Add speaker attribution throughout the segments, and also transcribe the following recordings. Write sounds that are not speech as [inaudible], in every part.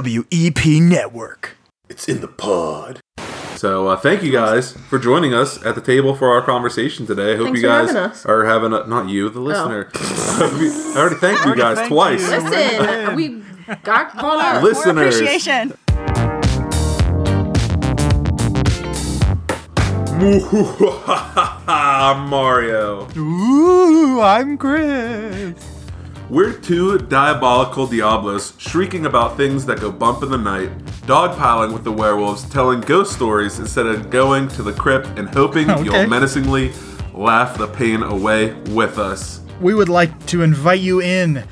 Speaker 1: IWEP Network.
Speaker 2: It's in the pod.
Speaker 3: So uh, thank you guys for joining us at the table for our conversation today. I hope
Speaker 4: Thanks
Speaker 3: you
Speaker 4: for
Speaker 3: guys
Speaker 4: having us.
Speaker 3: are having a not you, the listener. [laughs] I hope you- I already thanked you
Speaker 5: Already
Speaker 3: guys
Speaker 5: thanked
Speaker 3: twice.
Speaker 5: you.
Speaker 4: Listen, we got called out.
Speaker 3: Listen- [laughs]
Speaker 5: More
Speaker 3: Listeners.
Speaker 5: appreciation.
Speaker 3: I'm Mario.
Speaker 5: Ooh, I'm Chris.
Speaker 3: We're two diabolical Diablos shrieking about things that go bump in the night, dogpiling with the werewolves, telling ghost stories instead of going to the crypt and hoping
Speaker 1: Okay.
Speaker 3: you'll menacingly laugh the pain away with us.
Speaker 1: We would like to invite you in.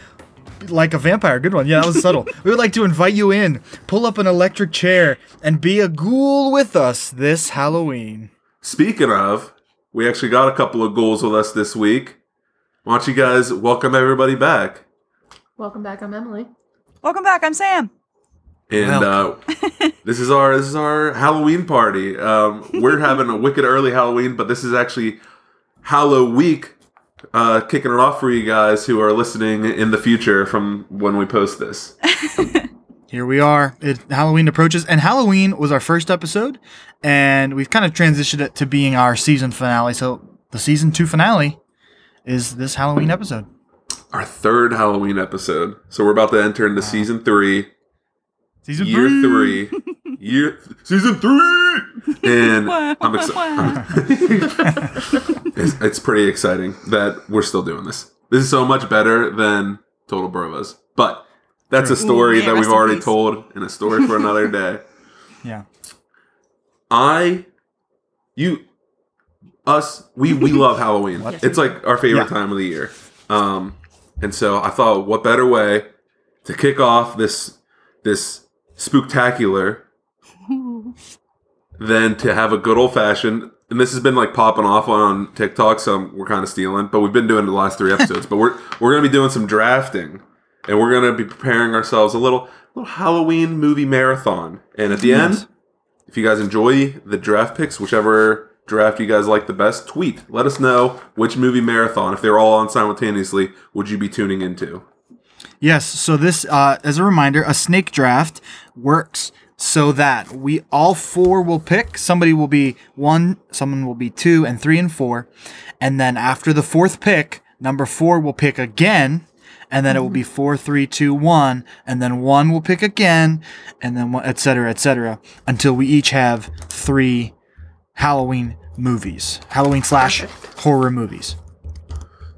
Speaker 1: Like a vampire, good one. Yeah, that was subtle. we would like to invite you in, pull up an electric chair, and be a ghoul with us this Halloween.
Speaker 3: Speaking of, we actually got a couple of goals with us this week. Why don't you guys welcome everybody back?
Speaker 4: Welcome back, I'm Emily.
Speaker 5: Welcome back. I'm Sam.
Speaker 3: And uh, this is our this is our Halloween party. Um, we're having a wicked early Halloween, but this is actually Hallow Week, uh, kicking it off for you guys who are listening in the future from when we post this.
Speaker 1: Here we are. It, Halloween approaches, and Halloween was our first episode, and we've kind of transitioned it to being our season finale. So the season two finale is this Halloween episode.
Speaker 3: Our third Halloween episode, so we're about to enter into season three,
Speaker 1: Season
Speaker 3: year three, year season three,
Speaker 5: [laughs]
Speaker 3: and I'm excited. [laughs] it's, it's pretty exciting that we're still doing this. This is so much better than Total Bravas, but that's a story
Speaker 5: Ooh, yeah,
Speaker 3: that
Speaker 5: rest
Speaker 3: we've
Speaker 5: in
Speaker 3: already
Speaker 5: peace.
Speaker 3: told, and a story for another
Speaker 5: [laughs]
Speaker 3: day.
Speaker 1: Yeah.
Speaker 3: I, you, us, we we love Halloween.
Speaker 4: What?
Speaker 3: It's like our favorite
Speaker 1: Yeah.
Speaker 3: time of the year. Um, and so I thought, what better way to kick off this this spooktacular than to have a good old fashioned. And this has been like popping off on TikTok, so we're kind of stealing. But we've been doing it the last three episodes. but we're we're gonna be doing some drafting, and we're gonna be preparing ourselves a little little Halloween movie marathon. And at the end, if you guys enjoy the draft picks, whichever draft you guys like the best, tweet. Let us know which movie marathon, if they're all on simultaneously, would you be tuning into?
Speaker 1: Yes. So this, uh, as a reminder, a snake draft works so that we all four will pick. Somebody will be one, someone will be two, and three and four, and then after the fourth pick, number four will pick again, and then it will be four, three, two, one, and then one will pick again, and then one, et cetera, et cetera, until we each have three Halloween movies, Halloween slash horror movies.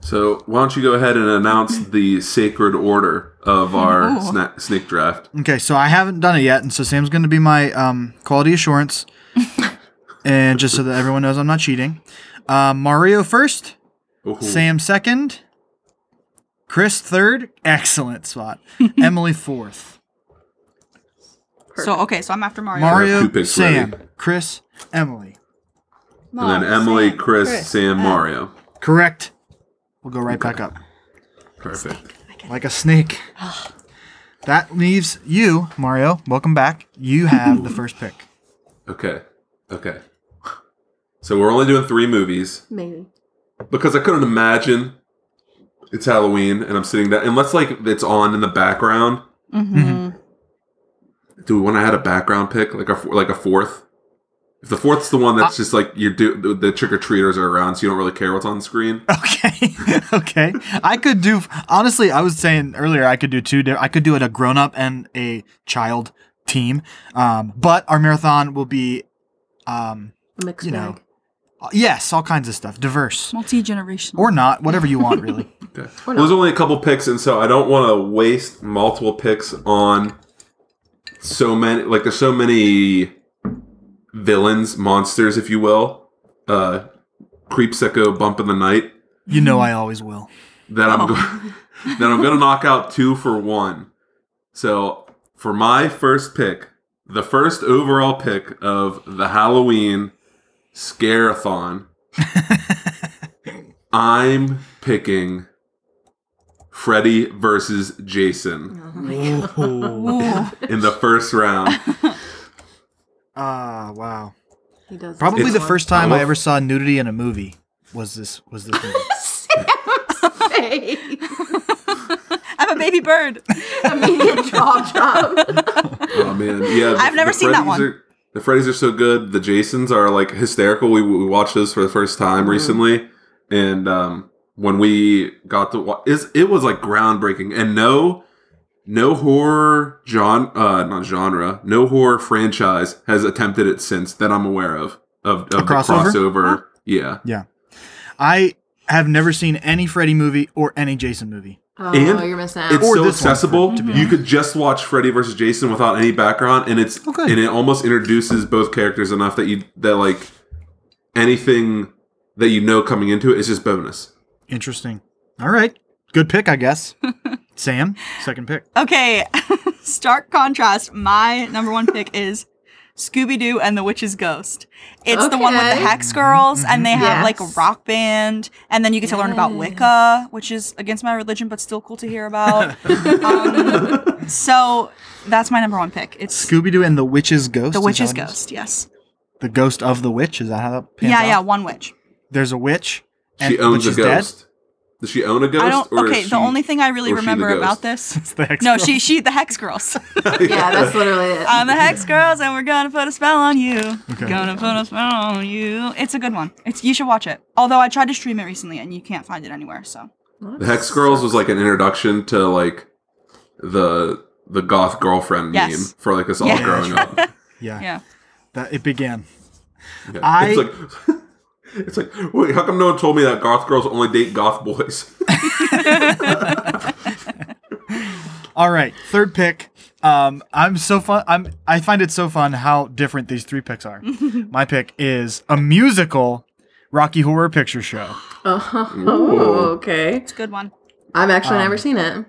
Speaker 3: So why don't you go ahead and announce the sacred order of our sna- snake draft?
Speaker 1: Okay, so I haven't done it yet, and so Sam's going to be my um, quality assurance, and just so that everyone knows I'm not cheating. Uh, Mario first,
Speaker 3: Ooh.
Speaker 1: Sam second, Chris third, excellent spot. Emily fourth,
Speaker 5: So okay, so I'm after Mario.
Speaker 3: two
Speaker 1: Mario,
Speaker 3: picks
Speaker 1: Sam,
Speaker 3: ready.
Speaker 1: Chris, Emily.
Speaker 3: And then
Speaker 5: Mario,
Speaker 3: Emily,
Speaker 5: Sam.
Speaker 3: Chris,
Speaker 4: Chris,
Speaker 3: Sam, Mario.
Speaker 1: Correct. We'll go right back up
Speaker 3: Perfect.
Speaker 1: like a snake. That leaves you, Mario. Welcome back. You have the first pick.
Speaker 3: Okay. Okay. So we're only doing three movies
Speaker 4: Maybe.
Speaker 3: because I couldn't imagine it's Halloween and I'm sitting down unless like it's on in the background.
Speaker 5: Mm-hmm.
Speaker 4: Mm-hmm.
Speaker 3: Do we want to add a background pick like a fo- like a fourth? If the fourth's the one that's just like you do the, the trick or treaters are around, so you don't really care what's on the screen.
Speaker 1: Okay. [laughs] okay. I could do honestly, I was saying earlier I could do two di- I could do it a grown up and a child team. Um, but our marathon will be um,
Speaker 4: A mixed
Speaker 1: You know.
Speaker 4: bag.
Speaker 1: yes, all kinds of stuff, diverse
Speaker 5: Multi-generational.
Speaker 1: or not, whatever you want
Speaker 3: [laughs]
Speaker 1: really.
Speaker 3: Okay. Well, there's only a couple picks, and so I don't want to waste multiple picks on so many. Like there's so many villains, monsters, if you will, uh, creeps that go bump in the night.
Speaker 1: you know I always will.
Speaker 3: That I'm go- [laughs] that I'm gonna knock out two for one. So for my first pick, the first overall pick of the Halloween Scareathon, I'm picking Freddy versus Jason
Speaker 4: Oh my
Speaker 1: Ooh.
Speaker 5: Ooh.
Speaker 3: in the first round.
Speaker 1: [laughs] Ah, wow.
Speaker 4: He does.
Speaker 1: Probably
Speaker 3: It's-
Speaker 1: the
Speaker 4: [laughs]
Speaker 1: first time
Speaker 3: I
Speaker 1: I
Speaker 3: love-
Speaker 1: ever saw nudity in a movie was this was this movie.
Speaker 4: Hey, [laughs]
Speaker 5: I'm a baby bird.
Speaker 1: [laughs]
Speaker 4: immediate jaw drop.
Speaker 3: Oh, man, yeah.
Speaker 5: [laughs] I've never seen that
Speaker 3: Freddy's
Speaker 5: one.
Speaker 3: are- the Freddy's are so good. The Jasons are like hysterical. We, we watched those for the first
Speaker 5: Mm-hmm.
Speaker 3: time recently, and um, when we got to wa- is it was like groundbreaking. And no, no horror genre, uh, not genre, no horror franchise has attempted it since that I'm aware of. Of, of the
Speaker 1: crossover?
Speaker 3: crossover, yeah.
Speaker 1: I have never seen any Freddy movie or any Jason movie.
Speaker 4: Oh,
Speaker 3: And
Speaker 4: you're missing out.
Speaker 3: It's
Speaker 1: Or
Speaker 3: so
Speaker 1: this one,
Speaker 3: accessible.
Speaker 1: to be
Speaker 3: you could just watch Freddy versus Jason without any background, and it's
Speaker 1: Okay.
Speaker 3: and it almost introduces both characters enough that you that like anything that you know coming into it is just bonus.
Speaker 1: Interesting. All right. Good pick, I
Speaker 5: [laughs]
Speaker 1: guess. Sam, second pick.
Speaker 5: Okay, [laughs] stark contrast. My number one pick is Scooby Doo and the Witch's Ghost. It's the one with the
Speaker 4: Okay.
Speaker 5: Hex Girls, and they
Speaker 4: Yes.
Speaker 5: have like a rock band, and then you get to learn about
Speaker 4: Yes.
Speaker 5: Wicca, which is against my religion, but still cool to
Speaker 3: [laughs]
Speaker 5: hear about. um, so that's my number one pick. It's
Speaker 1: Scooby Doo and the Witch's Ghost.
Speaker 5: the
Speaker 1: is
Speaker 5: Witch's
Speaker 1: that what it is?
Speaker 5: Ghost. Yes.
Speaker 1: The ghost of the witch. Is that how that pans
Speaker 5: yeah,
Speaker 1: out?
Speaker 5: yeah. One witch.
Speaker 1: There's a witch.
Speaker 3: she owns a
Speaker 1: but she's dead?
Speaker 3: ghost. Does she own a ghost?
Speaker 5: I don't.
Speaker 3: or is
Speaker 5: Okay.
Speaker 3: she-
Speaker 5: The only thing I really
Speaker 3: or is she the
Speaker 5: remember about
Speaker 3: ghost?
Speaker 1: [laughs]
Speaker 5: this.
Speaker 1: It's the Hex
Speaker 5: No,
Speaker 1: Girl.
Speaker 5: she she the Hex Girls. [laughs]
Speaker 4: yeah, that's literally it.
Speaker 5: I'm the Hex Girls, and we're gonna put a spell on you.
Speaker 1: Okay.
Speaker 5: Gonna put a spell on you. It's a good one. It's you should watch it. Although I tried to stream it recently, and you can't find it anywhere. So
Speaker 3: the Hex Girls was like an introduction to like the the goth girlfriend
Speaker 5: Yes.
Speaker 3: meme for like us all
Speaker 5: Yeah.
Speaker 3: growing
Speaker 5: [laughs]
Speaker 3: up.
Speaker 1: Yeah.
Speaker 5: yeah,
Speaker 1: That, it began.
Speaker 3: Yeah.
Speaker 1: I-
Speaker 3: it's like [laughs] it's like wait, how come no one told me that goth girls only date goth boys? [laughs]
Speaker 1: All right. Third pick. Um, I'm so fun. I'm. I find it so fun how different these three picks
Speaker 5: [laughs]
Speaker 1: are. My pick is a musical, Rocky Horror Picture Show.
Speaker 4: Oh,
Speaker 3: Ooh.
Speaker 4: okay.
Speaker 5: it's a good one.
Speaker 4: I've actually
Speaker 1: Um,
Speaker 4: never seen it.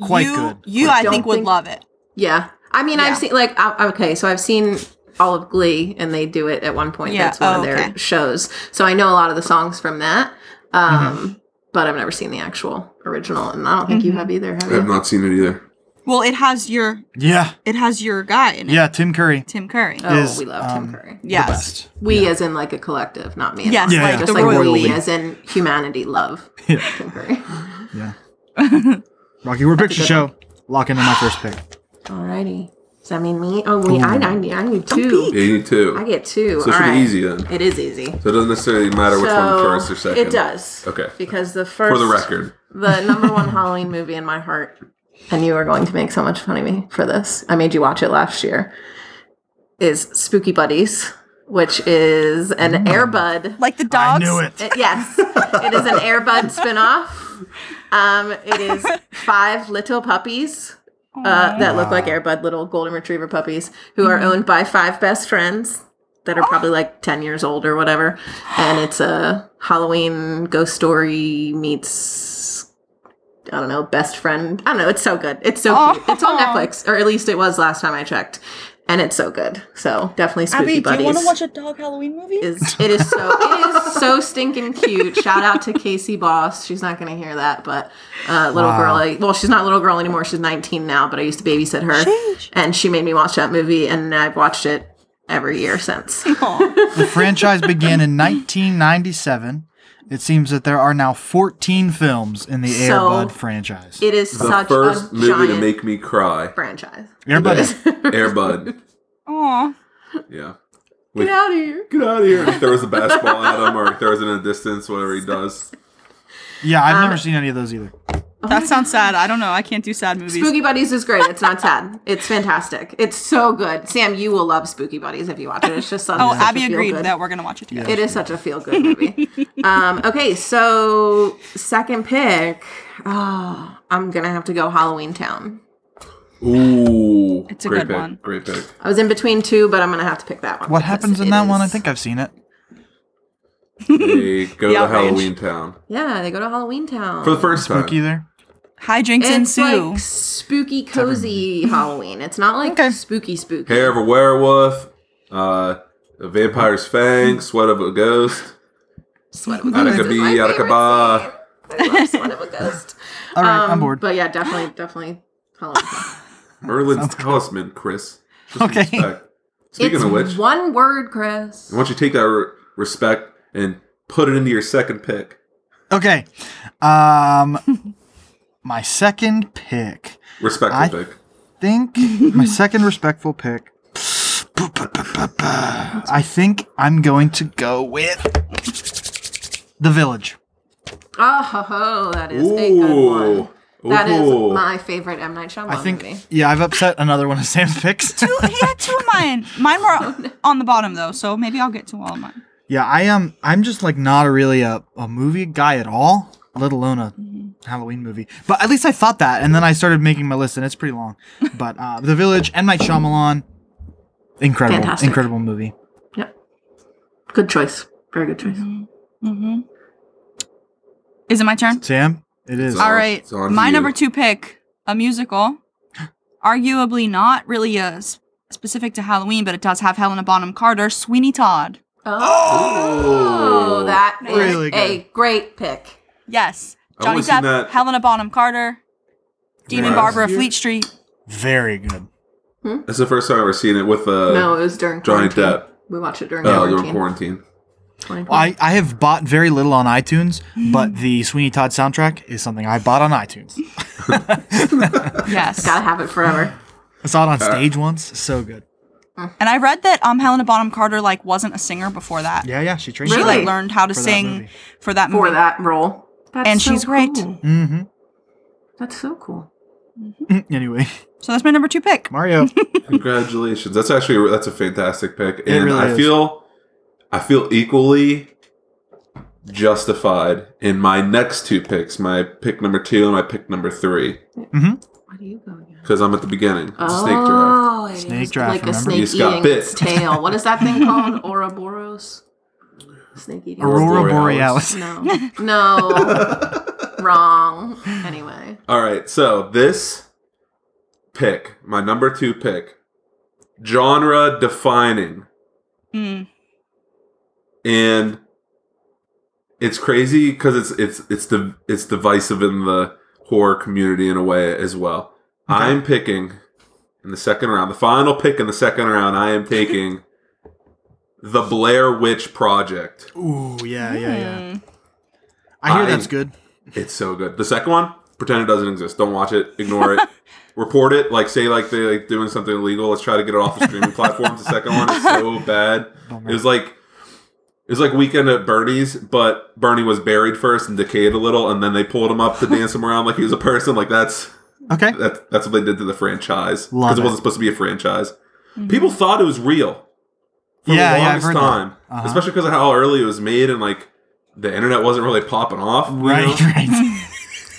Speaker 1: Quite
Speaker 5: you,
Speaker 1: good.
Speaker 5: You, I,
Speaker 4: don't
Speaker 5: think, would
Speaker 4: think-
Speaker 5: love it.
Speaker 4: Yeah. I mean,
Speaker 5: Yeah.
Speaker 4: I've seen, like, I, okay, so I've seen all of Glee, and they do it at one point.
Speaker 5: Yeah,
Speaker 4: That's one
Speaker 5: oh,
Speaker 4: of their
Speaker 5: okay.
Speaker 4: shows. So I know a lot of the songs from that. Um,
Speaker 1: Mm-hmm.
Speaker 4: But I've never seen the actual original, and I don't think you have either, have
Speaker 3: I have
Speaker 4: you?
Speaker 3: not seen it either.
Speaker 5: Well, it has your
Speaker 1: Yeah.
Speaker 5: it has your guy in it,
Speaker 1: Yeah. Tim Curry.
Speaker 5: Tim Curry.
Speaker 4: Oh,
Speaker 1: Is,
Speaker 4: we love
Speaker 1: um,
Speaker 4: Tim Curry.
Speaker 5: yes.
Speaker 1: The best.
Speaker 4: We as in like a collective, not me. and
Speaker 5: Yes,
Speaker 4: Lauren.
Speaker 1: Yeah,
Speaker 5: like
Speaker 1: yeah.
Speaker 5: the
Speaker 4: Just like
Speaker 5: royal
Speaker 4: we
Speaker 5: we.
Speaker 4: as in humanity love
Speaker 1: Yeah.
Speaker 4: Tim Curry.
Speaker 1: Yeah. [laughs] Rocky Horror Picture Show. Lock into my first pick.
Speaker 4: Alrighty. Does that mean me? Oh, we, I, I, need, I need two.
Speaker 3: Yeah, you need two.
Speaker 4: I get two.
Speaker 3: so it should
Speaker 4: All right.
Speaker 3: be easy then.
Speaker 4: It is easy.
Speaker 3: So it doesn't necessarily matter which one first or second.
Speaker 4: It does.
Speaker 3: Okay.
Speaker 4: Because the first
Speaker 3: For the record.
Speaker 4: the number one Halloween movie in my heart, and you are going to make so much fun of me for this. I made you watch it last year. Is Spooky Buddies, which is an Airbud.
Speaker 5: Like the dogs.
Speaker 1: I knew it.
Speaker 4: It- yes, it is an Airbud spinoff. Um, it is five little puppies uh, that look like Airbud, little golden retriever puppies, who
Speaker 5: Mm-hmm.
Speaker 4: are owned by five best friends that are probably like ten years old or whatever. And it's a Halloween ghost story meets. I don't know, best friend. I don't know. It's so good. It's so cute. It's on Netflix, or at least it was last time I checked, and it's so good. So definitely spooky
Speaker 5: Abby, do
Speaker 4: buddies
Speaker 5: you want to watch a dog Halloween
Speaker 4: [laughs]
Speaker 5: movie?
Speaker 4: is it is so it is so stinking cute. Shout out to Casey Boss. She's not gonna hear that, but uh, little
Speaker 1: Wow.
Speaker 4: girl. I- well, she's not a little girl anymore. She's 19 now, but I used to babysit her,
Speaker 5: Sheesh.
Speaker 4: and she made me watch that movie, and I've watched it every year since.
Speaker 5: Aw.
Speaker 1: The franchise began in 1997. It seems that there are now 14 films in the
Speaker 4: So-
Speaker 1: Airbud franchise.
Speaker 4: It is
Speaker 3: The
Speaker 4: such
Speaker 3: first
Speaker 4: a
Speaker 3: movie
Speaker 4: giant
Speaker 3: to make me cry.
Speaker 4: franchise.
Speaker 1: Airbud
Speaker 3: Yeah.
Speaker 1: is
Speaker 3: Airbud.
Speaker 4: Oh
Speaker 5: Aw.
Speaker 3: Yeah.
Speaker 4: Get out of here!
Speaker 3: Get out of here. He throws a basketball at him or he throws it in a distance, whatever he does.
Speaker 1: Yeah, I've
Speaker 4: um,
Speaker 1: never seen any of those either.
Speaker 5: that sounds sad. I don't know. I can't do sad movies.
Speaker 4: Spooky Buddies is great. It's not sad. It's fantastic. It's so good. Sam, you will love Spooky Buddies if you watch it. It's just such,
Speaker 5: Oh,
Speaker 4: such
Speaker 5: Abby
Speaker 4: a feel
Speaker 5: agreed
Speaker 4: good.
Speaker 5: that we're gonna watch it together.
Speaker 4: It is such a feel
Speaker 1: [laughs]
Speaker 4: good movie. um, okay, so second pick. Oh, I'm gonna have to go Halloween Town.
Speaker 3: Ooh.
Speaker 5: It's a
Speaker 3: great
Speaker 5: good
Speaker 3: pick.
Speaker 5: one.
Speaker 3: Great
Speaker 4: [laughs]
Speaker 3: pick.
Speaker 4: I was in between two, but I'm gonna have to pick that one.
Speaker 1: What
Speaker 4: because
Speaker 1: happens in
Speaker 4: it
Speaker 1: that one? I
Speaker 4: is-
Speaker 1: think I've seen it.
Speaker 3: They go
Speaker 5: The
Speaker 3: to
Speaker 5: outrage.
Speaker 3: Halloween Town
Speaker 4: Yeah, they go to Halloween Town
Speaker 3: for the first time.
Speaker 1: Spooky there.
Speaker 5: Hijinks
Speaker 4: It's
Speaker 5: ensue.
Speaker 4: like spooky, cozy Halloween. It's not like spooky, spooky.
Speaker 3: Hair of a werewolf, uh, a vampire's fang, sweat of a ghost,
Speaker 4: Sweat of a ghost. is my
Speaker 3: Adakabi,
Speaker 4: favorite
Speaker 3: Adakaba.
Speaker 4: scene. I love Sweat of a ghost.
Speaker 1: [laughs] All right, I'm
Speaker 4: Um,
Speaker 1: bored.
Speaker 4: But yeah, definitely, definitely Halloween. Town.
Speaker 3: Erlin's talisman, Chris. Just
Speaker 1: Okay.
Speaker 3: respect. Speaking
Speaker 4: it's
Speaker 3: of which,
Speaker 4: one word, Chris.
Speaker 3: why don't you take that re- respect and put it into your second pick?
Speaker 1: Okay. Um [laughs] my second pick.
Speaker 3: Respectful
Speaker 1: I-
Speaker 3: pick.
Speaker 1: think
Speaker 4: [laughs]
Speaker 1: my second respectful pick. I think I'm going to go with The Village.
Speaker 4: Oh, ho, ho, that is a good one. That is
Speaker 3: Ooh.
Speaker 4: my favorite M Night Shyamalan
Speaker 1: I think,
Speaker 4: movie.
Speaker 1: yeah, I've upset another one of Sam's picks.
Speaker 5: Two- he had two of mine. Mine were on the bottom though, so maybe I'll get to all of mine.
Speaker 1: yeah, I am. I'm just like not a really a, a movie guy at all, let alone a
Speaker 4: Mm-hmm.
Speaker 1: Halloween movie. But at least I thought that, and then I started making my list, and it's pretty
Speaker 4: [laughs]
Speaker 1: long. But uh, The Village and my Shyamalan, incredible,
Speaker 4: Fantastic.
Speaker 1: incredible movie.
Speaker 4: Yep. Good choice. Very good choice.
Speaker 5: Is it my turn?
Speaker 1: Sam, it is.
Speaker 3: Sorry.
Speaker 5: All right.
Speaker 3: uh, it's on
Speaker 5: My
Speaker 3: you.
Speaker 5: number two pick,
Speaker 3: [gasps]
Speaker 5: a musical. Arguably not really a s- specific to Halloween, but it does have Helena Bonham Carter, Sweeney Todd.
Speaker 4: Oh,
Speaker 3: Ooh.
Speaker 4: that is
Speaker 1: Really good.
Speaker 4: a great pick.
Speaker 5: Yes.
Speaker 3: I've
Speaker 5: Johnny
Speaker 3: only seen
Speaker 5: Depp,
Speaker 3: that-
Speaker 5: Helena Bonham Carter, Demon
Speaker 3: Nice.
Speaker 5: Barbara, Fleet Street.
Speaker 1: Very good.
Speaker 3: That's the first time I've ever seen it with uh,
Speaker 4: no, it was during
Speaker 3: Johnny
Speaker 4: quarantine.
Speaker 3: Depp.
Speaker 4: We watched it during
Speaker 3: uh, during
Speaker 4: quarantine.
Speaker 3: quarantine.
Speaker 1: I, I have bought very little on
Speaker 4: [laughs]
Speaker 1: iTunes, but the Sweeney Todd soundtrack is something I bought on iTunes.
Speaker 5: Yes.
Speaker 4: Gotta have it forever.
Speaker 1: I saw it on stage once. So good.
Speaker 5: And I read that um Helena Bonham Carter like wasn't a singer before that.
Speaker 1: Yeah, yeah. She trained.
Speaker 5: She
Speaker 4: Really?
Speaker 5: like learned how to
Speaker 1: For that
Speaker 5: sing
Speaker 1: movie.
Speaker 5: for that movie.
Speaker 4: for that role. That's
Speaker 5: And she's great.
Speaker 4: cool.
Speaker 1: Mm-hmm.
Speaker 4: That's so cool.
Speaker 1: Anyway, [laughs]
Speaker 5: So that's my number two
Speaker 4: [laughs]
Speaker 5: pick.
Speaker 1: Mario.
Speaker 3: Congratulations. That's actually that's a fantastic pick, and
Speaker 1: really
Speaker 3: I
Speaker 1: is.
Speaker 3: feel I feel equally justified in my next two picks, my pick number two and my pick number three,
Speaker 1: Mm-hmm.
Speaker 4: What are you going again?
Speaker 3: because I'm at the beginning. It's a snake draft.
Speaker 4: Oh, it
Speaker 1: Snake
Speaker 4: is
Speaker 1: draft,
Speaker 4: Like a
Speaker 1: remember?
Speaker 4: snake
Speaker 3: You just got
Speaker 4: eating
Speaker 3: bit.
Speaker 4: its tail. What is that
Speaker 3: [laughs]
Speaker 4: thing called? Ouroboros? Snake eating. its
Speaker 1: Aurora
Speaker 3: Borealis.
Speaker 1: Borealis.
Speaker 4: No. No.
Speaker 3: [laughs]
Speaker 4: Wrong. Anyway.
Speaker 3: All right, so this pick, my number two pick, genre defining.
Speaker 5: Mm.
Speaker 3: and it's crazy because it's it's it's the it's divisive in the horror community in a way as well. I'm picking in the second round, the final pick in the second round. I am taking the Blair Witch Project.
Speaker 1: Ooh, yeah, yeah, yeah.
Speaker 5: Mm.
Speaker 1: I hear
Speaker 3: I-
Speaker 1: that's good.
Speaker 3: It's so good. The second one, pretend it doesn't exist. Don't watch it.
Speaker 1: [laughs]
Speaker 3: Ignore it. Report it. Like say like they're like, doing something illegal. Let's try to get it off the streaming platforms. The second one
Speaker 1: [laughs]
Speaker 3: is so bad.
Speaker 1: Bummer.
Speaker 3: It was like it was like weekend at Bernie's, but Bernie was buried first and decayed a little, and then they pulled
Speaker 1: [laughs]
Speaker 3: him up to dance him around like he was a person. Like that's
Speaker 1: Okay.
Speaker 3: that's that's what they did to the
Speaker 1: Love
Speaker 3: franchise because it.
Speaker 1: it. Mm-hmm.
Speaker 3: wasn't supposed to be a franchise. People thought it was real
Speaker 1: Yeah,
Speaker 3: for the
Speaker 1: yeah, I've
Speaker 3: longest
Speaker 1: heard that.
Speaker 3: time,
Speaker 1: Uh-huh.
Speaker 3: especially because of how early it was made and like the internet wasn't really popping off. you
Speaker 1: [laughs] Right,
Speaker 3: know?
Speaker 1: right.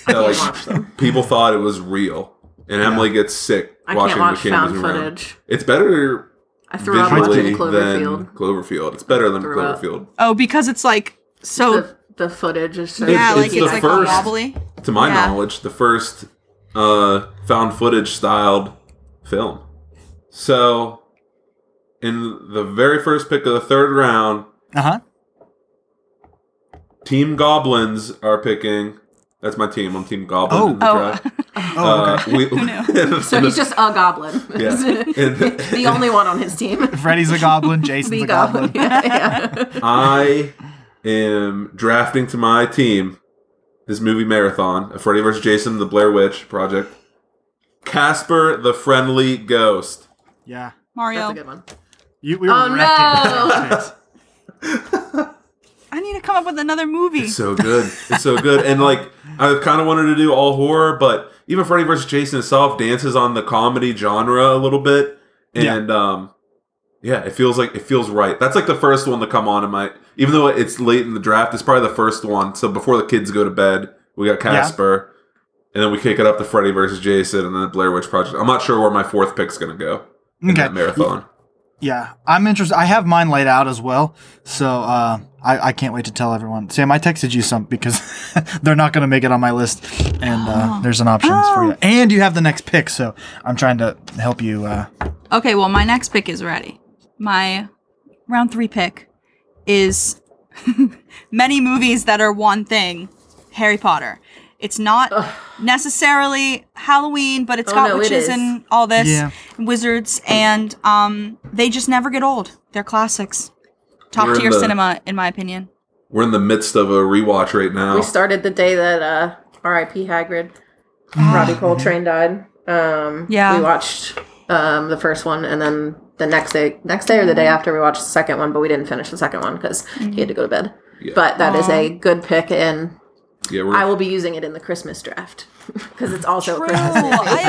Speaker 3: Yeah, like,
Speaker 4: watch them.
Speaker 3: people thought it was real, and Emily gets sick
Speaker 4: I
Speaker 3: watching
Speaker 4: can't watch
Speaker 3: the cameras
Speaker 4: found
Speaker 3: around.
Speaker 4: footage.
Speaker 3: It's better
Speaker 4: I threw up
Speaker 3: visually
Speaker 4: watching
Speaker 3: than
Speaker 4: Cloverfield.
Speaker 3: Cloverfield. It's better than
Speaker 4: Threw up.
Speaker 3: Cloverfield.
Speaker 5: Oh, because it's like so
Speaker 4: The, the footage is so
Speaker 5: Oh. yeah,
Speaker 3: It's-
Speaker 5: like
Speaker 3: it's
Speaker 5: it's,
Speaker 3: the
Speaker 5: like
Speaker 3: first-
Speaker 5: all wobbly.
Speaker 3: to my
Speaker 5: Yeah.
Speaker 3: knowledge, the first uh, found footage styled film. So, in the very first pick of the third round,
Speaker 1: Uh huh.
Speaker 3: Team Goblins are picking. That's my team. I'm Team Goblin.
Speaker 1: Oh.
Speaker 3: in the
Speaker 5: Oh.
Speaker 3: draft.
Speaker 1: Oh, [laughs] okay.
Speaker 4: [laughs]
Speaker 3: Uh, we, [laughs]
Speaker 4: So he's just a goblin.
Speaker 3: Yeah.
Speaker 4: [laughs] the only one on his
Speaker 3: [laughs]
Speaker 4: team. [laughs]
Speaker 1: Freddy's a goblin. Jason's
Speaker 4: The
Speaker 1: a goblin.
Speaker 4: goblin. [laughs]
Speaker 5: [laughs]
Speaker 4: Yeah, yeah.
Speaker 3: I am drafting to my team this movie marathon: a Freddy vs. Jason, The Blair Witch Project, Casper the Friendly Ghost.
Speaker 1: Yeah.
Speaker 4: That's a
Speaker 5: Mario,
Speaker 4: good one.
Speaker 1: You, we were
Speaker 4: Oh,
Speaker 1: wrecking
Speaker 4: no.
Speaker 1: that space.
Speaker 5: I need to come up with another movie.
Speaker 3: It's so good. It's so good. And like I kind of wanted to do all horror, but even Freddy vs. Jason itself dances on the comedy genre a little bit. And um yeah, it feels like it feels right. That's like the first one to come on in my even though it's late in the draft, it's probably the first one. So before the kids go to bed, we got Casper. And then we kick it up to Freddy vs. Jason and then Blair Witch Project. I'm not sure where my fourth pick's gonna go in
Speaker 1: Okay.
Speaker 3: that marathon.
Speaker 1: Yeah, I'm interested. I have mine laid out as well, so uh, I I can't wait to tell everyone. Sam, I texted you some because [laughs] they're not going to make it on my list, and
Speaker 4: Oh.
Speaker 1: uh, there's an options for you. And you have the next pick, so I'm trying to help you. Uh,
Speaker 5: Okay, well, my next pick is ready. My round three pick is [laughs] many movies that are one thing Harry Potter. It's not necessarily Halloween, but it's
Speaker 4: Oh,
Speaker 5: got
Speaker 4: no, it
Speaker 5: witches
Speaker 4: is.
Speaker 5: and all this,
Speaker 1: Yeah.
Speaker 5: wizards, and um, they just never get old. They're classics. Top
Speaker 3: We're in
Speaker 5: tier
Speaker 3: the-
Speaker 5: cinema, in my opinion.
Speaker 3: We're in the midst of a rewatch right now.
Speaker 4: We started the day that uh, R.I.P. Hagrid, Robbie Coltrane died. Um,
Speaker 5: Ah. Yeah.
Speaker 4: we watched um, the first one, and then the next day, next day or the day
Speaker 5: Mm-hmm.
Speaker 4: after, we watched the second one, but we didn't finish the second one because he had to go to bed. But that is a good pick, and
Speaker 3: Yeah, we're,
Speaker 4: I will be using it in the Christmas draft [laughs] because it's also a
Speaker 5: True.
Speaker 4: Christmas [laughs] movie.
Speaker 5: I
Speaker 4: [laughs]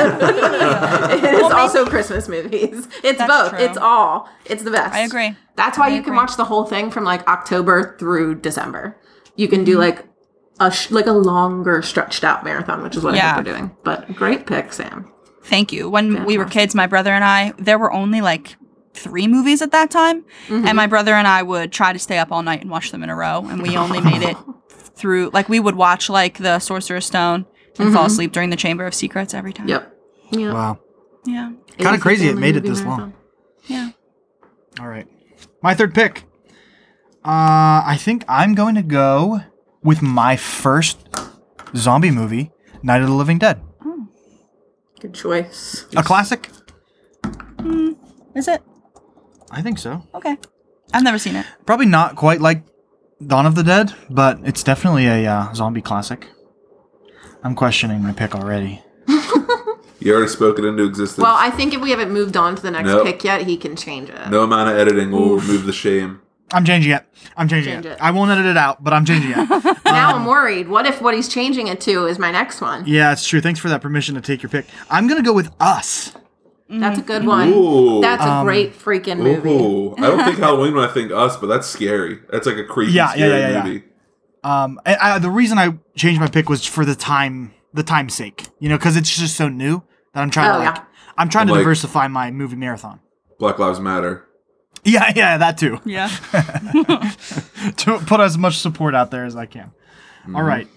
Speaker 5: agree.
Speaker 4: It is also Christmas movies. [laughs] It's
Speaker 5: That's
Speaker 4: both.
Speaker 5: true.
Speaker 4: It's all. It's the best.
Speaker 5: I agree.
Speaker 4: That's why you can watch the whole thing from like October through December. You can
Speaker 5: Mm-hmm.
Speaker 4: do like a sh- like a longer stretched out marathon, which is what I
Speaker 5: Yeah.
Speaker 4: think we're doing. But great pick, Sam.
Speaker 5: Thank you. When we were kids, my brother and I, there were only like three movies at that time, and my brother and I would try to stay up all night and watch them in a row, and we only made [laughs] it through like we would watch like the Sorcerer's Stone and fall asleep during the Chamber of Secrets every time.
Speaker 4: Yep. Yep.
Speaker 1: Wow.
Speaker 5: Yeah.
Speaker 4: It
Speaker 1: Kinda
Speaker 4: is the
Speaker 1: crazy it
Speaker 4: only
Speaker 1: made it
Speaker 4: movie
Speaker 1: this long.
Speaker 4: marathon.
Speaker 5: Yeah.
Speaker 1: All right. My third pick. Uh, I think I'm going to go with my first zombie movie, Night of the Living Dead.
Speaker 4: Good choice.
Speaker 1: A classic?
Speaker 5: Is it?
Speaker 1: I think so.
Speaker 5: Okay. I've never seen it.
Speaker 1: Probably not quite like Dawn of the Dead, but it's definitely a uh, zombie classic. I'm questioning my pick already.
Speaker 3: you already spoke it into existence.
Speaker 4: Well, I think if we haven't moved on to the next
Speaker 3: Nope.
Speaker 4: pick yet, he can change it.
Speaker 3: no amount of editing will remove the shame.
Speaker 1: I'm changing it. I'm changing
Speaker 4: Change
Speaker 1: it.
Speaker 4: it.
Speaker 1: I won't edit it out, but I'm changing it.
Speaker 4: Now I'm worried. What if what he's changing it to is my next one?
Speaker 1: yeah, it's true. Thanks for that permission to take your pick. I'm going to go with Us.
Speaker 4: That's a good one.
Speaker 3: Ooh.
Speaker 4: That's a
Speaker 1: Um,
Speaker 4: great freaking movie.
Speaker 3: [laughs] Ooh, I don't think Halloween when I think us, but that's scary. That's like a creepy,
Speaker 1: Yeah, yeah,
Speaker 3: scary
Speaker 1: yeah, yeah.
Speaker 3: movie.
Speaker 1: Um, and I, the reason I changed my pick was for the time, the time's sake, you know, because it's just so new that I'm trying
Speaker 4: Oh,
Speaker 1: to like,
Speaker 4: yeah.
Speaker 1: I'm trying to
Speaker 3: Like-
Speaker 1: diversify my movie marathon. [laughs]
Speaker 3: Black Lives Matter.
Speaker 1: Yeah, yeah, that too.
Speaker 5: Yeah.
Speaker 1: [laughs] to put as much support out there as I can.
Speaker 3: Mm-hmm.
Speaker 1: All right,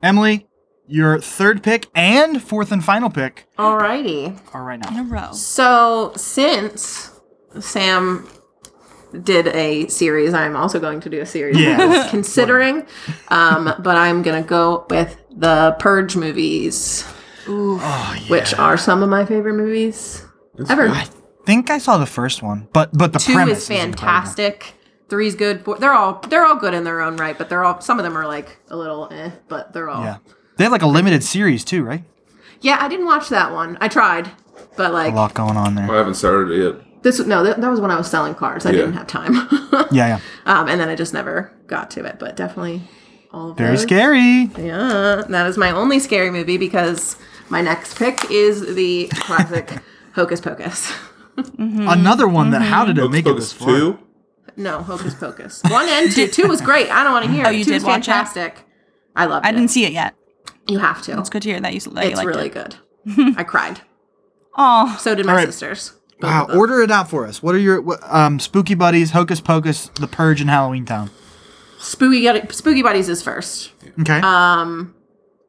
Speaker 1: Emily, your third pick and fourth and final pick
Speaker 4: Alrighty.
Speaker 1: are right
Speaker 5: In
Speaker 1: now.
Speaker 5: a row.
Speaker 4: So since Sam did a series, I'm also going to do a series. [laughs]
Speaker 1: Yeah.
Speaker 4: I was considering, um, but I'm gonna go with the Purge movies,
Speaker 1: Oh, yeah.
Speaker 4: which are some of my favorite movies ever.
Speaker 1: Think I saw the first one, but but the
Speaker 4: Two
Speaker 1: premise
Speaker 4: is
Speaker 1: incredible.
Speaker 4: fantastic. Three's good. Four, they're all they're all good in their own right, but they're all some of them are like a little eh, but they're all.
Speaker 1: Yeah, they have like a limited series too, right?
Speaker 4: Yeah, I didn't watch that one. I tried, but
Speaker 1: A
Speaker 4: like
Speaker 1: lot going on
Speaker 3: I
Speaker 1: there.
Speaker 3: haven't started it yet.
Speaker 4: this no, that, that was when I was selling cars. I
Speaker 3: Yeah.
Speaker 4: didn't
Speaker 1: [laughs]
Speaker 4: have time. [laughs]
Speaker 1: Yeah, yeah,
Speaker 4: Um, and then I just never got to it, but definitely all of
Speaker 1: very
Speaker 4: those.
Speaker 1: scary.
Speaker 4: Yeah, that is my only scary movie because my next pick is the
Speaker 1: [laughs]
Speaker 4: classic Hocus Pocus.
Speaker 1: Another one
Speaker 4: Mm-hmm.
Speaker 1: that how did it
Speaker 3: Hocus
Speaker 1: make it this
Speaker 3: Pocus
Speaker 1: far?
Speaker 3: two.
Speaker 4: No, Hocus Pocus. One and two. Two was great. I don't want to hear. Oh,
Speaker 5: you
Speaker 4: two
Speaker 5: did
Speaker 4: is
Speaker 5: watch it?
Speaker 4: fantastic. I loved it.
Speaker 5: I didn't see it yet.
Speaker 4: You have to.
Speaker 5: It's good to hear that you, that you
Speaker 4: It's
Speaker 5: liked
Speaker 4: really
Speaker 5: it. [laughs]
Speaker 4: good. I cried.
Speaker 5: Oh,
Speaker 4: So did my
Speaker 1: All right.
Speaker 4: sisters. Both
Speaker 1: Wow,
Speaker 4: of them.
Speaker 1: order it out for us. What are your what, um, spooky buddies, Hocus Pocus, The Purge, and Halloween Town?
Speaker 4: Spooky Spooky Buddies is first.
Speaker 1: Okay,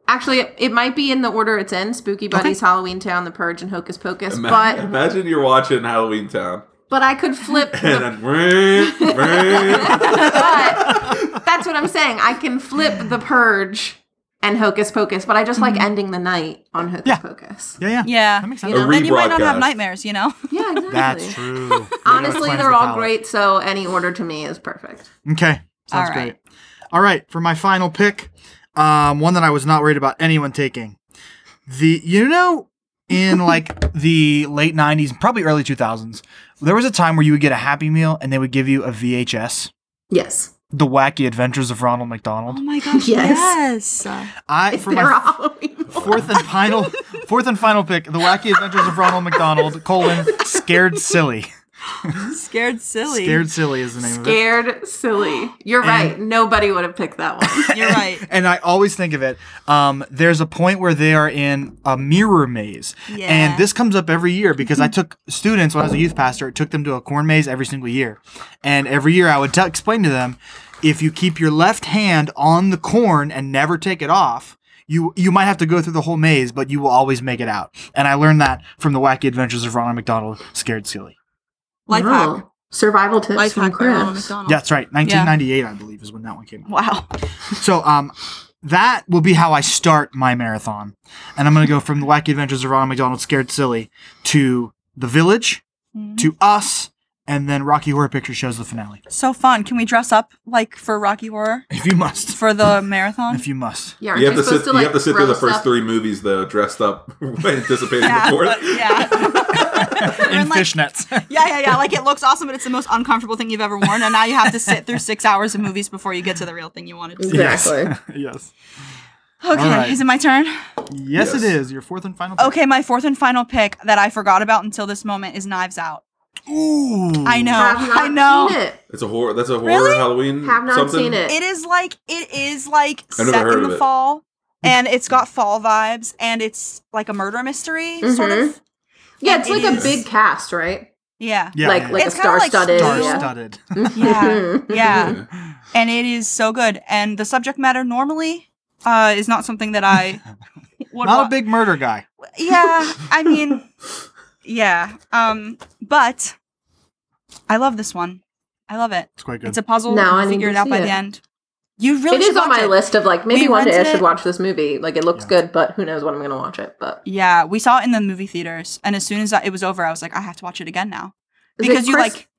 Speaker 4: Actually, it, it might be in the order it's in: Spooky Buddies, Halloween Town, The Purge, and Hocus Pocus.
Speaker 3: Ima-
Speaker 4: But
Speaker 3: imagine you're watching Halloween Town [laughs]
Speaker 4: but I could flip. the- [laughs]
Speaker 3: and then ring, ring.
Speaker 4: but that's what I'm saying. I can flip the purge and Hocus Pocus, but I just like ending the night on Hocus
Speaker 1: Yeah.
Speaker 4: Pocus.
Speaker 1: yeah, yeah,
Speaker 5: yeah.
Speaker 1: That makes
Speaker 5: You
Speaker 1: sense.
Speaker 5: know, then you might not have
Speaker 3: rebroadcast.
Speaker 5: nightmares, you know?
Speaker 4: [laughs] Yeah, exactly.
Speaker 1: That's true. You know, it
Speaker 4: Honestly,
Speaker 1: cleanses
Speaker 4: they're
Speaker 1: the
Speaker 4: all
Speaker 1: palate.
Speaker 4: great, so any order to me is perfect.
Speaker 1: Okay, sounds
Speaker 5: All
Speaker 1: great.
Speaker 5: right.
Speaker 1: All right, for my final pick, um, one that I was not worried about anyone taking. The you know, in like the late '90s, probably early 2000s, there was a time where you would get a Happy Meal and they would give you a VHS,
Speaker 4: Yes.
Speaker 1: The Wacky Adventures of Ronald McDonald.
Speaker 5: [laughs] Oh [laughs] my gosh.
Speaker 4: Yes.
Speaker 5: Yes.
Speaker 1: I for
Speaker 4: They're
Speaker 1: my
Speaker 4: [laughs] Halloween.
Speaker 1: fourth and final fourth and final pick the wacky adventures of ronald mcdonald colon scared silly
Speaker 5: Scared silly.
Speaker 1: scared silly is the name of it
Speaker 4: Scared silly. You're right. Nobody would have picked that [laughs] one.
Speaker 5: You're right.
Speaker 1: and i always think of it um, there's a point where they are in a mirror maze
Speaker 5: Yeah.
Speaker 1: and this comes up every year because i took students when i was a youth pastor took them to a corn maze every single year and every year i would tell explain to them if you keep your left hand on the corn and never take it off you you might have to go through the whole maze but you will always make it out and i learned that from the wacky adventures of ronald mcdonald scared silly
Speaker 5: Life
Speaker 4: Oh.
Speaker 5: hack.
Speaker 4: Survival tips
Speaker 5: Life
Speaker 4: from
Speaker 5: hack by Ronald
Speaker 4: Chris.
Speaker 5: McDonald.
Speaker 1: Yeah, that's right. 1998, I believe, is when that one came out.
Speaker 5: Wow.
Speaker 1: So, um, that will be how I start my marathon, and I'm gonna go from the Wacky Adventures of Ronald McDonald, Scared Silly, to The Village, to Us, and then Rocky Horror Picture Show's the finale.
Speaker 5: So fun. Can we dress up like for Rocky Horror
Speaker 1: If you must, [laughs]
Speaker 5: for the marathon?
Speaker 1: if you must.
Speaker 4: Yeah, aren't
Speaker 3: You have to
Speaker 4: supposed
Speaker 3: sit. you have to sit through the
Speaker 4: roast
Speaker 3: first
Speaker 4: up?
Speaker 3: three movies though, dressed up, [laughs] anticipating the
Speaker 4: [laughs]
Speaker 3: fourth.
Speaker 5: yeah. We're
Speaker 1: [laughs] In
Speaker 5: like-
Speaker 1: fishnets.
Speaker 5: [laughs] yeah, yeah, yeah. Like it looks awesome, but it's the most uncomfortable thing you've ever worn, and now you have to sit through six hours of movies before you get to the real thing you wanted to see.
Speaker 4: Exactly.
Speaker 1: yes.
Speaker 5: Okay,
Speaker 1: right.
Speaker 5: is it my turn?
Speaker 1: [laughs] Yes,
Speaker 3: Yes.
Speaker 1: it is. Your fourth and final.
Speaker 5: Okay, my fourth and final pick that I forgot about until this moment is Knives Out.
Speaker 1: pick. Ooh.
Speaker 5: I
Speaker 4: [laughs]
Speaker 5: know,
Speaker 4: Have not
Speaker 5: I know.
Speaker 4: seen it.
Speaker 3: It's a horror. That's a horror
Speaker 5: Really?
Speaker 3: Halloween.
Speaker 4: Have not
Speaker 3: something?
Speaker 4: seen it.
Speaker 5: It is like it is like
Speaker 3: I've never
Speaker 5: set
Speaker 3: heard
Speaker 5: in
Speaker 3: of
Speaker 5: the
Speaker 3: it.
Speaker 5: fall, and it's got fall vibes, and it's like a murder mystery sort of.
Speaker 4: Yeah, it's
Speaker 5: It
Speaker 4: like a
Speaker 5: is.
Speaker 4: big cast, right?
Speaker 5: Yeah,
Speaker 1: Yeah,
Speaker 4: like
Speaker 1: yeah,
Speaker 4: like
Speaker 5: It's
Speaker 4: a
Speaker 5: kinda like
Speaker 4: star-studded.
Speaker 5: Star
Speaker 4: yeah.
Speaker 1: star-studded.
Speaker 4: [laughs]
Speaker 5: yeah,
Speaker 4: Mhm.
Speaker 5: yeah. and it is so good. And the subject matter normally uh, is not something
Speaker 1: [laughs]
Speaker 5: that I would
Speaker 1: Not
Speaker 5: wa-
Speaker 1: a big murder guy.
Speaker 5: Yeah, I mean, yeah. Um, but I love this one. I love it.
Speaker 1: It's quite good.
Speaker 5: It's a puzzle.
Speaker 4: Now
Speaker 5: Now
Speaker 4: I
Speaker 5: you
Speaker 4: need
Speaker 5: figure
Speaker 4: to
Speaker 5: it out by
Speaker 4: see
Speaker 5: the
Speaker 4: it.
Speaker 5: end. You really
Speaker 4: It is
Speaker 5: should
Speaker 4: on
Speaker 5: watch
Speaker 4: my
Speaker 5: it.
Speaker 4: list of like maybe
Speaker 5: We
Speaker 4: one day I
Speaker 5: rented
Speaker 4: should
Speaker 5: it.
Speaker 4: watch this movie. Like it looks
Speaker 1: Yeah.
Speaker 4: good, but who knows when I'm gonna watch it. But
Speaker 5: Yeah, we saw it in the movie theaters, and as soon as I- it was over, I was like, I have to watch it again now
Speaker 4: Is it
Speaker 5: because you
Speaker 4: Chris
Speaker 5: like,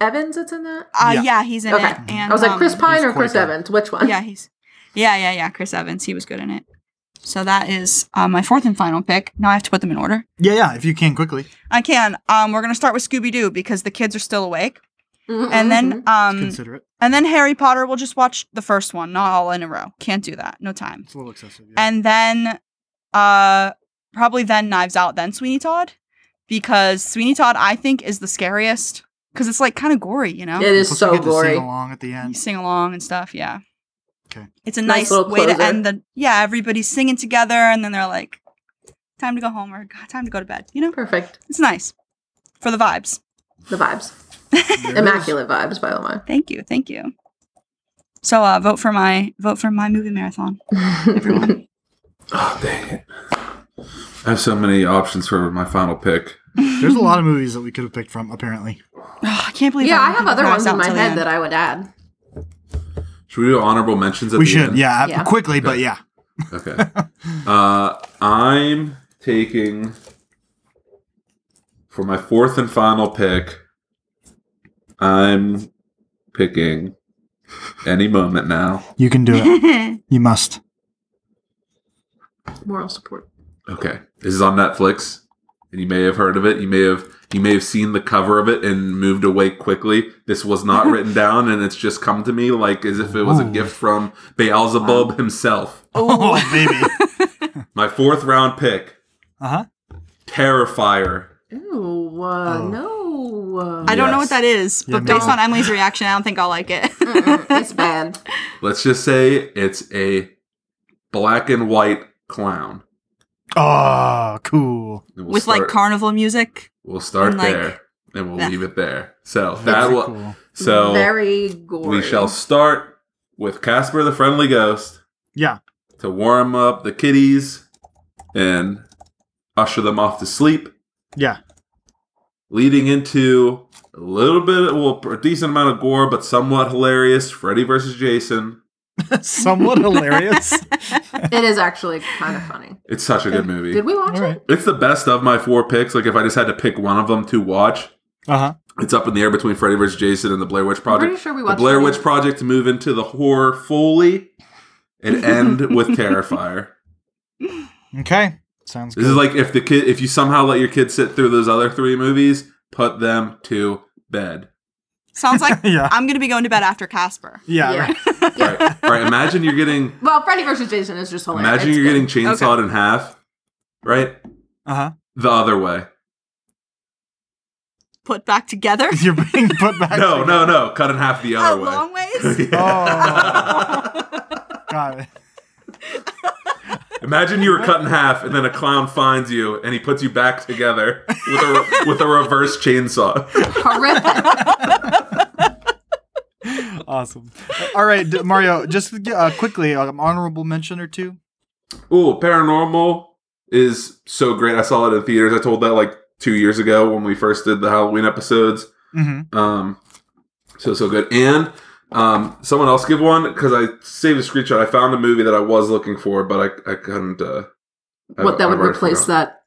Speaker 4: Evans, that's in that.
Speaker 5: uh, yeah.
Speaker 1: Yeah.
Speaker 5: he's in
Speaker 4: Okay.
Speaker 5: it. And
Speaker 4: I was like
Speaker 5: um,
Speaker 4: Chris Pine
Speaker 1: he's
Speaker 4: or Chris
Speaker 1: Quaker.
Speaker 4: Evans, which one? [laughs]
Speaker 5: Yeah, he's yeah, yeah, yeah. Chris Evans, he was good in it. So that is uh, my fourth and final pick. Now I have to put them in order.
Speaker 1: yeah, yeah. If you can quickly.
Speaker 5: I can. Um, we're gonna start with Scooby Doo because the kids are still awake,
Speaker 4: Mm-hmm,
Speaker 5: and then um,
Speaker 1: Consider it.
Speaker 5: And then Harry Potter, we'll just watch the first one, not all in a row. Can't do that. No time.
Speaker 1: It's a little excessive. Yeah.
Speaker 5: And then uh probably then Knives Out, then Sweeney Todd. Because Sweeney Todd, I think, is the scariest. Because it's like kind of gory, you know?
Speaker 4: it is
Speaker 1: Plus we
Speaker 4: so
Speaker 1: get to
Speaker 4: gory.
Speaker 1: Sing along at the
Speaker 5: You [laughs]
Speaker 1: end.
Speaker 5: sing along and stuff, yeah.
Speaker 1: Okay.
Speaker 5: It's a
Speaker 4: Nice
Speaker 5: nice,
Speaker 4: little
Speaker 5: way to
Speaker 4: closer.
Speaker 5: end the yeah, everybody's singing together and then they're like, time to go home or "God, time to go to bed. You know?
Speaker 4: Perfect.
Speaker 5: It's nice. For the vibes.
Speaker 4: The vibes.
Speaker 1: There it
Speaker 4: Immaculate vibes, by the
Speaker 5: Thank you, thank you. So uh vote for my vote for my movie marathon, [sighs]
Speaker 4: way.
Speaker 5: everyone.
Speaker 3: Oh dang it! I have so many options for my final pick.
Speaker 1: is. There's a lot of movies that we could have picked from. Apparently.
Speaker 5: Oh, I can't believe.
Speaker 4: yeah, I have
Speaker 5: didn't think
Speaker 4: other
Speaker 5: Knives
Speaker 4: ones in
Speaker 5: Out
Speaker 4: my
Speaker 5: till the
Speaker 4: head [laughs]
Speaker 5: end.
Speaker 4: that I would add.
Speaker 3: Should we do honorable mentions? At
Speaker 1: We
Speaker 3: the
Speaker 1: should.
Speaker 3: end?
Speaker 1: Yeah,
Speaker 4: Yeah.
Speaker 1: Quickly, but yeah.
Speaker 3: Okay. uh, I'm taking for my fourth and final pick. I'm picking any moment now.
Speaker 1: You can do [laughs] it. you must.
Speaker 4: Moral support.
Speaker 3: Okay. This is on Netflix, and you may have heard of it. You may have you may have seen the cover of it and moved away quickly. This
Speaker 1: [laughs]
Speaker 3: was not written down, and it's just come to me like as if it was a
Speaker 1: Ooh.
Speaker 3: gift from Beelzebub himself.
Speaker 1: [laughs] Oh, baby.
Speaker 3: My fourth round pick,
Speaker 1: Uh huh.
Speaker 3: Terrifier.
Speaker 4: Ew, uh,
Speaker 1: Oh.
Speaker 4: no.
Speaker 5: [laughs] I don't know what
Speaker 3: Yes.
Speaker 5: that is, but
Speaker 1: Yeah,
Speaker 5: based
Speaker 1: no.
Speaker 5: on Emily's reaction, I don't think I'll
Speaker 4: [laughs]
Speaker 5: like it.
Speaker 4: it's bad.
Speaker 3: Let's just say it's a black and white clown.
Speaker 1: Oh, cool.
Speaker 3: And we'll
Speaker 5: [laughs] With like
Speaker 3: start-
Speaker 5: carnival music.
Speaker 3: we'll start
Speaker 5: and, like-
Speaker 3: there, and we'll
Speaker 5: Yeah.
Speaker 3: leave it there. So that
Speaker 1: Very
Speaker 3: will
Speaker 1: cool.
Speaker 3: so
Speaker 4: very gory.
Speaker 3: we shall start with Casper the Friendly Ghost.
Speaker 1: Yeah. [laughs]
Speaker 3: to warm up the kitties and usher them off to sleep,
Speaker 1: Yeah.
Speaker 3: leading into a little bit, well, a decent amount of gore, but somewhat hilarious Freddy versus Jason.
Speaker 1: Somewhat hilarious.
Speaker 4: It is actually kind of funny.
Speaker 3: It's such a good movie.
Speaker 4: Did we watch
Speaker 1: All right.
Speaker 4: it?
Speaker 3: It's the best of my four picks. Like, if I just had to pick one of them to watch,
Speaker 1: Uh huh.
Speaker 3: it's up in the air between Freddy vs. Jason and the Blair Witch Project.
Speaker 4: pretty sure we
Speaker 3: the
Speaker 4: watched
Speaker 3: Blair
Speaker 4: Freddy.
Speaker 3: Witch Project to move into the horror fully and end with Terrifier.
Speaker 1: Okay. Sounds good.
Speaker 3: This is like if the kid, if you somehow let your kid sit through those other three movies, put them to bed.
Speaker 5: [laughs] Sounds like
Speaker 1: [laughs] Yeah.
Speaker 5: I'm gonna be going to bed after Casper.
Speaker 1: yeah.
Speaker 4: Yeah.
Speaker 1: Right.
Speaker 3: Right. All right. Imagine you're getting.
Speaker 4: Well, Freddy versus Jason is just hilarious.
Speaker 3: Imagine
Speaker 4: It's
Speaker 3: you're
Speaker 4: good.
Speaker 3: getting chainsawed in half. Right.
Speaker 1: Uh huh.
Speaker 3: The other way.
Speaker 5: Put back together.
Speaker 1: [laughs] You're being put back.
Speaker 3: No,
Speaker 1: together.
Speaker 3: no, no. Cut in half the
Speaker 5: A
Speaker 3: other [laughs]
Speaker 5: long
Speaker 3: way.
Speaker 5: ways.
Speaker 3: Yeah.
Speaker 1: Got it.
Speaker 3: Imagine you were cut in half, and then a clown finds you, and he puts you back together with a re- with a reverse chainsaw. [laughs]
Speaker 4: horrific.
Speaker 1: [laughs] Awesome. All right, D- Mario. Just uh, quickly, um, honorable mention or two.
Speaker 3: Ooh, Paranormal is so great. I saw it in theaters. I told that like two years ago when we first did the Halloween episodes.
Speaker 1: Mm-hmm. [laughs]
Speaker 3: Um, so so good. And um, someone else give one because I saved a screenshot. I found a movie that I was looking for, but I I couldn't. Uh,
Speaker 4: what that would replace that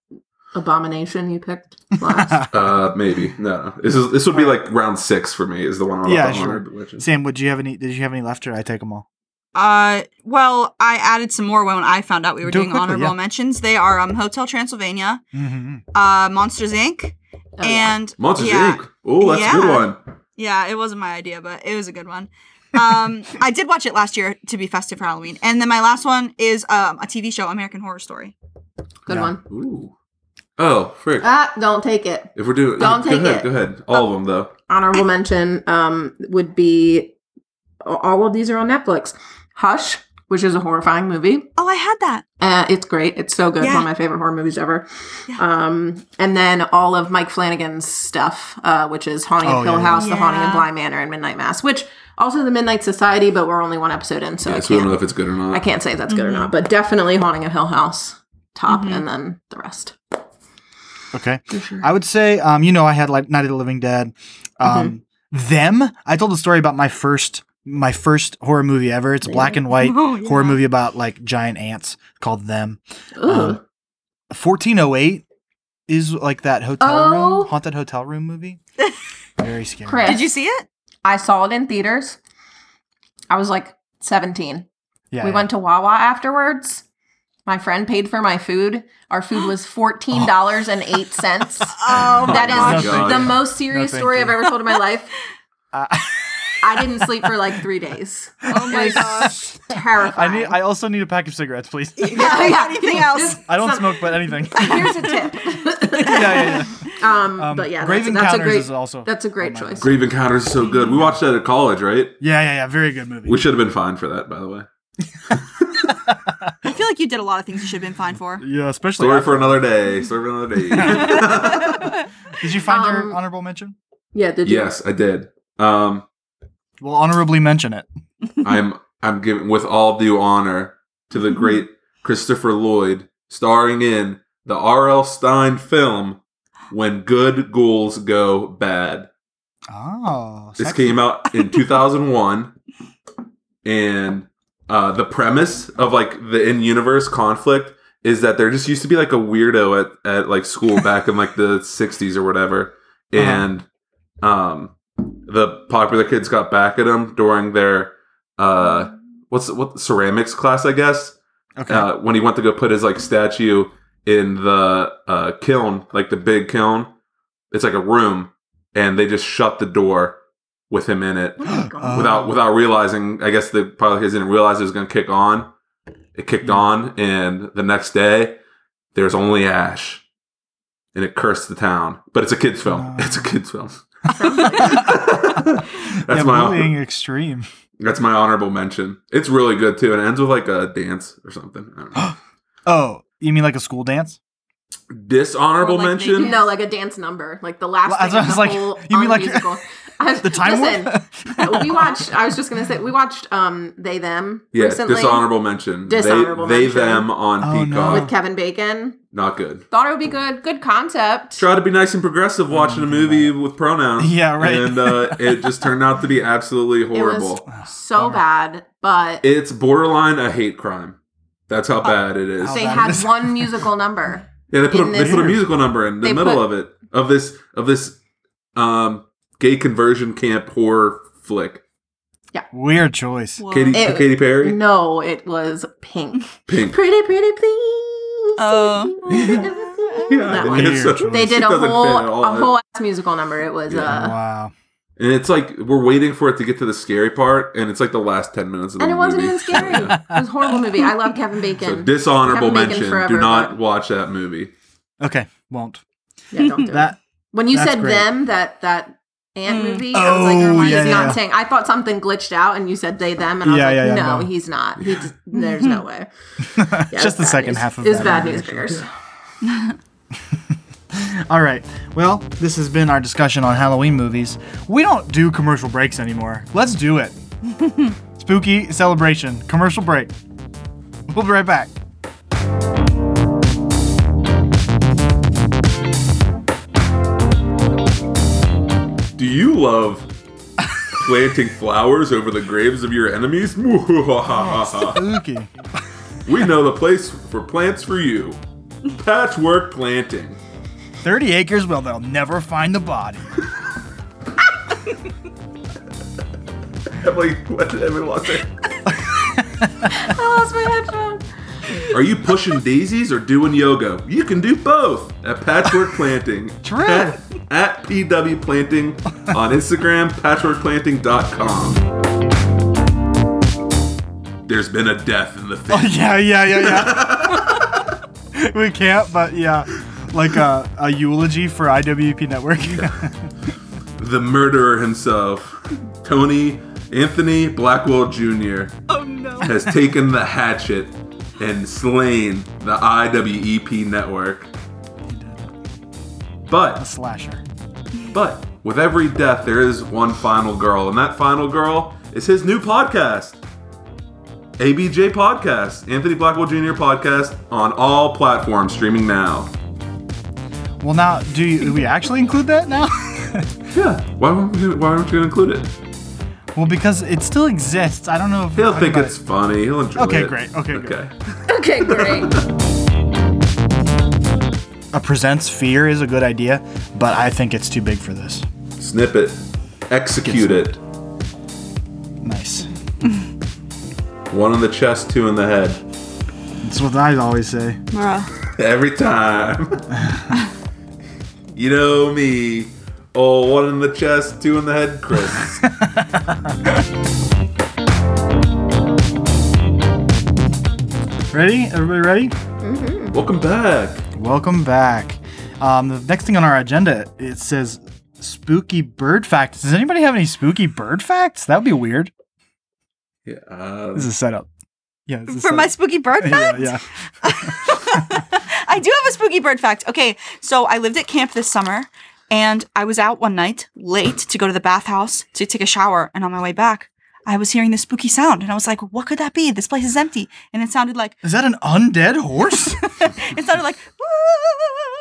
Speaker 4: abomination you picked
Speaker 1: [laughs]
Speaker 4: last. Oh,
Speaker 3: Uh, maybe no. This is this would be like round six for me. Is the one I'm
Speaker 1: Yeah,
Speaker 3: up on
Speaker 1: sure.
Speaker 3: honorable mentions.
Speaker 1: Sam, would you have any? Did you have any left, or did I take them all?
Speaker 5: Uh, well, I added some more when I found out we were
Speaker 1: Do it
Speaker 5: doing
Speaker 1: quickly,
Speaker 5: honorable
Speaker 1: yeah.
Speaker 5: mentions. They are um, Hotel Transylvania,
Speaker 1: Mm-hmm.
Speaker 5: uh, Monsters Inc.,
Speaker 4: Oh, yeah.
Speaker 5: and
Speaker 3: Monsters
Speaker 5: yeah,
Speaker 3: Inc. Oh, that's a good
Speaker 5: Yeah.
Speaker 3: one.
Speaker 5: Yeah, it wasn't my idea, but it was a good one. Um, I did watch it last year to be festive for Halloween, and then my last one is um, a TV show, American Horror Story.
Speaker 4: good
Speaker 1: Yeah.
Speaker 4: one.
Speaker 3: Ooh. Oh, frick.
Speaker 4: Ah, don't take it.
Speaker 3: if we're doing,
Speaker 4: Don't
Speaker 3: go
Speaker 4: take
Speaker 3: ahead,
Speaker 4: it. Oh.
Speaker 3: Go ahead. All of them though.
Speaker 4: honorable mention um, would be all of these are on Netflix. Hush, which is a horrifying movie.
Speaker 5: Oh, I had that.
Speaker 4: Uh, it's great. It's so good.
Speaker 5: Yeah.
Speaker 4: One of my favorite horror movies ever.
Speaker 5: Yeah.
Speaker 4: Um, and then all of Mike Flanagan's stuff, uh, which is Haunting
Speaker 1: Oh,
Speaker 4: of Hill
Speaker 1: yeah.
Speaker 4: House, The Haunting of
Speaker 5: Yeah.
Speaker 4: Bly Manor, and Midnight Mass, which also The Midnight Society, but we're only one episode in, so
Speaker 3: Yeah,
Speaker 4: I,
Speaker 3: so we don't know
Speaker 4: can't,
Speaker 3: if it's good or not.
Speaker 4: I can't say if that's good
Speaker 5: Mhm.
Speaker 4: or not, but definitely Haunting of Hill House, top, and then the rest.
Speaker 1: Okay.
Speaker 4: Mm-hmm. For sure.
Speaker 1: I would say, um, you know, I had like Night of the Living Dead.
Speaker 4: Mm-hmm.
Speaker 1: Um, Them. I told a story about my first my first horror movie ever. It's a black and white
Speaker 5: Oh, yeah.
Speaker 1: horror movie about like giant ants called Them.
Speaker 4: Ooh.
Speaker 1: um, 1408 is like that hotel
Speaker 4: Oh.
Speaker 1: room, haunted hotel room
Speaker 4: [laughs]
Speaker 1: movie. Very scary.
Speaker 4: Chris.
Speaker 5: Did you see it?
Speaker 4: I saw it in theaters. I was like 17.
Speaker 1: Yeah.
Speaker 4: we
Speaker 1: yeah.
Speaker 4: went to Wawa afterwards. My friend paid for my food. Our [gasps] food was fourteen dollars and eight cents. [laughs]
Speaker 5: Oh,
Speaker 4: That
Speaker 3: my
Speaker 4: [laughs] is
Speaker 3: God.
Speaker 4: the most serious
Speaker 1: No, thank
Speaker 4: story I've
Speaker 1: you.
Speaker 4: ever told in my life.
Speaker 1: Uh,
Speaker 4: I didn't sleep for like three days.
Speaker 5: Oh
Speaker 4: It
Speaker 5: my
Speaker 4: was
Speaker 5: gosh.
Speaker 1: [laughs] I
Speaker 4: Terrifying.
Speaker 1: need.
Speaker 4: [laughs]
Speaker 1: I also need a pack of cigarettes, please. [laughs]
Speaker 5: Yeah, anything else?
Speaker 1: I don't
Speaker 4: Some-
Speaker 1: smoke, but anything.
Speaker 4: [laughs]
Speaker 1: [laughs]
Speaker 4: Here's a tip.
Speaker 1: yeah, yeah,
Speaker 4: Um,
Speaker 1: yeah. Um,
Speaker 4: [laughs] but yeah,
Speaker 1: Grave
Speaker 4: that's, that's a
Speaker 1: Encounters
Speaker 4: great.
Speaker 1: is also.
Speaker 4: that's a great
Speaker 1: on my
Speaker 4: choice.
Speaker 1: list.
Speaker 3: Grave Encounters is so good. We watched that at college, right?
Speaker 1: Yeah, yeah, yeah. Very good movie.
Speaker 3: We should have been fined for that, by the way.
Speaker 5: I feel like you did a lot of things you should have been fined for.
Speaker 1: yeah, especially.
Speaker 3: Story
Speaker 1: after-
Speaker 3: for another day. Story for another day.
Speaker 1: [laughs]
Speaker 4: [laughs]
Speaker 3: [laughs]
Speaker 1: Did you find
Speaker 4: Um,
Speaker 1: your honorable mention?
Speaker 4: Yeah, did you?
Speaker 3: yes, I did. Um,
Speaker 1: Well, honorably mention it.
Speaker 5: [gasps]
Speaker 3: I'm I'm giving with all due honor to the
Speaker 4: Mm-hmm.
Speaker 3: great Christopher Lloyd, starring in the R.L. Stein film "When Good Ghouls Go Bad."
Speaker 1: Oh,
Speaker 3: This
Speaker 1: sexy.
Speaker 3: came out in 2001, and uh, the premise of like the in-universe conflict is that there just used to be like a weirdo at at like school back in like the 60s or whatever,
Speaker 1: Uh-huh.
Speaker 3: and um, the popular kids got back at him during their uh, what's what ceramics class, I guess
Speaker 1: Okay. [gasps]
Speaker 3: uh, when he went to go put his like statue in the uh, kiln, like the big kiln. It's like a room, and they just shut the door with him in it
Speaker 4: Oh my God.
Speaker 1: [laughs]
Speaker 3: without without realizing. I guess the pilot kids didn't realize it was going to kick on. It kicked on, and the next day there's only ash, and it cursed the town. But it's a kids' film.
Speaker 1: No.
Speaker 3: [laughs] It's a kids' film.
Speaker 1: yeah,
Speaker 3: [laughs] that's my
Speaker 1: bullying extreme.
Speaker 3: that's my honorable mention. It's really good too, and it ends with like a dance or something. I don't know.
Speaker 1: Oh, you mean like a school dance?
Speaker 3: Dishonorable
Speaker 5: Or like they
Speaker 3: mention.
Speaker 5: dance.
Speaker 4: No, like a dance number, like the last.
Speaker 1: Well,
Speaker 4: thing
Speaker 1: that's
Speaker 4: of
Speaker 1: what
Speaker 4: the
Speaker 1: I was
Speaker 4: whole
Speaker 1: like, you mean
Speaker 4: on
Speaker 1: like
Speaker 4: musical. I-
Speaker 1: [laughs] The time
Speaker 4: [laughs] listen, [laughs]
Speaker 1: warp?
Speaker 4: we watched. uh, I was just gonna say we watched um they them
Speaker 3: Yeah,
Speaker 4: recently
Speaker 3: dishonorable mention. They-
Speaker 4: Dishonorable
Speaker 3: they,
Speaker 4: mention.
Speaker 3: them on
Speaker 1: Oh, no.
Speaker 3: Peacock.
Speaker 4: with Kevin Bacon.
Speaker 3: Not good.
Speaker 4: Thought it would be good. Good concept.
Speaker 3: Try to be nice and progressive watching a movie with
Speaker 1: [laughs]
Speaker 3: pronouns.
Speaker 1: Oh Yeah, right.
Speaker 3: And uh,
Speaker 1: [laughs]
Speaker 3: it just turned out to be absolutely
Speaker 4: it
Speaker 3: horrible.
Speaker 4: was so bad, but
Speaker 3: it's borderline a hate crime. That's how
Speaker 4: Oh,
Speaker 3: bad it is.
Speaker 1: How
Speaker 4: they
Speaker 1: bad
Speaker 4: had
Speaker 1: it is.
Speaker 4: one musical number.
Speaker 3: yeah, they put a,
Speaker 4: in
Speaker 3: they
Speaker 4: this-
Speaker 3: put a musical number in the
Speaker 4: They
Speaker 3: middle of
Speaker 4: put-
Speaker 3: it of this of this um, gay conversion camp horror flick.
Speaker 1: Weird choice.
Speaker 5: Whoa.
Speaker 3: Katy
Speaker 4: It-
Speaker 3: Katy Perry,
Speaker 4: No, it was pink. [laughs]
Speaker 3: Pink.
Speaker 4: Pretty, pretty, please. [laughs]
Speaker 5: Oh.
Speaker 4: that one.
Speaker 3: it's so-
Speaker 1: Weird
Speaker 4: They
Speaker 3: it
Speaker 4: did a
Speaker 3: doesn't fit
Speaker 4: whole
Speaker 3: at all.
Speaker 4: a whole ass musical number. It was
Speaker 3: Yeah.
Speaker 4: uh
Speaker 1: wow.
Speaker 3: And it's like we're waiting for it to get to the scary part, and it's like the last ten minutes of the
Speaker 4: and it
Speaker 3: movie.
Speaker 4: wasn't
Speaker 3: [laughs]
Speaker 4: even scary.
Speaker 3: Yeah.
Speaker 4: It was a horrible movie. I love Kevin
Speaker 3: [laughs] So
Speaker 4: Bacon.
Speaker 3: dishonorable
Speaker 4: Kevin Bacon
Speaker 3: mention.
Speaker 4: forever,
Speaker 3: Do not
Speaker 4: but-
Speaker 3: watch that movie.
Speaker 1: Okay, won't.
Speaker 4: yeah, don't do it.
Speaker 1: That
Speaker 4: When you
Speaker 1: that's
Speaker 4: said
Speaker 1: great.
Speaker 4: them, that that ant
Speaker 5: Mm.
Speaker 4: movie, I was like,
Speaker 1: Oh,
Speaker 4: oh, he's
Speaker 1: yeah,
Speaker 4: not
Speaker 1: yeah.
Speaker 4: saying. I thought something glitched out, and you said they them, and I was
Speaker 1: Yeah,
Speaker 4: like,
Speaker 1: yeah, yeah,
Speaker 4: no,
Speaker 1: no.
Speaker 4: he's not. He [laughs] just, there's no way. Yeah,
Speaker 1: [laughs] just the
Speaker 4: it's bad
Speaker 1: second
Speaker 4: news.
Speaker 1: half of
Speaker 4: It's
Speaker 1: that
Speaker 4: bad
Speaker 1: movie,
Speaker 4: news
Speaker 1: actually.
Speaker 4: [laughs] bears.
Speaker 1: All right. Well, this has been our discussion on Halloween movies. We don't do commercial breaks anymore. Let's do it. Spooky celebration, commercial break. We'll be right back.
Speaker 3: Do you [laughs] love planting flowers over the graves of your enemies? [laughs] we
Speaker 1: Spooky. [laughs]
Speaker 4: [laughs]
Speaker 3: know the place for plants for you. Patchwork planting.
Speaker 1: 30 acres, well, they'll never find the body.
Speaker 3: Emily, what did Emily want to say?
Speaker 4: I lost my headphone.
Speaker 3: Are you pushing daisies or doing yoga? You can do both at Patchwork Planting.
Speaker 1: True.
Speaker 3: At, at PW Planting on Instagram, patchworkplanting.com. There's been a death in the family.
Speaker 1: [laughs] Oh, yeah, yeah, yeah, yeah. [laughs] we can't, but yeah. Like a, a eulogy for IWP [laughs] Network.
Speaker 3: The murderer himself, Tony Anthony Blackwell Jr.,
Speaker 5: Oh no.
Speaker 3: has taken the hatchet and slain the IWEP network. But
Speaker 1: Slasher.
Speaker 3: But with every death, there is one final girl, and that final girl is his new podcast, ABJ Podcast, Anthony Blackwell Jr. Podcast, on all platforms streaming now.
Speaker 1: Well, now, do, you, do we actually include that [laughs] now?
Speaker 3: Yeah, why aren't we, why aren't you gonna include it?
Speaker 1: well, because it still exists. I don't know if
Speaker 3: He'll think
Speaker 1: anybody-
Speaker 3: it's funny. He'll enjoy
Speaker 1: Okay,
Speaker 3: it.
Speaker 1: great. Okay, good.
Speaker 3: okay.
Speaker 4: Okay, [laughs] great.
Speaker 1: a presents fear is a good idea, but I think it's too big for this.
Speaker 3: Snip it, execute it.
Speaker 1: Nice.
Speaker 3: One in the chest, two in the head. [laughs]
Speaker 1: That's what I always say.
Speaker 5: Bruh.
Speaker 3: Every time. you know me. Oh, one in the chest, two in the head, Chris.
Speaker 1: Ready? Everybody ready?
Speaker 3: Welcome back.
Speaker 1: Welcome back. Um, the next thing on our agenda it says spooky bird facts. Does anybody have any spooky bird facts? That would be weird.
Speaker 3: Yeah. uh,
Speaker 1: This is a setup. Yeah. this is a
Speaker 5: For my
Speaker 1: setup.
Speaker 5: spooky bird
Speaker 1: yeah,
Speaker 5: fact?
Speaker 1: yeah.
Speaker 5: I do have a spooky bird fact. Okay, so I lived at camp this summer and I was out one night late to go to the bathhouse to take a shower. And on my way back, I was hearing this spooky sound and I was like, what could that be? This place is empty. And it sounded like,
Speaker 1: Is that an undead [laughs] horse?
Speaker 5: it sounded like,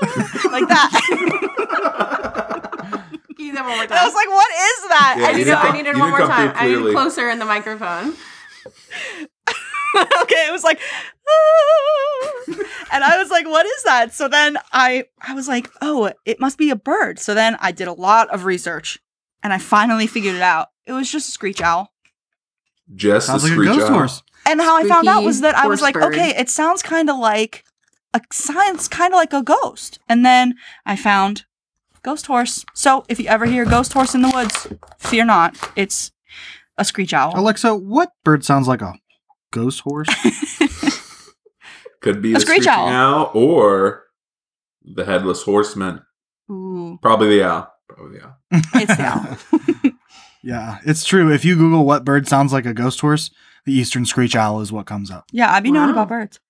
Speaker 5: [laughs] like that. [laughs]
Speaker 4: You did that [laughs] one more
Speaker 5: and I
Speaker 4: time.
Speaker 5: was like, what is that?
Speaker 3: Yeah,
Speaker 5: And
Speaker 4: I
Speaker 3: you
Speaker 4: need,
Speaker 5: so-
Speaker 3: didn't
Speaker 4: I
Speaker 3: come-
Speaker 4: need it
Speaker 3: you
Speaker 4: one
Speaker 3: didn't
Speaker 4: more
Speaker 3: come
Speaker 4: time.
Speaker 3: through
Speaker 4: I need
Speaker 3: clearly.
Speaker 4: it closer in the microphone.
Speaker 5: [laughs] okay, it was like, [laughs] and I was like, what is that? So then I, I was like, oh, it must be a bird. So then I did a lot of research and I finally figured it out. It was just a screech owl.
Speaker 3: Just
Speaker 1: Sounds
Speaker 3: the
Speaker 1: like a
Speaker 3: screech
Speaker 1: ghost
Speaker 3: owl.
Speaker 1: horse.
Speaker 5: And how I found out
Speaker 4: Spooky
Speaker 5: was that I was
Speaker 4: horse
Speaker 5: like,
Speaker 4: bird.
Speaker 5: okay, it sounds kind of like a sounds kind of like a ghost. And then I found ghost horse. So if you ever hear ghost horse in the woods, fear not. It's a screech owl.
Speaker 1: Alexa, what bird sounds like a ghost horse?
Speaker 3: Could be
Speaker 5: A
Speaker 3: the
Speaker 5: screech
Speaker 3: screech
Speaker 5: owl.
Speaker 3: owl. or the headless horseman.
Speaker 5: Ooh,
Speaker 3: Probably the owl. Probably the owl.
Speaker 5: it's the
Speaker 1: [laughs]
Speaker 5: owl.
Speaker 1: yeah, it's true. If you Google what bird sounds like a ghost horse, the eastern screech owl is what comes up.
Speaker 5: Yeah, I be knowing
Speaker 4: Wow.
Speaker 5: about birds.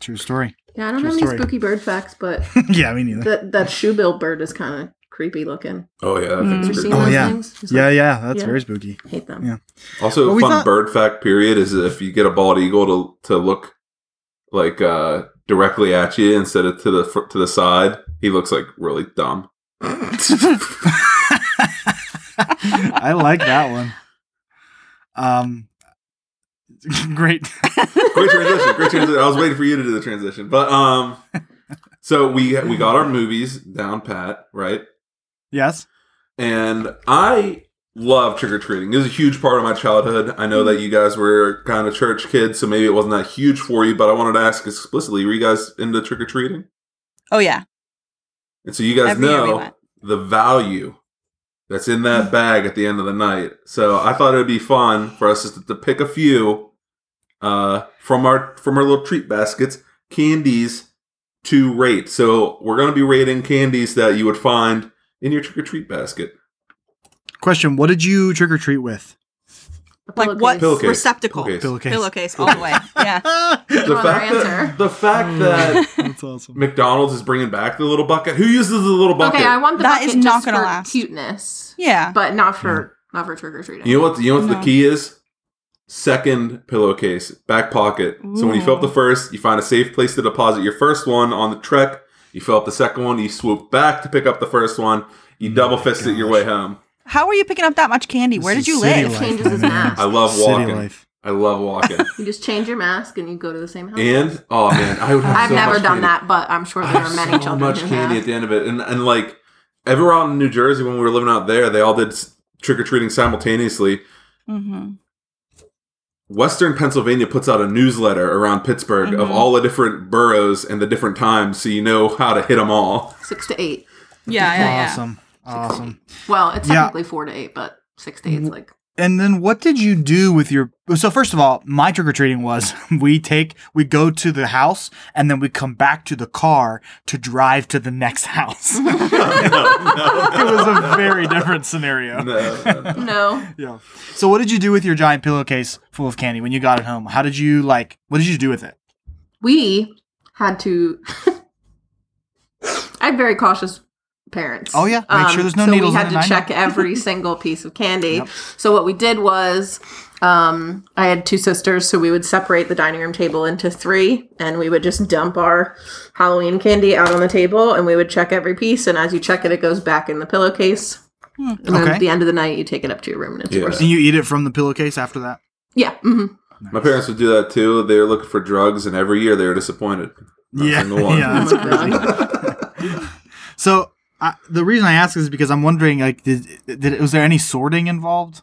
Speaker 1: True story.
Speaker 4: Yeah, I don't
Speaker 1: True
Speaker 4: have any
Speaker 1: story.
Speaker 4: spooky bird facts, but
Speaker 1: [laughs] yeah, me neither.
Speaker 4: that that shoebill bird is kind of creepy looking.
Speaker 3: Oh yeah, that
Speaker 5: Mm.
Speaker 3: thing's
Speaker 4: Have Mm-hmm. you
Speaker 3: pretty
Speaker 4: seen
Speaker 1: Oh,
Speaker 3: cool.
Speaker 4: those
Speaker 1: yeah.
Speaker 4: things? It's
Speaker 1: Yeah,
Speaker 4: like,
Speaker 1: yeah, that's
Speaker 4: Yeah.
Speaker 1: very spooky. [laughs]
Speaker 4: hate them.
Speaker 1: Yeah.
Speaker 3: Also,
Speaker 1: But
Speaker 3: a
Speaker 1: we
Speaker 3: fun
Speaker 1: thought-
Speaker 3: bird fact period is if you get a bald eagle to, to look like uh, directly at you instead of to the fr- to the side, he looks like really dumb.
Speaker 5: [laughs]
Speaker 1: I like that one. Um, [laughs] great.
Speaker 3: great
Speaker 4: [laughs]
Speaker 3: transition. Great transition. I was waiting for you to do the transition, but um, so we we got our movies down pat, right?
Speaker 1: Yes.
Speaker 3: and I love trick or treating. It was a huge part of my childhood. I know that you guys were kind of church kids, so maybe it wasn't that huge for you. But I wanted to ask explicitly: Were you guys into trick or treating?
Speaker 5: Oh yeah,
Speaker 3: And so you guys
Speaker 5: Every year we
Speaker 3: know
Speaker 5: went.
Speaker 3: the value that's in that bag at the end of the night. So I thought it would be fun for us just to pick a few uh, from our from our little treat baskets candies to rate. So we're going to be rating candies that you would find in your trick or treat basket.
Speaker 1: Question: What did you trick or treat with?
Speaker 4: A
Speaker 5: like what
Speaker 4: pillowcase.
Speaker 3: Pillowcase.
Speaker 5: receptacle?
Speaker 3: Pillowcase.
Speaker 1: Pillowcase.
Speaker 5: Pillowcase all the way.
Speaker 1: [laughs]
Speaker 5: Yeah.
Speaker 3: the
Speaker 4: Well,
Speaker 3: fact that
Speaker 4: our answer.
Speaker 3: the
Speaker 1: Hmm.
Speaker 3: fact that
Speaker 1: that's awesome.
Speaker 3: McDonald's is bringing back the little bucket. Who uses the little bucket?
Speaker 4: Okay, I want the
Speaker 5: That
Speaker 4: bucket
Speaker 5: is not
Speaker 4: just
Speaker 5: gonna
Speaker 4: for
Speaker 5: last.
Speaker 4: cuteness,
Speaker 5: Yeah.
Speaker 4: but not for not for trick or treating.
Speaker 3: you know what? You know what
Speaker 5: No.
Speaker 3: the key is? Second pillowcase, back pocket. So when you fill up the
Speaker 5: Ooh.
Speaker 3: first, you find a safe place to deposit your first one on the trek. You fill up the second one. You swoop back to pick up the first one.
Speaker 1: Oh
Speaker 3: You double fist it your way home.
Speaker 5: How were you picking up that much candy? Where
Speaker 1: This
Speaker 5: did
Speaker 1: is
Speaker 5: you
Speaker 1: city
Speaker 5: live?
Speaker 1: life,
Speaker 4: Changes his
Speaker 1: man.
Speaker 4: mask.
Speaker 3: I love
Speaker 1: City
Speaker 3: walking.
Speaker 1: life.
Speaker 3: I love
Speaker 4: [laughs]
Speaker 3: walking.
Speaker 4: You just change your mask and you go to the same house.
Speaker 3: and oh man, I would have.
Speaker 4: I've
Speaker 3: so
Speaker 4: never
Speaker 3: much
Speaker 4: done
Speaker 3: candy.
Speaker 4: that, but I'm sure
Speaker 3: I
Speaker 4: there
Speaker 3: have
Speaker 4: are many
Speaker 3: so
Speaker 4: children
Speaker 3: much
Speaker 4: who
Speaker 3: candy
Speaker 4: have.
Speaker 3: at the end of it, and and like ever out in New Jersey when we were living out there, they all did trick or treating simultaneously.
Speaker 5: Mm-hmm.
Speaker 3: Western Pennsylvania puts out a newsletter around Pittsburgh
Speaker 4: Mm-hmm.
Speaker 3: of all the different boroughs and the different times, so you know how to hit them all. [laughs]
Speaker 4: Six to eight.
Speaker 5: Yeah, yeah, yeah.
Speaker 1: Awesome. Awesome.
Speaker 4: Well, it's
Speaker 1: Yeah.
Speaker 4: technically four to eight, but six to eight's
Speaker 3: Mm-hmm.
Speaker 4: like
Speaker 1: And then what did you do with your So first of all, my trick or treating was [laughs] we take we go to the house and then we come back to the car to drive to the next [laughs] house. it
Speaker 4: [laughs]
Speaker 1: was a very different
Speaker 3: [laughs]
Speaker 1: scenario.
Speaker 4: no.
Speaker 1: Yeah. So what did you do with your giant pillowcase full of candy when you got it home? How did you like what did you do with it?
Speaker 4: We had to. [laughs] I'm very cautious parents. Um,
Speaker 1: Oh, yeah. Make sure there's no
Speaker 4: so
Speaker 1: needles
Speaker 4: We
Speaker 1: in
Speaker 4: had
Speaker 1: it, I know.
Speaker 4: to
Speaker 1: [laughs]
Speaker 4: check every single piece of candy. So what we did was, um, I had two sisters, so we would separate the dining room table into three, and we would just dump our Halloween candy out on the table, and we would check every piece. And as you check it, it goes back in the pillowcase. And then
Speaker 1: Hmm. Okay.
Speaker 4: at the end of the night, you take it up to your room and it's
Speaker 3: Yeah.
Speaker 4: yours.
Speaker 1: And you eat it from the pillowcase after that?
Speaker 4: Yeah. mhm.
Speaker 3: My parents would do that too. They were looking for drugs, and every year they were disappointed. Not a
Speaker 1: Yeah.
Speaker 3: single one.
Speaker 1: Yeah.
Speaker 3: [laughs]
Speaker 4: Oh
Speaker 1: [laughs]
Speaker 4: my God.
Speaker 1: So I, the reason I ask is because I'm wondering, like, did, did was there any sorting involved?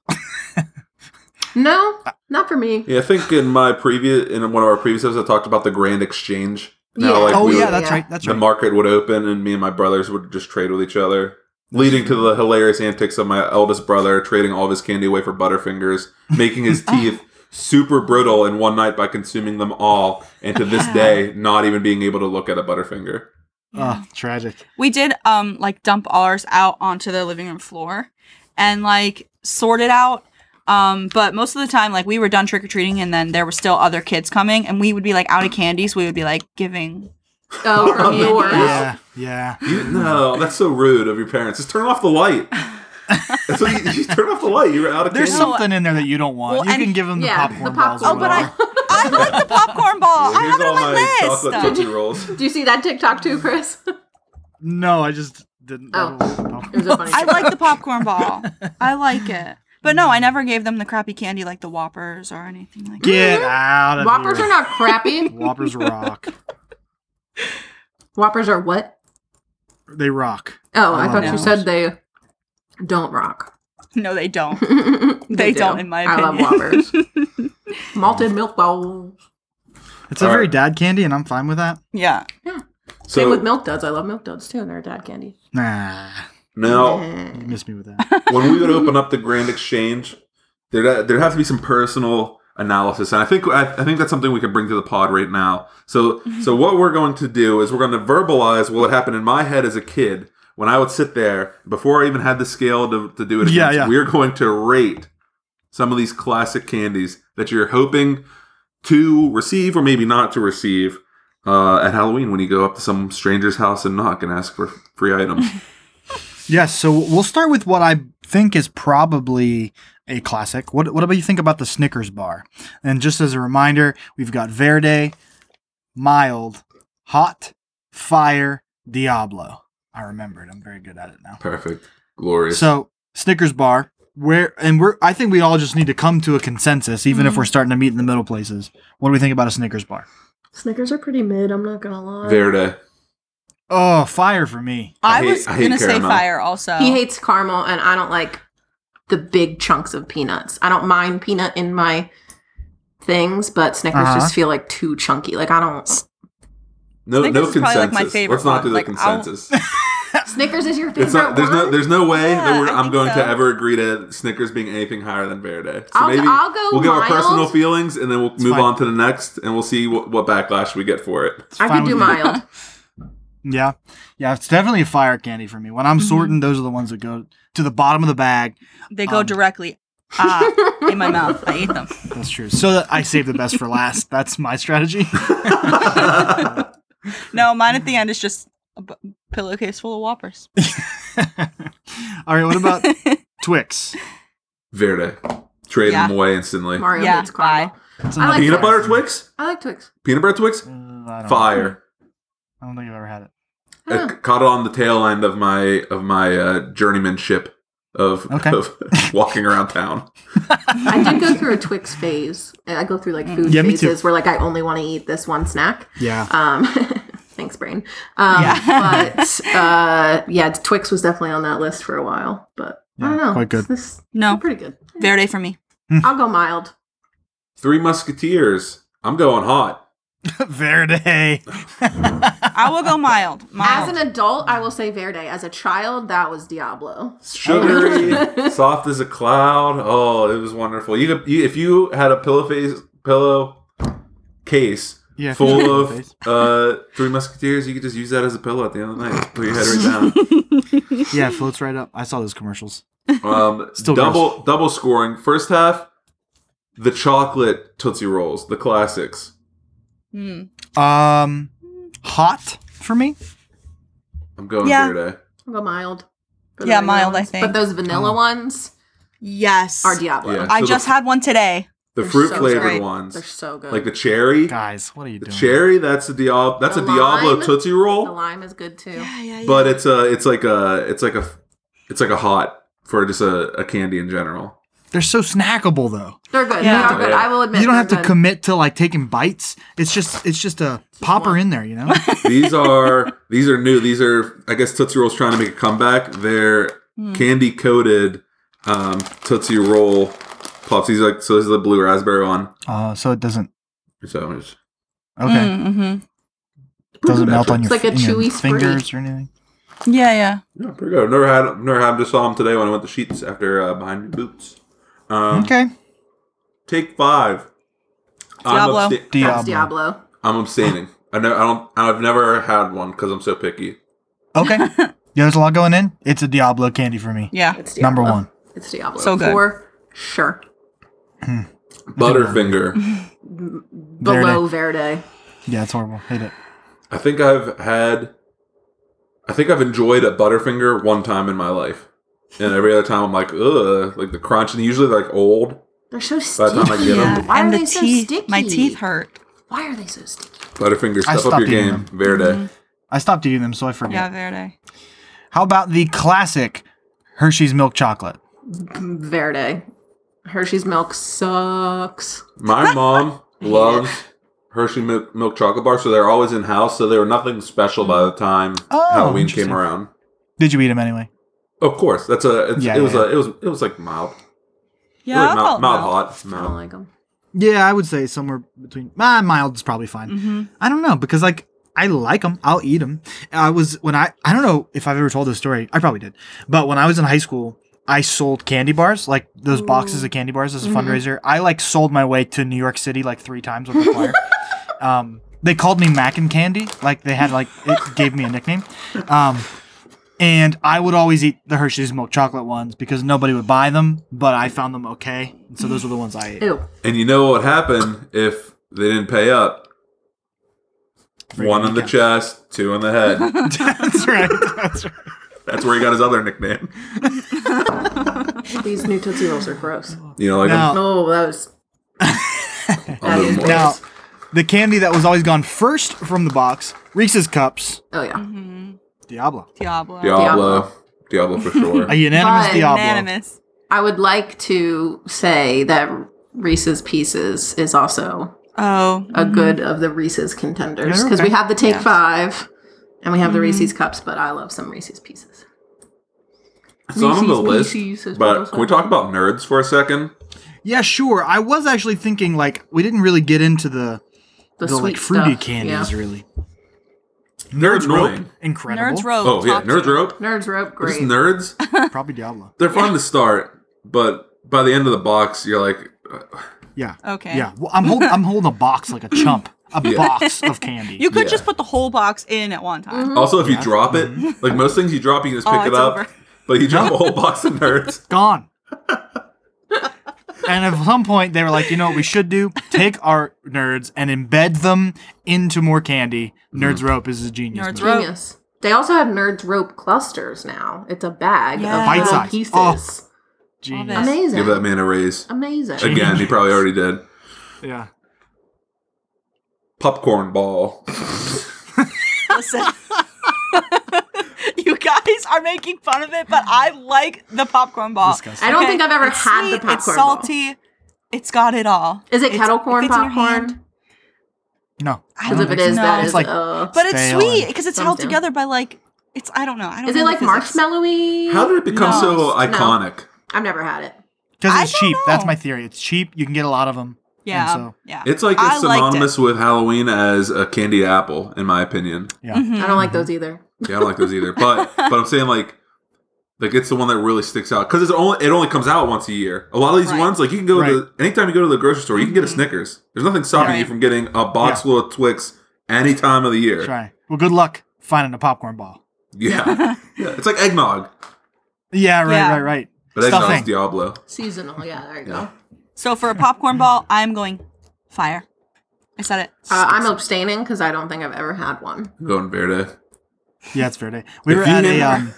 Speaker 4: No, not for me.
Speaker 3: Yeah, I think in my previous in one of our previous episodes, I talked about the Grand Exchange.
Speaker 4: Yeah.
Speaker 3: like
Speaker 4: Oh,
Speaker 3: we
Speaker 4: yeah,
Speaker 3: would-
Speaker 4: that's right,
Speaker 1: That's
Speaker 3: the market would open, and me and my brothers would just trade with each other, leading to the hilarious antics of my eldest brother trading all of his candy away for Butterfingers, making
Speaker 5: [laughs]
Speaker 3: his teeth super brittle in one night by consuming them all, and to
Speaker 5: [laughs]
Speaker 3: this day, not even being able to look at a Butterfinger.
Speaker 1: oh, tragic.
Speaker 5: We did um like dump ours out onto the living room floor and like sort it out. Um, but most of the time, like we were done trick or treating, and then there were still other kids coming, and we would be like out of candy, so we would be like giving.
Speaker 1: [laughs]
Speaker 4: Oh, from
Speaker 5: Yeah.
Speaker 4: yours.
Speaker 1: Yeah, yeah.
Speaker 3: You, no, that's so rude of your parents. Just turn off the
Speaker 5: [laughs]
Speaker 3: light. That's what you, you turn off the light. You're out of
Speaker 1: There's
Speaker 3: candy.
Speaker 5: Well,
Speaker 1: something in there that you don't want.
Speaker 5: well,
Speaker 1: you
Speaker 5: and-
Speaker 1: can give them the
Speaker 4: yeah,
Speaker 1: popcorn,
Speaker 4: the
Speaker 1: balls.
Speaker 4: popcorn.
Speaker 1: as
Speaker 5: Oh, but
Speaker 1: well.
Speaker 5: I I like the popcorn ball. I have
Speaker 3: Here's
Speaker 5: it
Speaker 3: all my
Speaker 5: on my
Speaker 3: chocolate
Speaker 5: list.
Speaker 3: cookie rolls.
Speaker 4: [laughs] Do you see that TikTok too,
Speaker 5: [laughs]
Speaker 4: Chris? It
Speaker 1: no, I just didn't. I
Speaker 4: Oh.
Speaker 1: don't like the popcorn.
Speaker 4: was a funny
Speaker 5: I
Speaker 4: TikTok.
Speaker 5: like the popcorn ball. I like it. But no, I never gave them the crappy candy like the Whoppers or anything like that.
Speaker 1: Get out of
Speaker 4: Mm-hmm. Whoppers
Speaker 1: here.
Speaker 4: are not crappy.
Speaker 1: [laughs] Whoppers rock.
Speaker 4: Whoppers are what?
Speaker 1: They rock.
Speaker 4: Oh, I,
Speaker 1: I
Speaker 4: thought
Speaker 1: love
Speaker 4: you
Speaker 1: Whoppers.
Speaker 4: said they don't rock. [laughs]
Speaker 5: No, they don't.
Speaker 4: they
Speaker 5: They
Speaker 4: do.
Speaker 5: don't, in my
Speaker 4: I love
Speaker 5: [laughs]
Speaker 4: Whoppers. Malted milk bowls.
Speaker 1: It's a
Speaker 3: All
Speaker 1: very
Speaker 3: right.
Speaker 1: dad candy, and I'm fine with that.
Speaker 5: Yeah.
Speaker 3: So
Speaker 4: Same with milk duds. I love milk duds too, and they're dad candy.
Speaker 1: Nah,
Speaker 5: Mm-hmm.
Speaker 3: now,
Speaker 1: you missed me with that. [laughs]
Speaker 3: when we would open up the Grand Exchange, there there'd have to be some personal analysis, and I think I, I think that's something we can bring to the pod right now. So so
Speaker 1: Mm-hmm.
Speaker 3: what we're going to do is we're going to verbalize what happened in my head as a kid when I would sit there before I even had the scale to, to do it.
Speaker 1: Yeah,
Speaker 3: against,
Speaker 1: yeah.
Speaker 3: We're going to rate some of these classic candies that you're hoping to receive or maybe not to receive. Uh, at Halloween, when you go up to some stranger's house and knock and ask for free items,
Speaker 1: yes. So we'll start with what I think is probably a classic. What What about you think about the Snickers bar? And just as a reminder, we've got Verde, mild, hot, fire, Diablo. I remembered. I'm very good at it now.
Speaker 3: [laughs] perfect, glorious.
Speaker 1: So Snickers bar. Where and we're I think we all just need to come to a consensus, even if we're starting to meet in the middle places. What do we think about a Snickers bar?
Speaker 4: Snickers are pretty mid. I'm not gonna lie.
Speaker 3: Verde,
Speaker 1: Oh, fire for me.
Speaker 5: I,
Speaker 3: I hate-
Speaker 5: was
Speaker 3: I hate
Speaker 5: gonna say
Speaker 3: caramel.
Speaker 5: fire also.
Speaker 4: He hates caramel, and I don't like the big chunks of peanuts. I don't mind peanut in my things, but Snickers
Speaker 1: Uh-huh.
Speaker 4: just feel like too chunky. Like I don't.
Speaker 3: No,
Speaker 5: Snickers
Speaker 3: no
Speaker 5: is probably,
Speaker 3: consensus.
Speaker 5: like, my favorite
Speaker 3: Let's not do the
Speaker 5: one. Like, I'll- [laughs]
Speaker 3: consensus.
Speaker 4: Snickers is your favorite.
Speaker 3: it's not. There's no.
Speaker 4: one?
Speaker 3: There's no way that
Speaker 5: Yeah,
Speaker 3: we're,
Speaker 5: I
Speaker 3: I'm
Speaker 5: think
Speaker 3: going
Speaker 5: so.
Speaker 3: to ever agree to Snickers being anything higher than Verde. So
Speaker 4: I'll-
Speaker 3: maybe
Speaker 4: I'll go
Speaker 3: we'll give our
Speaker 4: mild.
Speaker 3: personal feelings and then we'll move
Speaker 1: fine.
Speaker 3: on to the next and we'll see what, what backlash we get for
Speaker 5: [laughs]
Speaker 3: it.
Speaker 4: I
Speaker 1: Fine
Speaker 4: could do
Speaker 1: with me.
Speaker 3: [laughs]
Speaker 4: mild.
Speaker 1: Yeah. Yeah, it's definitely a fire candy for me. When I'm sorting, those are the ones that go to the bottom of the bag.
Speaker 5: they go
Speaker 1: um,
Speaker 5: directly ah, in
Speaker 3: [laughs]
Speaker 5: my mouth. I ate them.
Speaker 1: That's true. So that I save the best for last. That's my strategy.
Speaker 5: [laughs]
Speaker 1: [laughs]
Speaker 5: No, mine at the end is just a b- pillowcase full of whoppers.
Speaker 1: All right, what
Speaker 5: [laughs]
Speaker 1: about Twix?
Speaker 3: Verde, trade
Speaker 5: Yeah.
Speaker 3: them away instantly.
Speaker 4: Mario
Speaker 5: Yeah,
Speaker 4: hates caramel.
Speaker 1: It's
Speaker 4: I like
Speaker 3: Peanut
Speaker 4: Twix.
Speaker 3: butter Twix,
Speaker 4: I like Twix.
Speaker 3: peanut butter Twix,
Speaker 1: Uh, I don't Know.
Speaker 3: fire.
Speaker 1: I don't
Speaker 3: Eh.
Speaker 1: think I've ever had it.
Speaker 4: I don't
Speaker 3: I
Speaker 4: know.
Speaker 3: caught it on the tail end of my of my uh, journeymanship of,
Speaker 1: Okay.
Speaker 3: of [laughs] walking around town.
Speaker 4: I did go through a Twix phase. I go through
Speaker 5: Mm.
Speaker 4: like food
Speaker 1: Yeah, me too.
Speaker 4: phases where like I only want to eat this one snack.
Speaker 1: Yeah.
Speaker 4: Um, [laughs] thanks, brain. Um,
Speaker 5: Yeah. [laughs]
Speaker 4: but uh, yeah, Twix was definitely on that list for a while. But I don't know.
Speaker 1: quite good.
Speaker 4: This
Speaker 5: No,
Speaker 4: pretty good.
Speaker 5: Verde for me.
Speaker 4: I'll go mild.
Speaker 3: Three Musketeers. I'm going hot.
Speaker 1: [laughs] Verde.
Speaker 5: I will go mild.
Speaker 4: [laughs] As
Speaker 5: Mild.
Speaker 4: an adult, I will say Verde. As a child, that was Diablo. [laughs]
Speaker 3: Sugary, soft as a cloud. Oh, it was wonderful. You could, you, if you had a pillow face pillow case
Speaker 1: Yeah,
Speaker 3: full
Speaker 1: pillow
Speaker 3: of
Speaker 1: face.
Speaker 3: uh, Three Musketeers, you could just use that as a pillow at the end of the night. Put your head right
Speaker 4: [laughs]
Speaker 3: down.
Speaker 5: [laughs]
Speaker 1: yeah, floats right up. I saw those commercials.
Speaker 3: Um,
Speaker 1: Still
Speaker 3: double double scoring. First half, the chocolate tootsie rolls, the classics.
Speaker 5: Mm.
Speaker 1: Um, hot for me.
Speaker 3: I'm going
Speaker 5: Yeah.
Speaker 3: Verde.
Speaker 4: I'll go mild. for the
Speaker 5: Yeah,
Speaker 4: vanilla
Speaker 5: mild, I
Speaker 4: ones.
Speaker 5: think.
Speaker 4: But those vanilla ones
Speaker 5: Yes.
Speaker 4: are Diablo.
Speaker 3: Oh. Yeah.
Speaker 5: I
Speaker 3: So the-
Speaker 5: just had one today.
Speaker 3: The
Speaker 4: They're
Speaker 3: fruit
Speaker 4: so
Speaker 3: flavored
Speaker 5: great.
Speaker 4: They're
Speaker 3: ones,
Speaker 4: so good.
Speaker 3: like the cherry,
Speaker 1: Guys, what are you
Speaker 3: the
Speaker 1: doing?
Speaker 3: cherry. That's a Diablo. That's
Speaker 4: The
Speaker 3: a Diablo
Speaker 4: lime.
Speaker 3: tootsie
Speaker 4: the
Speaker 3: roll.
Speaker 4: lime is good too.
Speaker 5: yeah,
Speaker 3: But it's a it's like a it's like a it's like a hot for just a, a candy in general.
Speaker 1: They're so snackable though.
Speaker 4: They're good.
Speaker 5: Yeah.
Speaker 4: They are good.
Speaker 3: Yeah.
Speaker 4: I will admit.
Speaker 1: You don't
Speaker 4: they're
Speaker 1: have to
Speaker 4: good.
Speaker 1: commit to like taking bites. It's just it's just a popper
Speaker 4: one.
Speaker 1: in there, you
Speaker 4: [laughs]
Speaker 1: know.
Speaker 5: [laughs]
Speaker 3: These are these are new. These are I guess tootsie rolls trying to make a comeback. They're
Speaker 5: Hmm.
Speaker 3: candy coated um, tootsie roll pops. These are like so this is the blue raspberry one.
Speaker 1: Uh, so it doesn't.
Speaker 3: So it's
Speaker 1: Okay,
Speaker 5: mm-hmm.
Speaker 1: doesn't melt on your,
Speaker 4: Mm. It's like a
Speaker 1: in your
Speaker 4: chewy Sprite.
Speaker 1: fingers or anything.
Speaker 5: Yeah, yeah.
Speaker 3: Yeah, pretty good. I've never had, I've never had. Just saw him today when I went to Sheets after uh, Behind Your Boots. Um,
Speaker 1: Okay,
Speaker 3: Take five.
Speaker 5: Diablo.
Speaker 3: I'm, absta-
Speaker 4: That's
Speaker 1: Diablo.
Speaker 4: Diablo.
Speaker 3: I'm abstaining. I know. I don't. I've never had one because I'm so
Speaker 5: [laughs]
Speaker 3: picky.
Speaker 4: [laughs]
Speaker 1: Okay, yeah, there's a lot going in. It's a Diablo candy for me.
Speaker 5: Yeah.
Speaker 4: It's
Speaker 1: Number
Speaker 4: Diablo.
Speaker 1: one.
Speaker 4: It's Diablo.
Speaker 5: So good.
Speaker 4: For sure.
Speaker 3: Butterfinger.
Speaker 4: Below Verde.
Speaker 1: Yeah, it's horrible. Hate it.
Speaker 3: I think I've had. I think I've enjoyed a Butterfinger one time in my life, and every other time I'm like, ugh, like the crunch. And usually they're like old.
Speaker 4: They're so
Speaker 3: By the
Speaker 4: sticky.
Speaker 3: time I get 'em.
Speaker 5: yeah.
Speaker 4: Why
Speaker 5: and
Speaker 4: are
Speaker 5: the
Speaker 4: they so
Speaker 5: teeth,
Speaker 4: sticky?
Speaker 5: My teeth hurt.
Speaker 4: Why are they so sticky?
Speaker 3: Butterfinger,
Speaker 1: I
Speaker 3: step up
Speaker 1: stopped
Speaker 3: your
Speaker 1: eating
Speaker 3: game, Verde.
Speaker 1: I stopped eating them, so I forget.
Speaker 5: Yeah, Verde.
Speaker 1: How about the classic Hershey's milk chocolate?
Speaker 4: Verde. Hershey's milk sucks.
Speaker 3: My mom loves Hershey milk, milk chocolate bar, so they're always in house. So they were nothing special by the time
Speaker 1: Oh,
Speaker 3: Halloween
Speaker 1: interesting.
Speaker 3: came around.
Speaker 1: Did you eat them anyway?
Speaker 3: Of course, that's a. It's,
Speaker 1: Yeah,
Speaker 3: it
Speaker 1: yeah,
Speaker 3: was
Speaker 1: yeah.
Speaker 3: a. It was. It was like mild. It was
Speaker 5: Yeah,
Speaker 3: like mild, mild hot.
Speaker 4: I don't
Speaker 3: Mild.
Speaker 4: like them.
Speaker 1: Yeah, I would say somewhere between. Ah, mild is probably fine.
Speaker 5: Mm-hmm.
Speaker 1: I don't know because like I like them. I'll eat them. I was when I I don't know if I've ever told this story. I probably did. But when I was in high school, I sold candy bars, like those boxes of candy bars as a fundraiser. I like sold my way to New York City like three times with a flyer. um, they called me Mac and Candy. Like they had like it gave me a nickname. Um, and I would always eat the Hershey's milk chocolate ones because nobody would buy them, but I found them okay. And so those were the ones I ate.
Speaker 4: Ew.
Speaker 3: And you know what happened if they didn't pay up? One in the chest, two in the
Speaker 1: [laughs]
Speaker 3: head.
Speaker 1: That's right. That's right.
Speaker 3: That's where he got his other nickname.
Speaker 4: These new Tootsie Rolls are gross.
Speaker 3: You know, like
Speaker 1: Now-
Speaker 4: Oh, that was.
Speaker 3: I'm,
Speaker 4: that is
Speaker 3: I'm
Speaker 4: gross.
Speaker 1: Now, the candy that was always gone first from the box, Reese's cups,
Speaker 4: oh, yeah.
Speaker 1: Diablo.
Speaker 5: mm-hmm. Diablo.
Speaker 3: Diablo, Diablo
Speaker 1: [laughs]
Speaker 3: for sure.
Speaker 1: A unanimous
Speaker 4: But-
Speaker 1: Diablo.
Speaker 5: Unanimous.
Speaker 4: I would like to say that Reese's Pieces is also
Speaker 5: Oh.
Speaker 4: a good of the Reese's contenders because we
Speaker 1: Okay.
Speaker 4: have the Take
Speaker 5: Yes.
Speaker 4: Five and we have the Reese's
Speaker 5: Mm-hmm.
Speaker 4: Cups, but I love some Reese's Pieces.
Speaker 3: It's on the
Speaker 4: Reese's Pieces
Speaker 3: list,
Speaker 4: is
Speaker 3: but
Speaker 4: also-
Speaker 3: can we talk about nerds for a second?
Speaker 1: Yeah, sure. I was actually thinking like we didn't really get into the the,
Speaker 4: The, sweet
Speaker 1: like fruity
Speaker 4: stuff,
Speaker 1: candies
Speaker 4: yeah.
Speaker 1: really.
Speaker 3: Nerds
Speaker 1: Rope,
Speaker 3: annoying.
Speaker 1: incredible.
Speaker 5: Nerds Rope.
Speaker 3: Oh yeah,
Speaker 5: top
Speaker 3: nerds
Speaker 5: tier.
Speaker 3: rope.
Speaker 4: Nerds Rope,
Speaker 3: Just
Speaker 4: great.
Speaker 3: nerds.
Speaker 1: probably Diablo.
Speaker 3: They're fun to start, but by the end of the box, you're like, uh,
Speaker 1: Yeah.
Speaker 5: Okay.
Speaker 1: Yeah. Well, I'm holding I'm holding a box like a chump, a
Speaker 3: Yeah.
Speaker 1: box of candy.
Speaker 5: You could
Speaker 3: Yeah.
Speaker 5: just put the whole box in at one time.
Speaker 3: also if you drop it, like most things you drop, you can just pick
Speaker 5: Oh,
Speaker 3: it
Speaker 5: it's
Speaker 3: up.
Speaker 5: over.
Speaker 3: But you drop a whole box of nerds.
Speaker 1: Gone. and at some point they were like, you know what we should do? Take our nerds and embed them into more candy. Nerds rope is a genius.
Speaker 5: Nerds
Speaker 1: move.
Speaker 5: Rope.
Speaker 4: Genius. They also have Nerds Rope clusters now. It's a bag
Speaker 5: Yeah.
Speaker 4: of little
Speaker 1: Bite-sized.
Speaker 4: pieces.
Speaker 1: Oh. Genius.
Speaker 5: Love it.
Speaker 4: Amazing.
Speaker 3: Give that man a raise.
Speaker 4: Amazing.
Speaker 3: Again, he probably already did.
Speaker 1: Yeah.
Speaker 3: Popcorn ball.
Speaker 5: Listen. you you guys are making fun of it, but I like the popcorn ball.
Speaker 1: Disgusting.
Speaker 4: I don't
Speaker 5: Okay?
Speaker 4: think I've ever
Speaker 5: It's
Speaker 4: had the
Speaker 5: sweet,
Speaker 4: popcorn.
Speaker 5: It's salty. It's got it all.
Speaker 4: Ball. Is it
Speaker 5: It's-
Speaker 4: kettle corn
Speaker 5: fits in your
Speaker 4: popcorn?
Speaker 5: hand.
Speaker 1: No. I
Speaker 4: Because
Speaker 1: don't
Speaker 4: if it
Speaker 1: think
Speaker 4: is,
Speaker 1: so.
Speaker 4: that
Speaker 5: No.
Speaker 4: is.
Speaker 1: It's like-
Speaker 4: uh,
Speaker 5: But it's
Speaker 1: Stale
Speaker 5: sweet
Speaker 1: and
Speaker 5: because it's held
Speaker 4: thumbs down.
Speaker 5: together by like it's I don't know. I don't
Speaker 4: is
Speaker 5: know
Speaker 4: it
Speaker 5: the
Speaker 4: like
Speaker 5: physics.
Speaker 4: marshmallowy?
Speaker 3: How did it become
Speaker 5: No.
Speaker 3: so
Speaker 5: No.
Speaker 3: iconic?
Speaker 4: I've never had it.
Speaker 5: I
Speaker 1: Because it's
Speaker 5: don't
Speaker 1: cheap. That's
Speaker 5: know.
Speaker 1: my theory. It's cheap. You can get a lot of them.
Speaker 5: Yeah.
Speaker 1: so-
Speaker 5: yeah.
Speaker 3: It's like
Speaker 5: I
Speaker 3: it's
Speaker 5: liked it.
Speaker 3: synonymous with Halloween as a candy apple, in my opinion.
Speaker 1: Yeah.
Speaker 5: Mhm.
Speaker 4: I don't like those either.
Speaker 3: Yeah, I don't like those either.
Speaker 5: [laughs]
Speaker 3: But but I'm saying like like it's the one that really sticks out because it's only it only comes out once a year. A lot of these
Speaker 5: Right. Mm-hmm.
Speaker 3: ones like you can go to
Speaker 1: Right.
Speaker 3: anytime you go to the grocery store, you can get a Snickers. There's nothing stopping you
Speaker 5: Right.
Speaker 3: from getting a box full of Twix any time of the year.
Speaker 1: Try. Well, good luck finding a popcorn ball.
Speaker 5: [laughs]
Speaker 3: Yeah. yeah, it's like eggnog,
Speaker 1: Yeah, right,
Speaker 5: Yeah.
Speaker 1: right, right.
Speaker 3: but eggnog's
Speaker 1: Stuffing.
Speaker 3: Diablo.
Speaker 4: Seasonal. Yeah, there you go.
Speaker 3: Yeah.
Speaker 5: So for a popcorn ball, I'm going fire. I said it.
Speaker 4: Uh, I'm abstaining because I don't think I've ever had one.
Speaker 3: I'm going Verde.
Speaker 1: Yeah, it's fair day. We
Speaker 3: If
Speaker 1: were
Speaker 3: you
Speaker 1: at a
Speaker 3: never-
Speaker 1: um,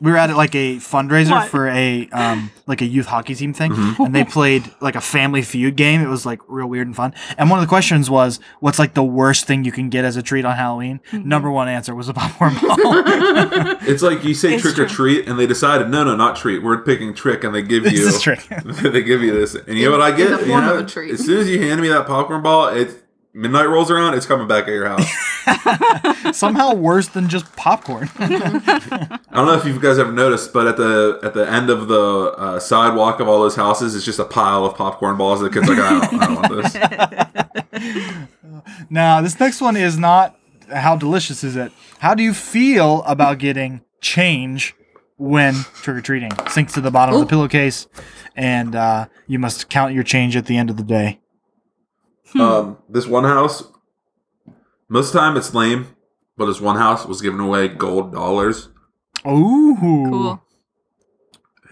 Speaker 1: we were at like a fundraiser
Speaker 5: What?
Speaker 1: for a um, like a youth hockey team thing,
Speaker 3: Mm-hmm.
Speaker 1: and they played like a family feud game. It was like real weird and fun. And one of the questions was, "What's like the worst thing you can get as a treat on Halloween?" Number one answer was a popcorn ball. [laughs]
Speaker 3: It's like you say
Speaker 5: It's
Speaker 3: trick or treat, and they decided no, no, not treat. We're picking trick, and they give
Speaker 1: this
Speaker 3: you
Speaker 1: is trick.
Speaker 3: [laughs] they give you this, and you know what I
Speaker 4: In
Speaker 3: get?
Speaker 4: the
Speaker 3: you
Speaker 4: form
Speaker 3: know,
Speaker 4: of a treat.
Speaker 3: As soon as you hand me that popcorn ball, it's midnight rolls around. It's coming back at your house.
Speaker 1: Somehow worse than just popcorn.
Speaker 3: I don't know if you guys ever noticed, but at the at the end of the uh, sidewalk of all those houses, it's just a pile of popcorn balls. The kids are like, I don't, I don't want this.
Speaker 4: [laughs]
Speaker 1: now this next one is not how delicious is it? How do you feel about getting change when trick or treating? Sinks to the bottom of
Speaker 4: Ooh.
Speaker 1: the pillowcase, and uh, you must count your change at the end of the day.
Speaker 4: Hmm.
Speaker 3: um, this one house, most of the time it's lame, but this one house was giving away gold dollars,
Speaker 1: Ooh.
Speaker 5: Cool.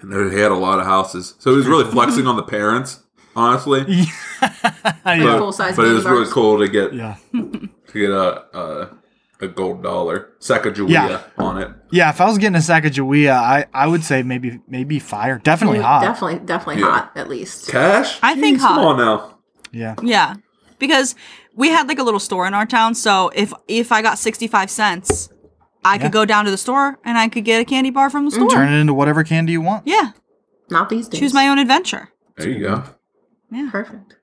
Speaker 3: and they had a lot of houses, so it was really flexing on the parents,
Speaker 4: [laughs]
Speaker 3: honestly.
Speaker 1: [laughs] yeah.
Speaker 4: Like
Speaker 1: yeah.
Speaker 3: But,
Speaker 4: full-size
Speaker 3: but it
Speaker 4: candy
Speaker 3: was really
Speaker 4: bars.
Speaker 3: cool to get
Speaker 1: Yeah.
Speaker 3: to get a a, a gold dollar Sacagawea
Speaker 1: Yeah.
Speaker 3: on it.
Speaker 1: If I was getting a Sacagawea, I, I would say maybe maybe fire. Definitely hot.
Speaker 4: Mm, Definitely, definitely
Speaker 3: Yeah.
Speaker 4: hot. At least.
Speaker 3: Cash?
Speaker 5: I think
Speaker 3: Jeez, Come
Speaker 5: hot.
Speaker 3: on now.
Speaker 1: Yeah.
Speaker 5: Yeah. Because we had like a little store in our town, so if if I got 65 cents, I
Speaker 1: Yeah. Mm.
Speaker 5: could go down to the store and I could get a candy bar from the store.
Speaker 1: Turn it into whatever candy you want.
Speaker 5: Yeah.
Speaker 4: Not these days.
Speaker 5: Choose my own adventure.
Speaker 3: There you go.
Speaker 5: Yeah.
Speaker 4: Perfect.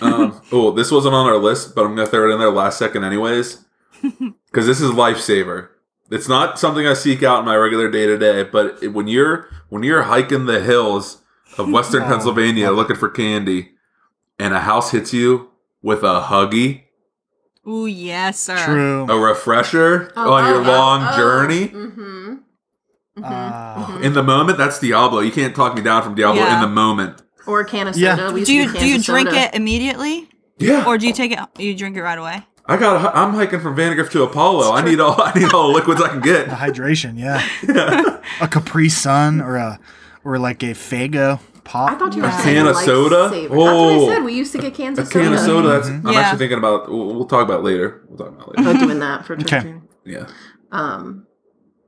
Speaker 3: Um, [laughs] oh, this wasn't on our list, but I'm gonna throw it in there last second
Speaker 5: [laughs]
Speaker 3: anyways, because this is a lifesaver. It's not something I seek out in my regular day to day, but it- when you're when you're hiking the hills of Western
Speaker 1: [laughs] Oh.
Speaker 3: Pennsylvania looking for candy, and a house hits you with a huggy,
Speaker 5: Ooh, yes, sir.
Speaker 1: True. Uh,
Speaker 3: a refresher Oh,
Speaker 5: Oh,
Speaker 3: on your long journey.
Speaker 4: Oh, Mm-hmm.
Speaker 1: Uh,
Speaker 3: In the moment, that's Diablo. You can't talk me down from Diablo
Speaker 5: Yeah.
Speaker 3: in the moment.
Speaker 4: Or a can of
Speaker 1: Yeah.
Speaker 4: soda. We used
Speaker 5: Do
Speaker 4: to
Speaker 5: you
Speaker 4: cans
Speaker 5: do you
Speaker 4: of
Speaker 5: drink
Speaker 4: soda.
Speaker 5: it immediately
Speaker 3: Yeah,
Speaker 5: or do you take it you drink it right away?
Speaker 3: I got. I'm hiking from Vandegrift to Apollo. I need all. [laughs] I need all the liquids I can
Speaker 1: the [laughs]
Speaker 3: get.
Speaker 1: hydration, yeah.
Speaker 3: [laughs]
Speaker 1: a Capri Sun or a or like a Fago pop.
Speaker 4: I thought you were
Speaker 5: A
Speaker 4: saying
Speaker 3: can of
Speaker 4: lifesaver.
Speaker 3: soda?
Speaker 4: That's what
Speaker 3: Oh.
Speaker 4: I said. We used to get cans
Speaker 3: A
Speaker 4: of soda.
Speaker 3: can of soda. That's. I'm
Speaker 5: Yeah.
Speaker 3: actually thinking about. We'll, we'll talk about it later. We'll talk about it later.
Speaker 4: Not doing that
Speaker 5: [laughs]
Speaker 4: for
Speaker 1: Okay.
Speaker 4: drinking.
Speaker 3: yeah.
Speaker 4: Um,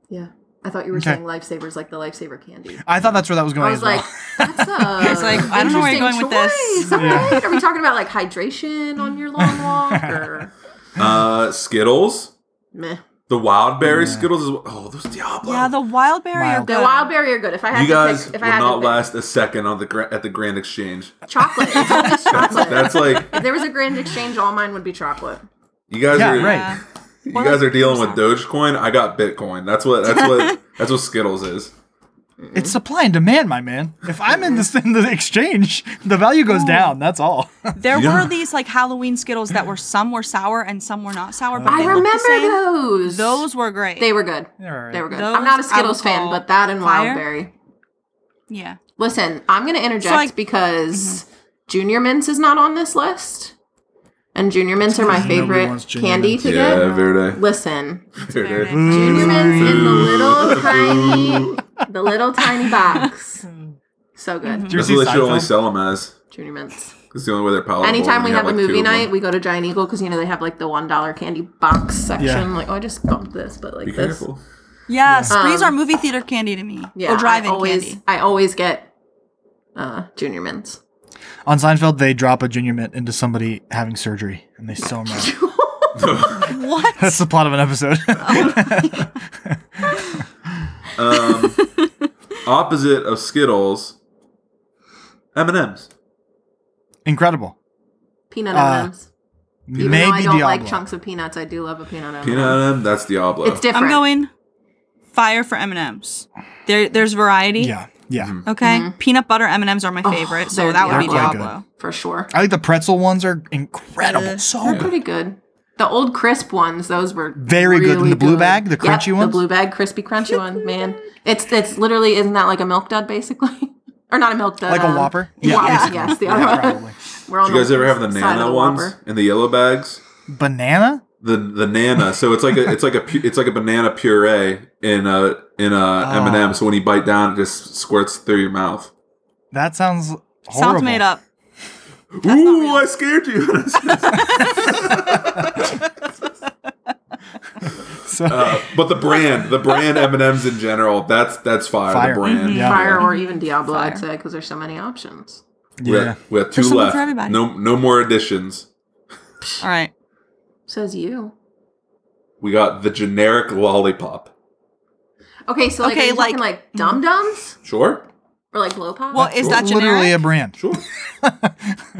Speaker 4: yeah. I thought you were
Speaker 1: Okay.
Speaker 4: saying lifesavers like the lifesaver candy.
Speaker 1: I thought that's where that was going
Speaker 4: I
Speaker 1: as
Speaker 4: was
Speaker 1: well.
Speaker 4: like,
Speaker 5: [laughs]
Speaker 4: that's a.
Speaker 5: It's like, I don't know where you're
Speaker 4: interesting
Speaker 5: going with this.
Speaker 4: choice, all right? Are we talking about like hydration on your long
Speaker 5: [laughs]
Speaker 4: walk or
Speaker 3: Uh, Skittles.
Speaker 4: meh?
Speaker 3: The wild berry Skittles. Is, oh, those Diablo.
Speaker 5: Yeah, the wild berry are
Speaker 1: Mild.
Speaker 4: The
Speaker 5: good.
Speaker 4: wild berry are good. If I had
Speaker 3: you
Speaker 4: to
Speaker 3: guys
Speaker 4: pick, if I
Speaker 3: will
Speaker 4: had
Speaker 3: not
Speaker 4: to pick,
Speaker 3: last a second on the gra- at the Grand Exchange. [laughs]
Speaker 4: chocolate. It's always chocolate.
Speaker 3: That's like
Speaker 4: if there was a grand exchange, all mine would be chocolate.
Speaker 3: you guys
Speaker 1: Yeah,
Speaker 3: are
Speaker 1: right.
Speaker 3: you
Speaker 5: Or
Speaker 3: guys
Speaker 5: like-
Speaker 3: are dealing with Dogecoin. I got Bitcoin. That's what that's what that's what Skittles is.
Speaker 1: It's supply and demand, my man. If I'm in this in the exchange, the value goes down. That's all. [laughs]
Speaker 5: There
Speaker 3: Yeah.
Speaker 5: were these like Halloween Skittles that were some were sour and some were not sour, but
Speaker 4: I
Speaker 5: they looked the same.
Speaker 4: remember those.
Speaker 5: Those were great.
Speaker 4: They were good.
Speaker 1: were
Speaker 4: They were good.
Speaker 5: Those
Speaker 4: I'm not
Speaker 5: I
Speaker 4: a Skittles
Speaker 5: would
Speaker 4: fan,
Speaker 5: call
Speaker 4: but that and
Speaker 5: fire.
Speaker 4: wild berry.
Speaker 5: yeah.
Speaker 4: Listen, I'm going to interject
Speaker 5: So, like- mm-hmm.
Speaker 4: because Junior Mints is not on this list, and Junior Mints are my
Speaker 1: Nobody
Speaker 4: favorite
Speaker 1: wants Junior
Speaker 4: candy
Speaker 1: Mints.
Speaker 4: to
Speaker 3: Yeah,
Speaker 4: get.
Speaker 3: Verde.
Speaker 4: Listen,
Speaker 3: Verde.
Speaker 5: Very nice.
Speaker 4: Junior Mints in the
Speaker 3: Boo.
Speaker 4: little tiny, the little tiny
Speaker 5: [laughs]
Speaker 4: box. So good,
Speaker 5: Mm-hmm.
Speaker 1: Did you
Speaker 3: That's
Speaker 1: see
Speaker 3: what they should only
Speaker 1: Seinfeld?
Speaker 3: sell them as.
Speaker 4: Junior Mints.
Speaker 3: It's the only way they're palatable.
Speaker 4: Anytime
Speaker 3: when
Speaker 4: we
Speaker 3: you
Speaker 4: have a
Speaker 3: like, two
Speaker 4: movie
Speaker 3: of them.
Speaker 4: night, we go to Giant Eagle because you know they have like the one dollar candy box section.
Speaker 1: Yeah.
Speaker 4: Like, oh, I just bumped this, but like
Speaker 3: Be
Speaker 4: this.
Speaker 3: careful.
Speaker 5: Yeah, sprees are movie theater candy to me.
Speaker 4: Um, Yeah,
Speaker 5: or drive-in
Speaker 4: I always,
Speaker 5: candy.
Speaker 4: I always get uh, Junior Mints.
Speaker 1: On Seinfeld, they drop a junior mint into somebody having surgery, and they sew them
Speaker 4: [laughs]
Speaker 1: up.
Speaker 5: [laughs] What?
Speaker 1: That's the plot of an episode.
Speaker 4: [laughs]
Speaker 3: Um, opposite of Skittles, M and M's.
Speaker 1: [laughs] Incredible.
Speaker 4: Peanut
Speaker 1: Uh,
Speaker 4: M&Ms. Even
Speaker 1: Maybe
Speaker 4: though I don't
Speaker 1: Diablo.
Speaker 4: like chunks of peanuts, I do love a peanut M&M.
Speaker 3: Peanut M. That's Diablo.
Speaker 4: It's different.
Speaker 5: I'm going fire for M&Ms. There, there's variety.
Speaker 1: Yeah, yeah.
Speaker 3: Mm-hmm.
Speaker 5: Okay. Peanut butter M&Ms are my favorite,
Speaker 4: Mm-hmm.
Speaker 5: so
Speaker 4: Oh, they're-
Speaker 5: that would be
Speaker 4: they're
Speaker 1: quite
Speaker 5: Diablo.
Speaker 4: for sure.
Speaker 1: I think the pretzel ones are incredible.
Speaker 5: Uh,
Speaker 1: so
Speaker 4: They're
Speaker 1: good.
Speaker 4: pretty good. The old crisp ones, those were
Speaker 1: Very good. And
Speaker 4: really
Speaker 1: the blue
Speaker 4: good.
Speaker 1: bag, the
Speaker 4: Yep,
Speaker 1: crunchy
Speaker 4: The
Speaker 1: ones?
Speaker 4: blue bag, crispy crunchy one, man. It's it's literally isn't that like a milk dud basically, [laughs] or not a milk dud?
Speaker 1: Like a
Speaker 4: um,
Speaker 1: Whopper?
Speaker 4: Yeah,
Speaker 1: basically.
Speaker 4: yes, the other
Speaker 1: Yeah,
Speaker 4: one. [laughs]
Speaker 1: probably.
Speaker 4: We're on
Speaker 3: Did you guys
Speaker 4: the
Speaker 3: ever have the
Speaker 4: side
Speaker 3: Nana
Speaker 4: of the
Speaker 3: ones
Speaker 4: Whopper.
Speaker 3: in the yellow bags?
Speaker 1: Banana?
Speaker 3: The the Nana. So it's like a it's like a pu- it's like a banana puree in a in a M and M. So when you bite down, it just squirts through your mouth.
Speaker 1: That sounds horrible.
Speaker 5: Sounds made up.
Speaker 3: Ooh, I scared you. [laughs]
Speaker 1: So,
Speaker 3: Uh, but the brand, the brand M and M's in general, that's that's fire.
Speaker 1: Fire.
Speaker 3: The brand.
Speaker 1: Yeah.
Speaker 4: Fire or even Diablo, I'd
Speaker 5: Fire.
Speaker 4: say, because there's so many options.
Speaker 3: We
Speaker 1: yeah.
Speaker 3: have, we have two
Speaker 5: There's something
Speaker 3: left.
Speaker 5: for everybody.
Speaker 3: No no more additions.
Speaker 5: All right.
Speaker 4: Says you.
Speaker 3: We got the generic lollipop.
Speaker 4: Okay, so like,
Speaker 5: Okay,
Speaker 4: are you
Speaker 5: like-
Speaker 4: talking, like dum dums
Speaker 3: Sure,
Speaker 4: or like blow pops?
Speaker 5: Well, is that generic?
Speaker 1: Literally a brand.
Speaker 3: sure.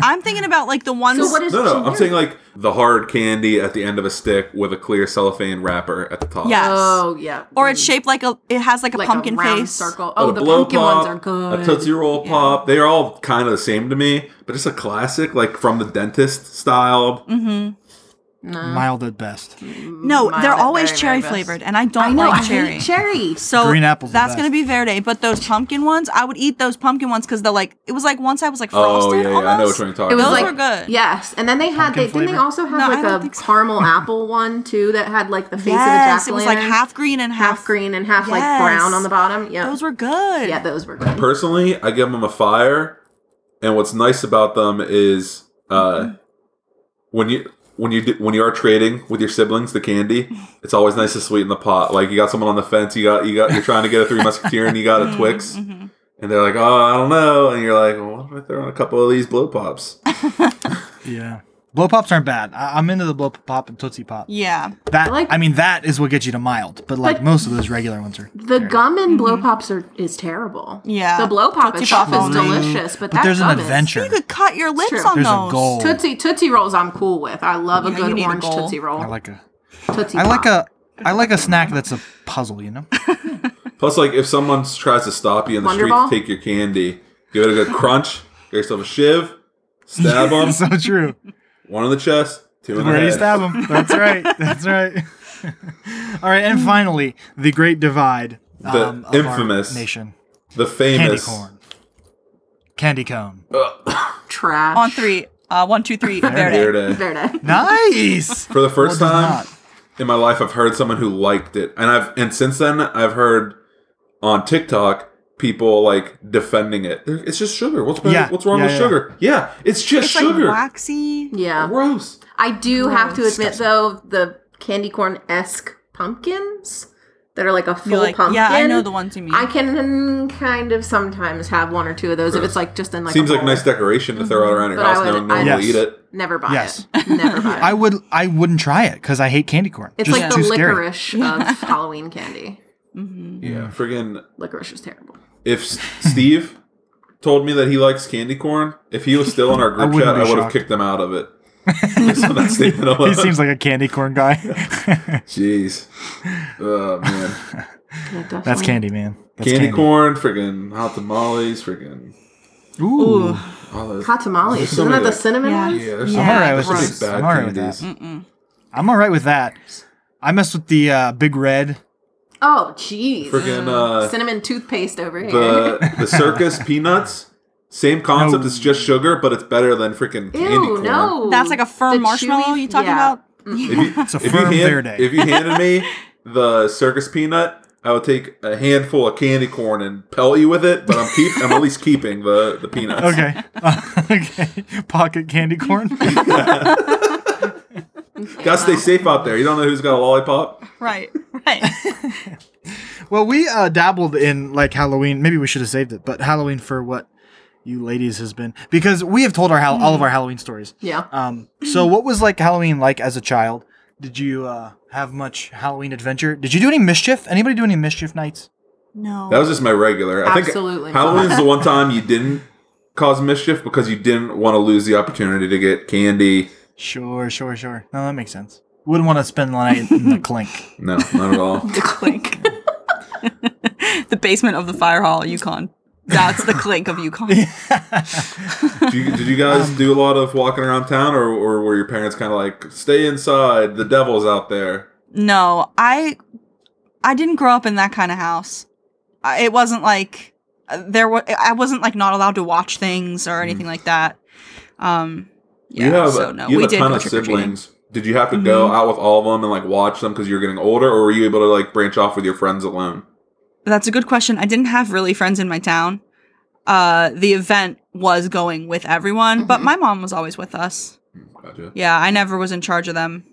Speaker 5: I'm thinking about like the ones.
Speaker 4: so what is
Speaker 3: No, no. I'm
Speaker 4: generic?
Speaker 3: saying like the hard candy at the end of a stick with a clear cellophane wrapper at the top.
Speaker 5: Yeah.
Speaker 4: Oh yeah.
Speaker 5: or it's shaped like a. It has like a
Speaker 4: like
Speaker 5: pumpkin
Speaker 4: a round
Speaker 5: face.
Speaker 4: circle.
Speaker 3: Oh,
Speaker 4: Oh,
Speaker 3: the
Speaker 4: the
Speaker 3: blow
Speaker 4: pumpkin
Speaker 3: pop,
Speaker 4: ones are good.
Speaker 3: a tootsie roll pop. They're all kind of the same to me, but it's a classic, like from the dentist styled.
Speaker 1: Mild at best.
Speaker 5: No,
Speaker 4: Mild
Speaker 5: they're
Speaker 4: at
Speaker 5: always
Speaker 4: Mm, very, very
Speaker 5: cherry
Speaker 4: best.
Speaker 5: flavored, and I don't
Speaker 4: I know.
Speaker 5: like
Speaker 4: I
Speaker 5: cherry.
Speaker 4: hate cherry.
Speaker 5: So
Speaker 1: Green apple's the
Speaker 5: That's
Speaker 1: best.
Speaker 5: gonna be Verde, but those pumpkin ones, I would eat those pumpkin ones because they're like it was like once I was like
Speaker 3: Oh
Speaker 5: frosted.
Speaker 3: yeah, yeah, I know which
Speaker 5: almost.
Speaker 3: one you're talking
Speaker 4: It was
Speaker 5: Those
Speaker 3: about.
Speaker 4: like
Speaker 5: were good.
Speaker 4: Yes, and then they had
Speaker 1: Pumpkin
Speaker 4: they didn't they
Speaker 1: flavor?
Speaker 4: also
Speaker 5: No,
Speaker 4: have
Speaker 5: I don't
Speaker 4: like a
Speaker 5: think so.
Speaker 4: caramel apple one too that had like the face
Speaker 5: Yes,
Speaker 4: of a jack
Speaker 5: it was like half green and half,
Speaker 4: green and half
Speaker 5: Yes.
Speaker 4: like brown on the bottom. Yeah,
Speaker 5: Those were good.
Speaker 4: yeah, those were good.
Speaker 3: Personally, I give them a fire, and what's nice about them is uh,
Speaker 4: Mm-hmm.
Speaker 3: when you. When you do, when you are trading with your siblings the candy, it's always nice to sweeten the pot. Like you got someone on the fence, you got you got you're trying to get a three musketeer and you got
Speaker 4: Mm-hmm,
Speaker 3: a Twix,
Speaker 5: Mhm.
Speaker 3: and they're like, oh, I don't know, and you're like, well, what if I throw in a couple of these blow pops?
Speaker 1: Yeah. Blow pops aren't bad. I- I'm into the blow pop and tootsie pop.
Speaker 5: Yeah.
Speaker 1: That
Speaker 4: I like-
Speaker 1: I mean, that is what gets you to mild. But like
Speaker 4: But-
Speaker 1: most of those regular ones are.
Speaker 4: The gum and blow pops are is terrible.
Speaker 5: Mm-hmm. Yeah.
Speaker 4: the blow pop
Speaker 5: Tootsie
Speaker 4: itself
Speaker 5: Pop
Speaker 4: is
Speaker 5: is
Speaker 4: delicious, but, that
Speaker 1: there's an
Speaker 4: gum is-
Speaker 1: adventure.
Speaker 5: You could cut your lips
Speaker 4: true.
Speaker 5: on
Speaker 1: There's
Speaker 5: those.
Speaker 1: a goal.
Speaker 4: Tootsie Tootsie rolls, I'm cool with. I love a
Speaker 5: Yeah, you
Speaker 4: good
Speaker 5: need a
Speaker 4: orange
Speaker 5: goal.
Speaker 4: Tootsie roll.
Speaker 1: I like a.
Speaker 4: Tootsie
Speaker 1: I like
Speaker 4: Pop.
Speaker 1: a. I like a snack that's a puzzle. You know. [laughs]
Speaker 3: Plus, like if someone tries to stop you in the
Speaker 4: Wonder
Speaker 3: street
Speaker 4: Ball?
Speaker 3: to take your candy, give it a good crunch, get yourself a shiv, stab
Speaker 4: [laughs]
Speaker 3: them,
Speaker 1: so true.
Speaker 3: one in the chest, two in the
Speaker 1: Where do you
Speaker 3: head.
Speaker 1: stab them? That's right. That's right. [laughs] All right, and finally, the Great Divide.
Speaker 3: The
Speaker 1: um, of our
Speaker 3: infamous
Speaker 1: nation
Speaker 3: The
Speaker 1: candy
Speaker 3: famous
Speaker 1: corn, candy cone.
Speaker 4: trash
Speaker 5: On three. Uh, one, two, three. Verde.
Speaker 4: [laughs]
Speaker 3: Verde.
Speaker 5: [laughs]
Speaker 4: Verde.
Speaker 1: Nice.
Speaker 3: For the first
Speaker 1: Or does
Speaker 3: time
Speaker 1: not.
Speaker 3: in my life, I've heard someone who liked it, and I've and since then I've heard on TikTok people like defending it. They're- It's just sugar. What's bad-
Speaker 1: Yeah.
Speaker 3: what's wrong
Speaker 1: Yeah,
Speaker 3: with
Speaker 1: yeah.
Speaker 3: sugar? Yeah, it's just
Speaker 5: It's
Speaker 3: sugar.
Speaker 5: like waxy.
Speaker 4: Yeah.
Speaker 3: Gross.
Speaker 4: I do have to admit
Speaker 1: Disgusting.
Speaker 4: though, the candy corn esque pumpkins that are like a full
Speaker 5: You're like,
Speaker 4: pumpkin.
Speaker 5: yeah, I know the ones you mean.
Speaker 4: I can kind of sometimes have one or two of those if it's like just in like
Speaker 3: Seems
Speaker 4: a
Speaker 3: like
Speaker 4: bowl. Mm-hmm.
Speaker 3: nice decoration to throw out around your
Speaker 4: But I
Speaker 3: house. No
Speaker 4: would-
Speaker 3: one normally
Speaker 1: I- Yes.
Speaker 3: eat it.
Speaker 4: Never buy
Speaker 1: Yes.
Speaker 4: it. Never buy
Speaker 1: [laughs]
Speaker 4: it.
Speaker 1: I would. I wouldn't try it because I hate candy corn.
Speaker 4: it's
Speaker 1: Just
Speaker 4: like the
Speaker 1: too scary.
Speaker 4: licorice of Halloween candy.
Speaker 3: Yeah, friggin'
Speaker 4: Licorice is terrible.
Speaker 3: if S- Steve told me that he likes candy corn, if he was
Speaker 1: [laughs]
Speaker 3: still in our group
Speaker 1: wouldn't
Speaker 3: chat,
Speaker 1: be
Speaker 3: I would have
Speaker 1: shocked.
Speaker 3: kicked him out of
Speaker 1: [laughs]
Speaker 3: it. [laughs] Based on that statement
Speaker 1: He
Speaker 3: alone.
Speaker 1: seems like a candy corn guy.
Speaker 3: Jeez. Oh, man.
Speaker 4: Yeah,
Speaker 1: [laughs] That's
Speaker 4: definitely.
Speaker 1: candy, man. That's
Speaker 3: Candy corn, friggin' hot tamales, friggin'
Speaker 1: Ooh.
Speaker 3: all those.
Speaker 4: Hot tamales.
Speaker 3: There's so
Speaker 4: Isn't
Speaker 3: many
Speaker 4: that the
Speaker 3: that-
Speaker 4: cinnamon
Speaker 5: Yeah.
Speaker 4: ones?
Speaker 3: yeah, there's
Speaker 5: Yeah,
Speaker 3: some,
Speaker 1: I'm alright
Speaker 3: there's
Speaker 1: with
Speaker 3: some
Speaker 1: that.
Speaker 3: big bad
Speaker 1: I'm alright with
Speaker 3: candies.
Speaker 1: I'm all right with that. I messed with the uh, big red.
Speaker 4: Oh, jeez.
Speaker 3: Friggin' uh,
Speaker 4: Cinnamon toothpaste over here.
Speaker 3: the, the circus peanuts. Same concept,
Speaker 1: No.
Speaker 3: it's just sugar, but it's better than freaking candy
Speaker 4: Ew,
Speaker 3: corn.
Speaker 4: [laughs] no.
Speaker 5: That's like a firm
Speaker 4: The
Speaker 5: marshmallow
Speaker 4: chewy-
Speaker 5: you talking
Speaker 4: yeah.
Speaker 5: about?
Speaker 3: If you,
Speaker 1: It's a
Speaker 3: if you
Speaker 1: firm
Speaker 3: hand-
Speaker 1: verde.
Speaker 3: If you handed
Speaker 1: [laughs]
Speaker 3: me the circus peanut, I would take a handful of candy corn and pelt you with it. But I'm keep I'm at least keeping the
Speaker 1: [laughs]
Speaker 3: the peanuts.
Speaker 1: Okay. okay. Pocket candy [laughs] corn.
Speaker 3: Gotta stay safe out there. You don't know who's got a lollipop.
Speaker 5: Right.
Speaker 4: [laughs]
Speaker 5: Right.
Speaker 1: Well, we uh, dabbled in like Halloween. Maybe we should have saved it, but Halloween for what you ladies has been because we have told our Hal- all of our Halloween stories.
Speaker 4: Yeah.
Speaker 1: Um. So, what was like Halloween like as a child? Did you uh, have much Halloween adventure? Did you do any mischief? Anybody do any mischief nights?
Speaker 5: No.
Speaker 3: That was just my regular. I
Speaker 4: Absolutely
Speaker 3: think
Speaker 4: not.
Speaker 3: Halloween's the one time you didn't cause mischief because you didn't want to lose the opportunity to get candy.
Speaker 1: Sure, sure, sure. No, that makes sense. Wouldn't want to spend the night in
Speaker 5: [laughs]
Speaker 1: the clink.
Speaker 3: No, not at all.
Speaker 5: [laughs] the clink. [laughs] the basement of the fire hall, Yukon. That's the clink of Yukon.
Speaker 1: [laughs]
Speaker 3: Did you, did you guys do a lot of walking around town, or, or were your parents kind of like, "Stay inside, the devil's out there"?
Speaker 5: No, I I didn't grow up in that kind of house. I, it wasn't like uh, there was I wasn't like not allowed to watch things or anything like that. Um
Speaker 3: Mm.
Speaker 5: yeah,
Speaker 3: you have,
Speaker 5: so no,
Speaker 3: you
Speaker 5: we
Speaker 3: have a
Speaker 5: did
Speaker 3: ton
Speaker 5: go
Speaker 3: of
Speaker 5: trick-or-treating.
Speaker 3: siblings. Did you have to go
Speaker 5: Mm-hmm.
Speaker 3: out with all of them and like watch them because you were getting older, or were you able to like branch off with your friends alone?
Speaker 5: That's a good question. I didn't have really friends in my town. Uh the event was going with everyone, but
Speaker 3: Mm-hmm.
Speaker 5: my mom was always with us.
Speaker 3: Gotcha.
Speaker 5: Yeah, I never was in charge of them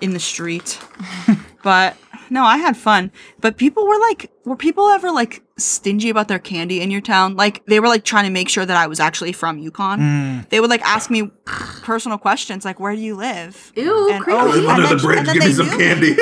Speaker 5: in the street. but no, I had fun. But people were like, were people ever like stingy about their candy in your town? Like they were like trying to make sure that I was actually from Yukon. They would like ask me personal questions like, where do you live? [laughs]
Speaker 4: Ew,
Speaker 5: And-
Speaker 4: creepy.
Speaker 5: oh,
Speaker 3: [laughs]
Speaker 5: yeah.
Speaker 3: Under
Speaker 5: then-
Speaker 3: the bridge,
Speaker 5: and then
Speaker 3: give me
Speaker 5: they
Speaker 3: some
Speaker 5: do.
Speaker 3: candy.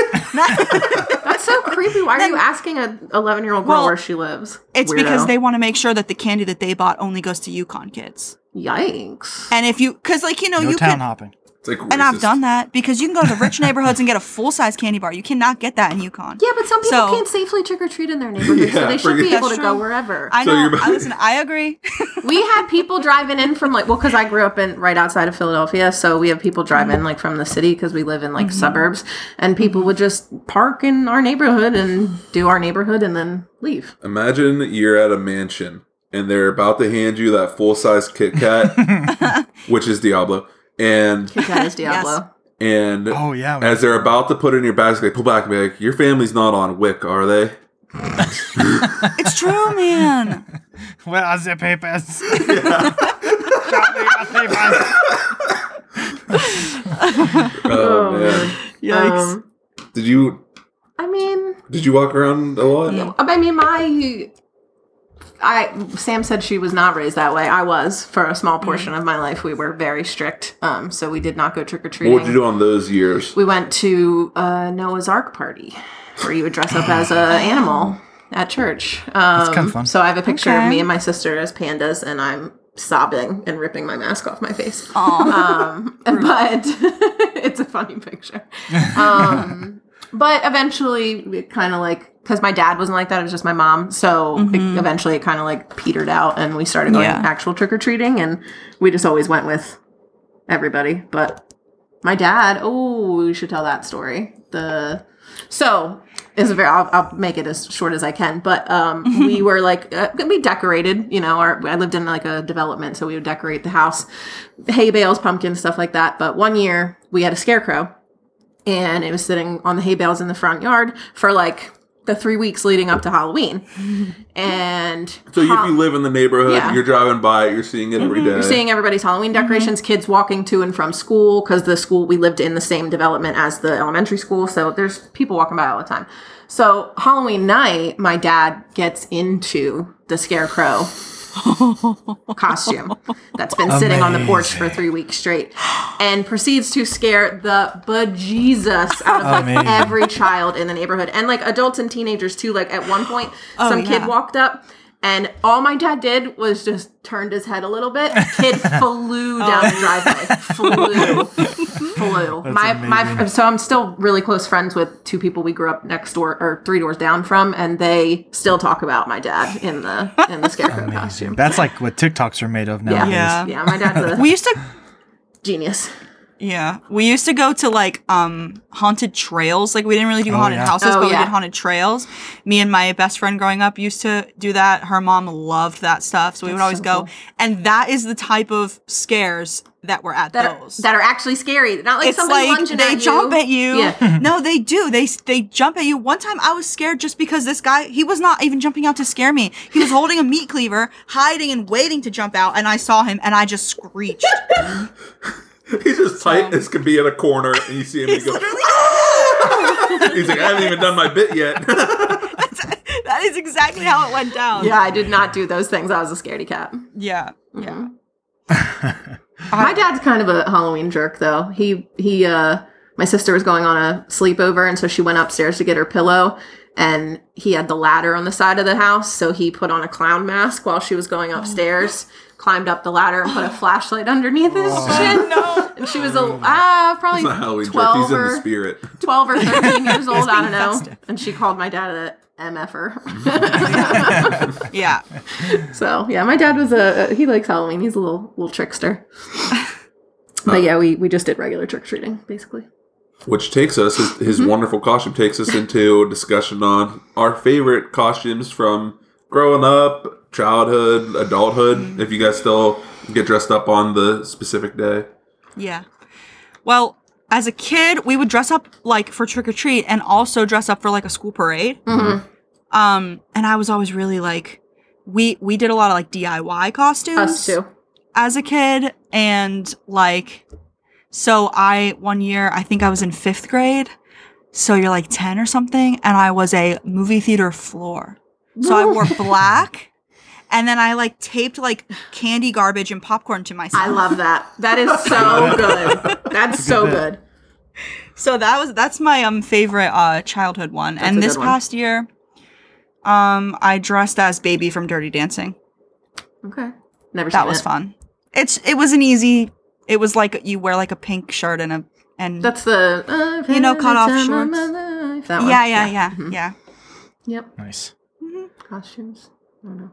Speaker 4: That's so creepy. Why are you asking a 11 year old girl
Speaker 5: Well,
Speaker 4: where she lives?
Speaker 5: It's because
Speaker 4: Weirdo.
Speaker 5: they want to make sure that the candy that they bought only goes to Yukon kids.
Speaker 4: Yikes.
Speaker 5: And if you, cause like, you know,
Speaker 1: No
Speaker 5: you
Speaker 1: town
Speaker 5: can,
Speaker 1: hopping.
Speaker 3: it's like
Speaker 5: and
Speaker 3: racist.
Speaker 5: I've done that because you can go to rich neighborhoods and get a full size candy bar. You cannot get that in Yukon.
Speaker 4: Yeah, but some people
Speaker 5: So-
Speaker 4: can't safely trick or treat in their neighborhood, so
Speaker 3: Yeah,
Speaker 4: they should
Speaker 3: forget-
Speaker 4: be able to
Speaker 5: That's
Speaker 4: go
Speaker 5: true.
Speaker 4: wherever.
Speaker 5: I
Speaker 3: So
Speaker 4: [laughs]
Speaker 5: know.
Speaker 3: you're-
Speaker 5: I listen. I agree. [laughs]
Speaker 4: we had people driving in from like, well, because I grew up in right outside of Philadelphia, so we have people drive in like from the city because we live in like suburbs, and people would just park in our neighborhood and do our neighborhood and then leave.
Speaker 3: Imagine you're at a mansion and they're about to hand you that full size Kit Kat, which is Diablo, and
Speaker 4: That is Diablo.
Speaker 3: and
Speaker 1: Oh yeah.
Speaker 3: as they're about to put it in your basket, they pull back and be like, "Your family's not on Wick, are
Speaker 4: [laughs]
Speaker 3: they?"
Speaker 5: It's true, man.
Speaker 1: Where are the
Speaker 3: [laughs]
Speaker 1: papers? Show me your papers.
Speaker 3: Oh, man.
Speaker 4: Um,
Speaker 3: Did you
Speaker 4: I mean,
Speaker 3: did you walk around a lot?
Speaker 4: I mean, my. I Sam said she was not raised that way. I was for a small portion of my life. We were very strict, um, so we did not go trick or treating.
Speaker 3: What did you do on those years?
Speaker 4: we went to a Noah's Ark party where you would dress
Speaker 1: [gasps]
Speaker 4: up as a animal at church. Um,
Speaker 1: kinda fun.
Speaker 4: So I have a picture
Speaker 5: Okay.
Speaker 4: of me and my sister as pandas, and I'm sobbing and ripping my mask off my face.
Speaker 5: Aw.
Speaker 4: [laughs] Um, but it's a funny picture. Um, but eventually, it kind of like because my dad wasn't like that; it was just my mom. So it, eventually, it kind of like petered out, and we started going
Speaker 5: Yeah.
Speaker 4: actual trick or treating, and we just always went with everybody. But my dad, oh, we should tell that story. The so it's a very. I'll, I'll make it as short as I can. But um, we were like uh, we decorated. You know, our I lived in like a development, so we would decorate the house, hay bales, pumpkins, stuff like that. But one year we had a scarecrow, and it was sitting on the hay bales in the front yard for like the three weeks leading up to Halloween. and
Speaker 3: So if
Speaker 4: Hal-
Speaker 3: you live in the neighborhood,
Speaker 4: Yeah. Mm-hmm.
Speaker 3: you're driving by, it, you're seeing it every day.
Speaker 4: you're seeing everybody's Halloween decorations, kids walking to and from school because the school we lived in the same development as the elementary school, so there's people walking by all the time. So Halloween night, my dad gets into the scarecrow costume that's been sitting on the porch for three weeks straight and proceeds to scare the bejesus out of like
Speaker 1: Amazing.
Speaker 4: every
Speaker 5: [laughs]
Speaker 4: child in the neighborhood and like adults and teenagers too. Like at one point, some
Speaker 5: Oh, yeah.
Speaker 4: kid walked up. And all my dad did was just turned his head a little bit.
Speaker 5: [laughs]
Speaker 4: Kid
Speaker 5: Oh.
Speaker 4: flew down the driveway. Flew, flew. my my. So I'm still really close friends with two people we grew up next door or three doors down from, and they still talk about my dad in the in the scarecrow costume.
Speaker 1: That's like what TikToks are made of
Speaker 4: Yeah.
Speaker 1: nowadays.
Speaker 5: Yeah.
Speaker 4: Yeah, my dad's a
Speaker 5: we used to
Speaker 4: genius.
Speaker 5: Yeah, we used to go to like um haunted trails. Like we didn't really do haunted
Speaker 1: yeah.
Speaker 5: houses,
Speaker 4: Oh,
Speaker 5: but we
Speaker 4: yeah.
Speaker 5: did haunted trails. Me and my best friend growing up used to do that. Her mom loved that stuff, so we would always go. And that is the type of scares that were at
Speaker 4: That are,
Speaker 5: those.
Speaker 4: that are actually scary. Not like
Speaker 5: it's
Speaker 4: somebody
Speaker 5: like
Speaker 4: lunging
Speaker 5: they
Speaker 4: at you.
Speaker 5: jump at you.
Speaker 4: Yeah.
Speaker 5: no, they do. They they jump at you. One time, I was scared just because this guy he was not even jumping out to scare me. He was holding a meat cleaver, hiding and waiting to jump out, and I saw him and I just
Speaker 4: [laughs]
Speaker 5: screeched.
Speaker 3: [laughs] He's just tight as could be in a corner, and you see him. and
Speaker 4: [laughs]
Speaker 5: He's
Speaker 3: you go,
Speaker 5: literally.
Speaker 3: he's like, I haven't even done my bit
Speaker 4: [laughs]
Speaker 3: yet. [laughs]
Speaker 5: [laughs] that is exactly how it went down.
Speaker 4: Yeah, I did not do those things. I was a scaredy cat.
Speaker 5: Yeah. Yeah.
Speaker 4: Mm-hmm. My dad's kind of a Halloween jerk though. He he uh my sister was going on a sleepover and so she went upstairs to get her pillow and he had the ladder on the side of the house, so he put on a clown mask while she was going upstairs, climbed up the ladder and put a flashlight underneath his
Speaker 3: [laughs]
Speaker 4: chin. [laughs]
Speaker 5: No.
Speaker 4: And she was a ah probably
Speaker 3: It's not Halloween joke. He's
Speaker 4: twelve
Speaker 3: in the
Speaker 4: or
Speaker 3: spirit.
Speaker 4: twelve or thirteen
Speaker 3: [laughs]
Speaker 4: years old. I don't know.
Speaker 5: festive.
Speaker 4: And she called my dad a mf'er.
Speaker 5: Yeah.
Speaker 4: so yeah, my dad was a he likes Halloween. He's a little
Speaker 3: [laughs]
Speaker 4: little trickster. but yeah, we we just did regular trick or treating basically.
Speaker 3: Which takes us, his, his wonderful costume takes us into a discussion on our favorite costumes from growing up, childhood, adulthood, if you guys still get dressed up on the specific day.
Speaker 5: Yeah. Well, as a kid, we would dress up like for trick or treat and also dress up for like a school parade.
Speaker 4: Mm-hmm.
Speaker 5: Um, and I was always really like, we we did a lot of like DIY costumes
Speaker 4: Us too.
Speaker 5: as a kid, and like, so I one year I think I was in fifth grade, so you're like ten or something, and I was a movie theater floor. So
Speaker 4: [laughs]
Speaker 5: I wore black, and then I like taped like candy garbage and popcorn to myself.
Speaker 4: I love that. That is
Speaker 3: [laughs]
Speaker 4: so good. That's so good.
Speaker 5: So that was that's my um favorite uh childhood one.
Speaker 4: a
Speaker 5: and this
Speaker 4: good one.
Speaker 5: past year, um, I dressed as Baby from Dirty Dancing.
Speaker 4: Okay. Never seen
Speaker 5: That was
Speaker 4: it.
Speaker 5: fun. It's it was an easy. It was like you wear like a pink shirt and a and
Speaker 4: That's the I've
Speaker 5: You know,
Speaker 4: had
Speaker 5: cut
Speaker 4: a
Speaker 5: off
Speaker 4: time of
Speaker 5: shorts.
Speaker 4: my life. That one.
Speaker 5: yeah yeah yeah
Speaker 4: Mhm.
Speaker 5: yeah.
Speaker 4: Yep.
Speaker 1: [laughs] Nice.
Speaker 4: Costumes. I don't know.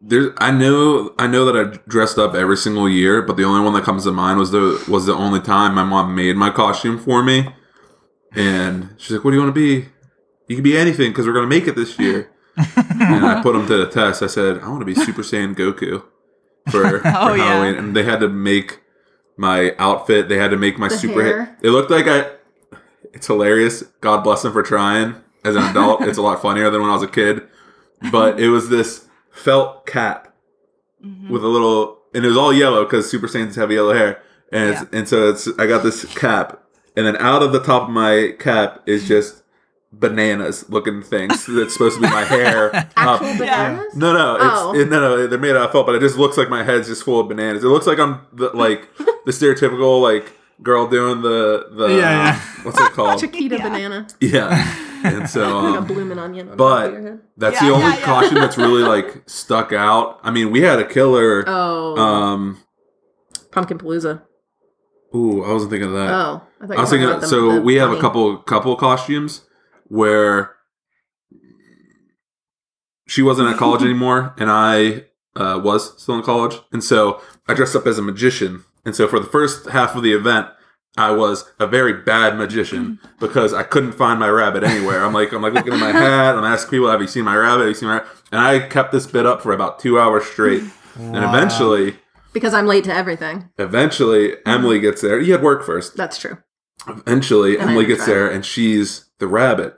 Speaker 3: There's, I know, I know that I dressed up every single year, but the only one that comes to mind was the was the only time my mom made my costume for me, and she's like, "What do you want to be? You can be anything because we're gonna make it this year." and I put them to the test. I said, "I want to be Super Saiyan Goku for, for
Speaker 5: [laughs] Oh, yeah.
Speaker 3: Halloween," and they had to make my outfit. They had to make my
Speaker 4: The
Speaker 3: super.
Speaker 4: hair.
Speaker 3: It looked like I. It's hilarious. God bless them for trying. As an adult, it's a lot funnier than when I was a kid. But it was this felt cap
Speaker 4: Mm-hmm.
Speaker 3: with a little, and it was all yellow because Super Saiyans have yellow hair, and it's, and so it's I got this cap, and then out of the top of my cap is just bananas looking things that's supposed to be my hair. up.
Speaker 4: [laughs] Actual bananas?
Speaker 3: Uh, No, no, it's,
Speaker 4: Oh.
Speaker 3: it- no, no. They're made out of felt, but it just looks like my head's just full of bananas. It looks like I'm
Speaker 4: [laughs]
Speaker 3: the, like the stereotypical like girl doing the the um,
Speaker 1: Yeah, yeah.
Speaker 3: what's it called?
Speaker 4: Chiquita banana.
Speaker 3: [laughs] yeah, and so
Speaker 4: [laughs] Like a
Speaker 3: um,
Speaker 4: blooming onion. on top of your
Speaker 3: but
Speaker 4: head.
Speaker 3: that's
Speaker 5: Yeah,
Speaker 3: the only
Speaker 5: yeah, yeah.
Speaker 3: caution that's really like stuck out. I mean, we had a killer.
Speaker 4: [laughs] Oh,
Speaker 3: Um,
Speaker 4: pumpkin palooza.
Speaker 3: ooh, I wasn't thinking of that. I
Speaker 4: Oh, I, thought you
Speaker 3: was
Speaker 4: were talking
Speaker 3: thinking.
Speaker 4: about the-
Speaker 3: so
Speaker 4: the
Speaker 3: we have a
Speaker 4: bunny.
Speaker 3: couple couple costumes where she wasn't at
Speaker 4: [laughs]
Speaker 3: college anymore, and I uh, was still in college, and so I dressed up as a magician. And so for the first half of the event, I was a very bad magician
Speaker 4: Mm.
Speaker 3: because I couldn't find my rabbit anywhere. I'm like, I'm like looking at my hat. I'm asking people, "Have you seen my rabbit? Have you seen my?" Rabbit? And I kept this bit up for about two hours straight, and
Speaker 1: Wow.
Speaker 3: eventually,
Speaker 4: because I'm late to everything.
Speaker 3: eventually, Emily gets there. You had work first.
Speaker 4: That's true.
Speaker 3: Eventually,
Speaker 4: And
Speaker 3: Emily
Speaker 4: I
Speaker 3: gets
Speaker 4: try.
Speaker 3: there and she's the rabbit.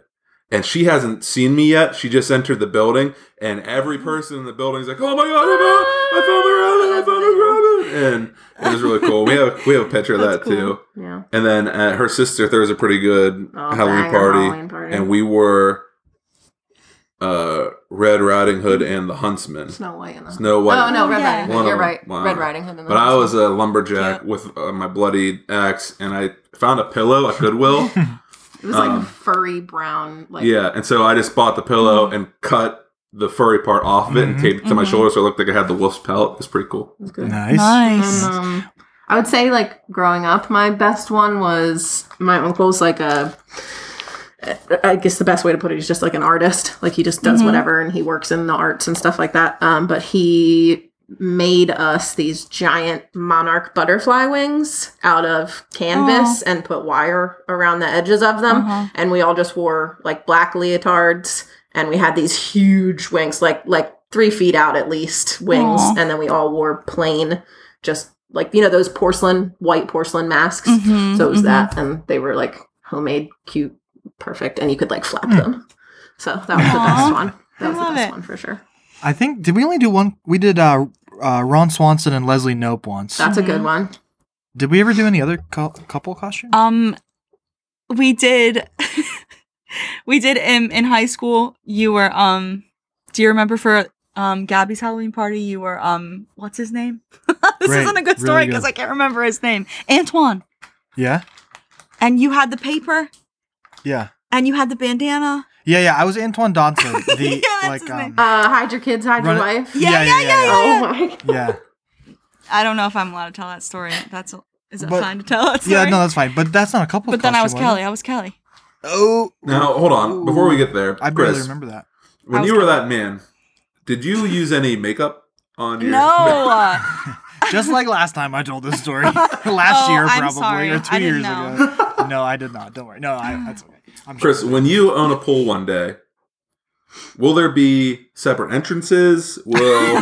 Speaker 3: And she hasn't seen me yet. She just entered the building, and every
Speaker 4: Mm-hmm.
Speaker 3: person in the building is like, "Oh my god, I found, I
Speaker 4: Ah,
Speaker 3: found the rabbit! I found the rabbit!" And it was really cool. We have we have a picture of that too.
Speaker 4: Yeah.
Speaker 3: And then at her sister, there was a pretty good
Speaker 4: Oh,
Speaker 3: Halloween
Speaker 4: banger
Speaker 3: party,
Speaker 4: Halloween party.
Speaker 3: and we were uh, Red Riding Hood and the Huntsman.
Speaker 4: Mm-hmm. Snow White and the.
Speaker 3: Snow White.
Speaker 4: Oh no, Red
Speaker 5: Yeah.
Speaker 4: Riding Hood.
Speaker 3: One
Speaker 4: You're
Speaker 3: of-
Speaker 4: right.
Speaker 3: wow.
Speaker 4: Red Riding Hood. And the
Speaker 3: But I
Speaker 4: Huntsman.
Speaker 3: was a lumberjack
Speaker 5: Cute.
Speaker 3: with uh, my bloody axe, and I found a pillow at
Speaker 4: [laughs]
Speaker 3: Goodwill.
Speaker 4: It was like
Speaker 3: um,
Speaker 4: furry brown. Like
Speaker 3: yeah, and so I just bought the pillow
Speaker 5: Mm-hmm.
Speaker 3: and cut the furry part off of it and taped it to my shoulder, so it looked like I had the wolf's pelt. It was pretty cool.
Speaker 4: It was good.
Speaker 1: Nice.
Speaker 5: Nice.
Speaker 4: And, um, I would say like growing up, my best one was my uncle's like a. I guess the best way to put it is just like an artist. Like he just does whatever and he works in the arts and stuff like that. Um, but he made us these giant monarch butterfly wings out of canvas and put wire around the edges of them.
Speaker 5: Uh-huh.
Speaker 4: And we all just wore like black leotards and we had these huge wings, like like three feet out at least wings.
Speaker 5: Aw.
Speaker 4: And then we all wore plain just like you know those porcelain white porcelain masks
Speaker 5: Mhm,
Speaker 4: so it was
Speaker 5: mhm.
Speaker 4: that and they were like homemade cute perfect and you could like flap them so that was the
Speaker 5: Aw.
Speaker 4: best one that
Speaker 5: I
Speaker 4: was the
Speaker 5: love
Speaker 4: best
Speaker 5: it.
Speaker 4: one for sure
Speaker 1: I think did we only do one? We did uh, uh, Ron Swanson and Leslie Nope once.
Speaker 4: that's a good one
Speaker 1: did we ever do any other cou- couple costumes?
Speaker 5: Um, we did, [laughs] we did in in high school. You were um, do you remember for um Gabby's Halloween party? You were um, what's his name? [laughs] this
Speaker 1: Great,
Speaker 5: isn't a good
Speaker 1: really
Speaker 5: story because
Speaker 1: good.
Speaker 5: I can't remember his name. Antoine,
Speaker 1: yeah,
Speaker 5: and you had the paper
Speaker 1: yeah.
Speaker 5: and you had the bandana
Speaker 1: Yeah, yeah. I was Antoine
Speaker 5: [laughs]
Speaker 1: Dodson. The
Speaker 5: that's
Speaker 1: like
Speaker 5: his name.
Speaker 1: um,
Speaker 4: Uh, hide your kids, hide
Speaker 1: run-
Speaker 4: your wife.
Speaker 5: Yeah, yeah, yeah, yeah.
Speaker 4: Oh my god.
Speaker 1: yeah.
Speaker 5: I don't know if I'm allowed to tell that story. That's is that
Speaker 1: But-
Speaker 5: fine to tell that story?
Speaker 1: Yeah, no, that's fine. But that's not a couple.
Speaker 5: but then I was Kelly. I was Kelly.
Speaker 1: Oh,
Speaker 3: Now, hold on. Before we get there,
Speaker 1: I barely
Speaker 3: Chris,
Speaker 1: remember that.
Speaker 3: when
Speaker 5: I
Speaker 3: you
Speaker 5: was
Speaker 3: were that man, did you use any makeup on your?
Speaker 5: No, uh,
Speaker 1: Just like last time I told this
Speaker 5: [laughs]
Speaker 1: story, last
Speaker 5: Oh,
Speaker 1: year
Speaker 5: I'm
Speaker 1: probably
Speaker 5: sorry.
Speaker 1: or two
Speaker 5: I didn't
Speaker 1: years
Speaker 5: know.
Speaker 1: ago. No, I did not. Don't worry. No, I, that's okay. I'm sure.
Speaker 3: [laughs] Chris, when you own a pool one day, will there be separate entrances?
Speaker 5: [laughs]
Speaker 3: Will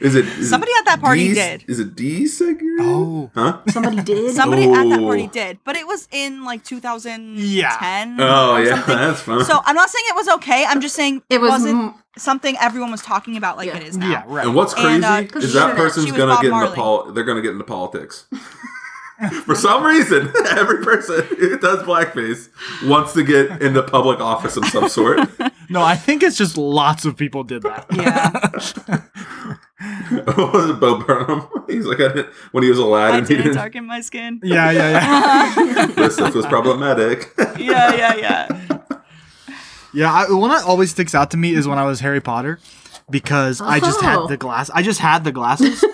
Speaker 3: is it is
Speaker 5: Somebody
Speaker 3: it
Speaker 5: at that party
Speaker 3: de-
Speaker 5: did.
Speaker 3: Is it desegregated?
Speaker 1: Oh.
Speaker 3: huh?
Speaker 4: Somebody did.
Speaker 5: Somebody at that party
Speaker 3: Oh.
Speaker 5: did, but it was in like 2010.
Speaker 3: Oh
Speaker 5: or
Speaker 3: yeah, [laughs]
Speaker 5: something.
Speaker 3: that's fun.
Speaker 5: So I'm not saying it was okay. I'm just saying
Speaker 4: It
Speaker 5: it
Speaker 4: was
Speaker 5: was not
Speaker 4: m-
Speaker 5: something everyone was talking about like
Speaker 4: Yeah.
Speaker 5: it is now.
Speaker 1: Yeah, right.
Speaker 3: and what's crazy
Speaker 5: and, uh, 'cause
Speaker 3: is
Speaker 5: she
Speaker 3: that
Speaker 5: was-
Speaker 3: person's
Speaker 5: she was
Speaker 3: gonna
Speaker 5: Bob
Speaker 3: get into
Speaker 5: Marley.
Speaker 3: pol- they're gonna get into politics. [laughs] For some reason, [laughs] every person who does blackface wants to get into public office of some
Speaker 5: [laughs]
Speaker 3: sort. [laughs]
Speaker 1: no, I think it's just lots of people did that. [laughs]
Speaker 5: Yeah.
Speaker 3: What was it Bo Burnham? [laughs] He's like I didn't- when he was
Speaker 5: I
Speaker 3: Aladdin. he
Speaker 5: didn't
Speaker 3: didn't-
Speaker 5: darken my skin.
Speaker 1: [laughs] yeah, yeah, yeah.
Speaker 3: [laughs]
Speaker 5: [laughs]
Speaker 3: this stuff was problematic. [laughs]
Speaker 5: Yeah, yeah, yeah.
Speaker 1: Yeah, I, one that always sticks out to me is when I was Harry Potter because I just
Speaker 4: Oh.
Speaker 1: had the glass. I just had the
Speaker 5: [laughs]
Speaker 1: glasses.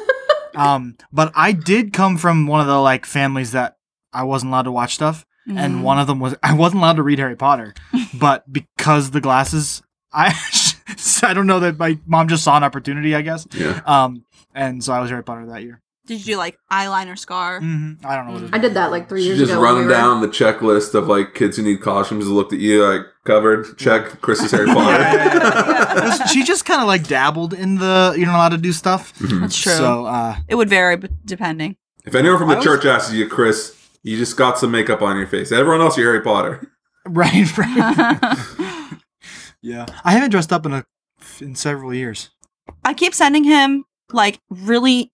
Speaker 1: um, but I did come from one of the like families that I wasn't allowed to watch stuff,
Speaker 5: Mm.
Speaker 1: and one of them was I wasn't allowed to read Harry Potter, but because the glasses, I [laughs] I don't know that my mom just saw an opportunity, I guess.
Speaker 3: yeah.
Speaker 1: Um, and so I was Harry Potter that year.
Speaker 5: Did you do like eyeliner scar?
Speaker 1: hmm I don't know what it is.
Speaker 4: I did that like three years
Speaker 3: Just
Speaker 4: ago.
Speaker 3: running
Speaker 4: when we were-
Speaker 3: down the checklist of like kids who need costumes looked at you like covered
Speaker 5: Mm.
Speaker 3: check Chris's
Speaker 5: [laughs]
Speaker 3: Harry Potter. [laughs]
Speaker 1: she [laughs] just kind of like dabbled in the you're not allowed to do stuff.
Speaker 5: [laughs] That's true.
Speaker 1: So uh, [laughs]
Speaker 5: It would vary b- depending. [laughs]
Speaker 3: If anyone from the
Speaker 1: I was-
Speaker 3: church asks you, Chris, you just got some makeup on your face. Everyone else, you're Harry Potter.
Speaker 1: right, right.
Speaker 5: Uh-huh.
Speaker 1: Yeah, I haven't dressed up in a in several years.
Speaker 5: I keep sending him like really,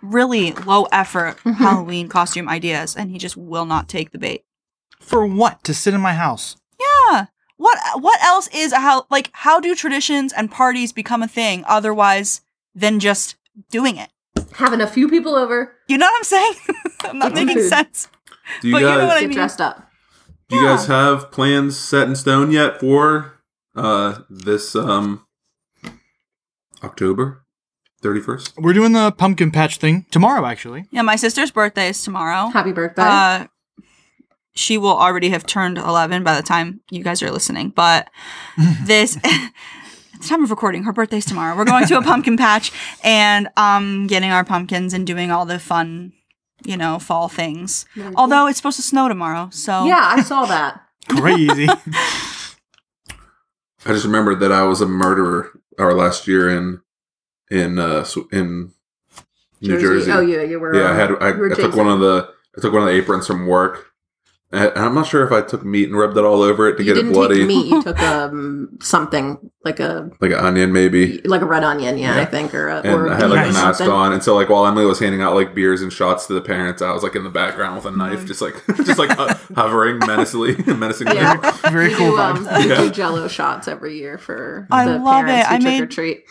Speaker 5: really low effort Halloween costume ideas, and he just will not take the bait.
Speaker 1: For what? To sit in my house?
Speaker 5: Yeah. What What else is a how like how do traditions and parties become a thing otherwise than just doing it?
Speaker 4: having a few people over,
Speaker 5: You know what I'm saying? [laughs] I'm not
Speaker 4: Eating
Speaker 5: making
Speaker 4: food.
Speaker 5: sense.
Speaker 3: Do you
Speaker 5: But you know
Speaker 3: guys
Speaker 5: what I
Speaker 4: get
Speaker 5: mean-
Speaker 4: dressed up.
Speaker 3: do you guys have plans set in stone yet for uh this um October thirty first?
Speaker 1: We're doing the pumpkin patch thing tomorrow, actually.
Speaker 5: Yeah, my sister's birthday is tomorrow.
Speaker 4: Happy birthday.
Speaker 5: Oh. Uh, she will already have turned 11 by the time you guys are listening.
Speaker 4: [laughs]
Speaker 5: But this, [laughs] at the time of recording, her birthday's tomorrow. We're going to a pumpkin patch and um, getting our pumpkins and doing all the fun, you know, fall things. Although it's supposed to snow tomorrow, so
Speaker 4: yeah, I saw that.
Speaker 1: Crazy.
Speaker 3: I just remembered that I was a murderer our last year in in uh Sw- in [laughs] New Jersey.
Speaker 4: Oh, yeah, you were.
Speaker 3: Yeah, I had.
Speaker 4: um,
Speaker 3: I,
Speaker 4: you were
Speaker 3: I took
Speaker 4: Jason.
Speaker 3: one of the. I took one of the aprons from work. And and I'm not sure if I took meat and rubbed it all over it to
Speaker 4: uh, You
Speaker 3: get
Speaker 4: didn't
Speaker 3: it bloody,
Speaker 4: take meat.
Speaker 3: [laughs]
Speaker 4: You took um something like a
Speaker 3: like an onion maybe.
Speaker 4: like a red onion, yeah, I
Speaker 3: Yeah.
Speaker 4: think, or a,
Speaker 3: And
Speaker 4: or
Speaker 3: I had like a
Speaker 1: Nice.
Speaker 3: mask
Speaker 4: something.
Speaker 3: on, and so like while Emily was handing out like beers and shots to the parents, I was like in the background with a
Speaker 4: Mm-hmm.
Speaker 3: knife, just like [laughs] just like ho-
Speaker 4: [laughs]
Speaker 3: hovering menacingly, [laughs] menacingly. Uh,
Speaker 4: Yeah.
Speaker 1: Very
Speaker 4: we
Speaker 1: cool.
Speaker 4: do,
Speaker 1: vibes.
Speaker 4: um, we
Speaker 3: Yeah.
Speaker 4: do Jello shots every year for
Speaker 5: I
Speaker 4: the
Speaker 5: love
Speaker 4: parents
Speaker 5: it.
Speaker 4: who
Speaker 5: I
Speaker 4: trick
Speaker 5: made-
Speaker 4: or treat.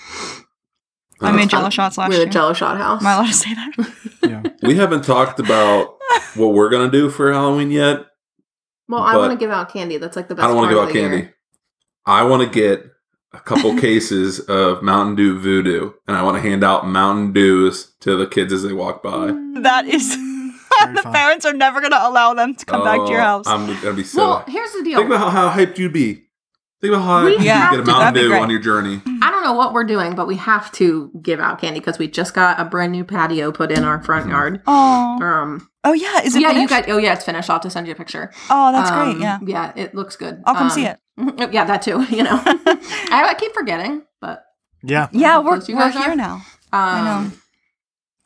Speaker 5: I made jello shots last
Speaker 4: We're
Speaker 5: year.
Speaker 4: the Jello shot house.
Speaker 5: Am I allowed to
Speaker 4: [laughs]
Speaker 5: say that?
Speaker 1: yeah.
Speaker 3: We haven't talked about what we're gonna do for Halloween yet.
Speaker 4: well, I
Speaker 3: but-
Speaker 4: want to give out candy. That's like the best.
Speaker 3: I don't want to
Speaker 4: part
Speaker 3: give
Speaker 4: of
Speaker 3: out
Speaker 4: the
Speaker 3: candy.
Speaker 4: year.
Speaker 3: I want to get a
Speaker 4: [laughs]
Speaker 3: couple cases of Mountain Dew Voodoo, and I want to hand out Mountain Dews to the kids as they walk
Speaker 4: Mm-hmm.
Speaker 3: by.
Speaker 5: that is.
Speaker 1: Very
Speaker 5: [laughs] the
Speaker 1: fun.
Speaker 5: parents are never going to allow them to come back to your
Speaker 3: Oh,
Speaker 5: house.
Speaker 3: I'm gonna be so.
Speaker 4: Well, here's the
Speaker 3: Think
Speaker 4: deal.
Speaker 3: about how, how hyped you'd be. Think about how
Speaker 4: We
Speaker 3: hyped you'd
Speaker 5: have
Speaker 3: be to get
Speaker 5: to-
Speaker 3: a Mountain
Speaker 5: that'd be
Speaker 3: Dew
Speaker 5: great.
Speaker 3: on your journey.
Speaker 4: I don't know what we're doing, but we have to give out candy because we just got a brand new patio put in our front
Speaker 3: Mm-hmm.
Speaker 4: yard.
Speaker 5: oh.
Speaker 4: Um,
Speaker 5: oh, yeah. Is it
Speaker 4: yeah, you
Speaker 5: finished?
Speaker 4: got. Oh, yeah, it's finished. I'll have to send you a picture.
Speaker 5: oh, that's
Speaker 4: Um,
Speaker 5: great. Yeah.
Speaker 4: yeah, it looks good.
Speaker 5: I'll come see it.
Speaker 4: it. Yeah, that too. [laughs] You
Speaker 5: [laughs]
Speaker 4: know, I, I keep forgetting, but
Speaker 1: Yeah.
Speaker 5: Yeah,
Speaker 4: how
Speaker 5: we're,
Speaker 4: close you
Speaker 5: we're
Speaker 4: guys are?
Speaker 5: here now.
Speaker 4: um,
Speaker 5: I know.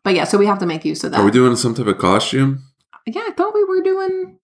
Speaker 4: But yeah, so we have to make use of that.
Speaker 3: Are we doing some type of costume?
Speaker 4: yeah, I thought we were doing.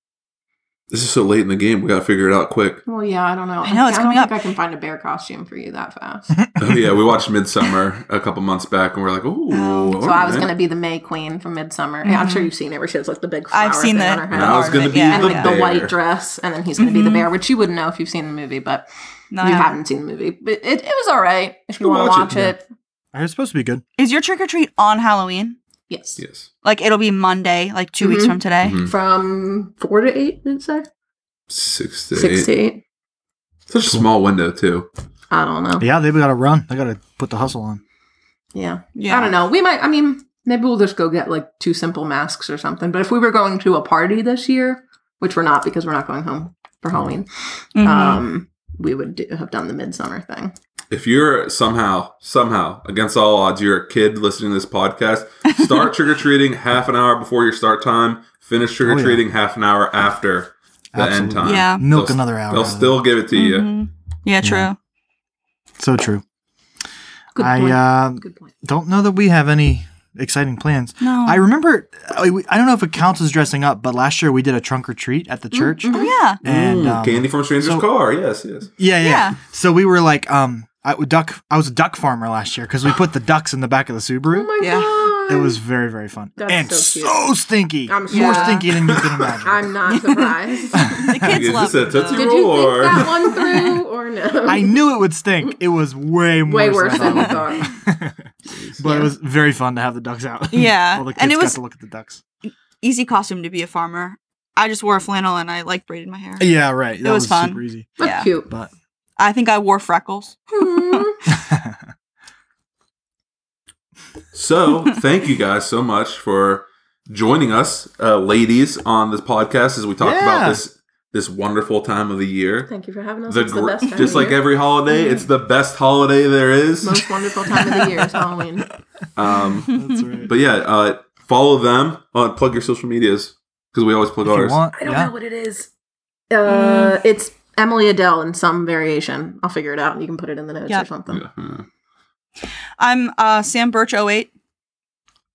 Speaker 3: This is so late in the game. We got to figure it out quick. [laughs]
Speaker 4: Well, yeah, I don't know.
Speaker 5: I know, it's
Speaker 4: I
Speaker 5: coming
Speaker 4: don't
Speaker 5: up.
Speaker 4: think I can find a bear costume for you that
Speaker 3: [laughs]
Speaker 4: fast.
Speaker 3: oh yeah, we watched Midsummer a couple months back, and we are like, ooh.
Speaker 5: Oh,
Speaker 3: all
Speaker 4: so I was
Speaker 3: right."
Speaker 4: gonna be the May Queen from Midsummer. Yeah, I'm sure you've seen it where she has like the big. Flower
Speaker 5: Mm-hmm. I've seen
Speaker 4: thing
Speaker 5: that.
Speaker 4: on her
Speaker 3: And I was
Speaker 4: head.
Speaker 5: part of
Speaker 3: gonna
Speaker 5: it,
Speaker 3: be
Speaker 5: yeah,
Speaker 3: the
Speaker 5: yeah.
Speaker 4: The
Speaker 3: bear.
Speaker 4: white dress, and then he's going to be the bear, which you wouldn't know if you've seen the movie, but
Speaker 5: Mm-hmm. No, I
Speaker 4: you
Speaker 5: haven't.
Speaker 4: haven't seen the movie. But it, it was all right. If you
Speaker 3: Go
Speaker 4: want to
Speaker 3: watch
Speaker 4: watch
Speaker 3: it, yeah.
Speaker 4: it,
Speaker 1: I heard it's supposed to be good.
Speaker 5: Is your trick or treat on Halloween?
Speaker 4: yes.
Speaker 3: Yes.
Speaker 5: Like it'll be Monday, like 2 weeks
Speaker 4: Mhm.
Speaker 5: from today.
Speaker 3: Mhm.
Speaker 4: From four to eight, did it say?
Speaker 3: six to
Speaker 4: Six to
Speaker 3: eight.
Speaker 4: eight.
Speaker 3: Such a small window too.
Speaker 4: I don't know.
Speaker 1: Yeah, they've got to run. They got to put the hustle on.
Speaker 4: Yeah.
Speaker 5: Yeah.
Speaker 4: I don't know. We might, I mean, maybe we'll just go get like two simple masks or something. But if we were going to a party this year, which we're not because we're not going home for Halloween,
Speaker 5: Mhm.
Speaker 4: um, we would do, have done the midsummer thing.
Speaker 3: If you're somehow, somehow, against all odds, you're a kid listening to this podcast,
Speaker 4: [laughs]
Speaker 3: start trick or treating half an hour before your start time, finish trick or treating half an hour after
Speaker 1: Oh,
Speaker 3: the end
Speaker 1: Absolutely.
Speaker 3: time.
Speaker 5: Yeah.
Speaker 1: Milk
Speaker 3: They'll-
Speaker 1: another hour.
Speaker 3: They'll
Speaker 1: out of it.
Speaker 3: still give it to you.
Speaker 4: Mm-hmm.
Speaker 5: Mhm. Yeah, true.
Speaker 1: so true.
Speaker 4: Good
Speaker 1: I
Speaker 4: point.
Speaker 1: uh,
Speaker 4: Good point.
Speaker 1: don't know that we have any exciting plans.
Speaker 5: No.
Speaker 4: Hmm.
Speaker 5: Oh,
Speaker 1: I remember, I, we- I don't know if it counts as dressing up, but last year we did a trunk or treat at the
Speaker 4: Mm-hmm.
Speaker 1: church.
Speaker 5: Oh, yeah.
Speaker 1: And um,
Speaker 3: Candy from a stranger's
Speaker 1: so-
Speaker 3: car. Yes, yes.
Speaker 1: Yeah, yeah,
Speaker 5: Yeah.
Speaker 1: So we were like, um, I would duck. I was a duck farmer last year because we put the ducks in the back of the
Speaker 4: Oh
Speaker 1: Subaru.
Speaker 4: my
Speaker 5: Yeah.
Speaker 4: God.
Speaker 1: It was very, very fun
Speaker 4: That's
Speaker 1: and
Speaker 4: so
Speaker 1: so,
Speaker 4: cute.
Speaker 1: stinky.
Speaker 4: I'm
Speaker 1: More
Speaker 4: sure.
Speaker 5: Yeah.
Speaker 1: stinky than you can imagine.
Speaker 4: [laughs] I'm
Speaker 5: [laughs]
Speaker 1: [laughs]
Speaker 4: not surprised.
Speaker 5: The kids
Speaker 3: Is
Speaker 5: love
Speaker 3: this a
Speaker 5: it.
Speaker 3: Tootsie
Speaker 5: though.
Speaker 4: Did you think
Speaker 3: Lord.
Speaker 4: that one through or no?
Speaker 1: I knew it would stink. It was way more
Speaker 4: Way worse than we
Speaker 1: I thought.
Speaker 4: thought.
Speaker 1: [laughs] But
Speaker 4: Yeah.
Speaker 1: it was very fun to have the ducks out.
Speaker 5: Yeah.
Speaker 1: All the kids
Speaker 5: And it was-
Speaker 1: got to look at the ducks.
Speaker 5: Easy costume to be a farmer. I just wore a flannel and I like braided my hair.
Speaker 1: Yeah, right. That
Speaker 5: It was
Speaker 1: was,
Speaker 5: fun.
Speaker 1: super easy.
Speaker 4: That's
Speaker 1: [laughs]
Speaker 5: Yeah.
Speaker 4: cute.
Speaker 1: But
Speaker 5: I think I wore freckles.
Speaker 4: Hmm.
Speaker 3: So, thank you guys so much for joining us, uh, ladies, on this podcast as we talk about
Speaker 1: Yeah.
Speaker 3: this this wonderful time of the year.
Speaker 4: Thank you for having us.
Speaker 3: The,
Speaker 4: it's the
Speaker 3: gr-
Speaker 4: best time
Speaker 3: just
Speaker 4: of
Speaker 3: like
Speaker 4: year.
Speaker 3: every holiday, it's the best holiday there is.
Speaker 4: most wonderful time of the year is Halloween.
Speaker 3: Um,
Speaker 1: that's right.
Speaker 5: [laughs]
Speaker 3: But yeah, uh, follow them. Uh, plug your social medias because we always plug
Speaker 1: if you
Speaker 3: ours.
Speaker 1: want,
Speaker 4: I don't
Speaker 1: yeah.
Speaker 4: know what it is. Uh, It's Emily Adele in some variation. I'll figure it out. and You can put it in the notes
Speaker 5: Yeah.
Speaker 4: or something.
Speaker 3: Yeah.
Speaker 5: I'm uh, Sam Birch 08,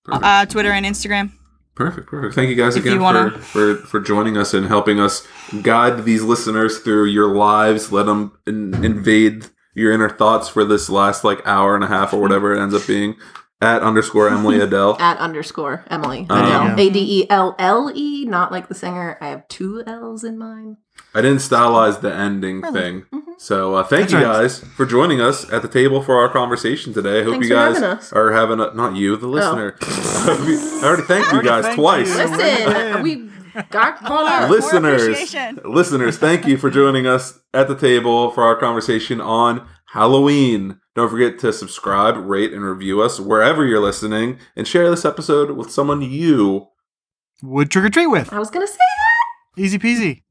Speaker 3: Perfect.
Speaker 5: uh, Twitter and Instagram.
Speaker 3: perfect, perfect. Thank you guys
Speaker 5: If
Speaker 3: again
Speaker 5: you wanna-
Speaker 3: for, for for joining us and helping us guide these listeners through your lives. Let them in, invade your inner thoughts for this last like hour and a half or whatever it ends up being. At underscore Emily Adele.
Speaker 4: At underscore Emily
Speaker 3: Oh,
Speaker 4: Adele.
Speaker 1: yeah.
Speaker 4: A D E L L E, not like the singer. I have two L's in mine.
Speaker 3: I didn't stylize the ending
Speaker 5: Really?
Speaker 3: thing. So uh, thank
Speaker 1: That's
Speaker 3: you
Speaker 1: right.
Speaker 3: guys for joining us at the table for our conversation today. I hope
Speaker 4: Thanks
Speaker 3: you
Speaker 4: for
Speaker 3: guys
Speaker 4: having us.
Speaker 3: are having a not you, the listener. [laughs] I already thanked you
Speaker 1: Already
Speaker 3: guys
Speaker 1: thanked
Speaker 3: twice.
Speaker 1: you.
Speaker 4: Listen, we got caught up.
Speaker 5: Listen-
Speaker 3: listeners,
Speaker 5: appreciation.
Speaker 3: listeners, thank you for joining us at the table for our conversation on Halloween. Don't forget to subscribe, rate, and review us wherever you're listening, and share this episode with someone you.
Speaker 1: Would trick or treat with.
Speaker 4: I was going to say that.
Speaker 1: Easy peasy.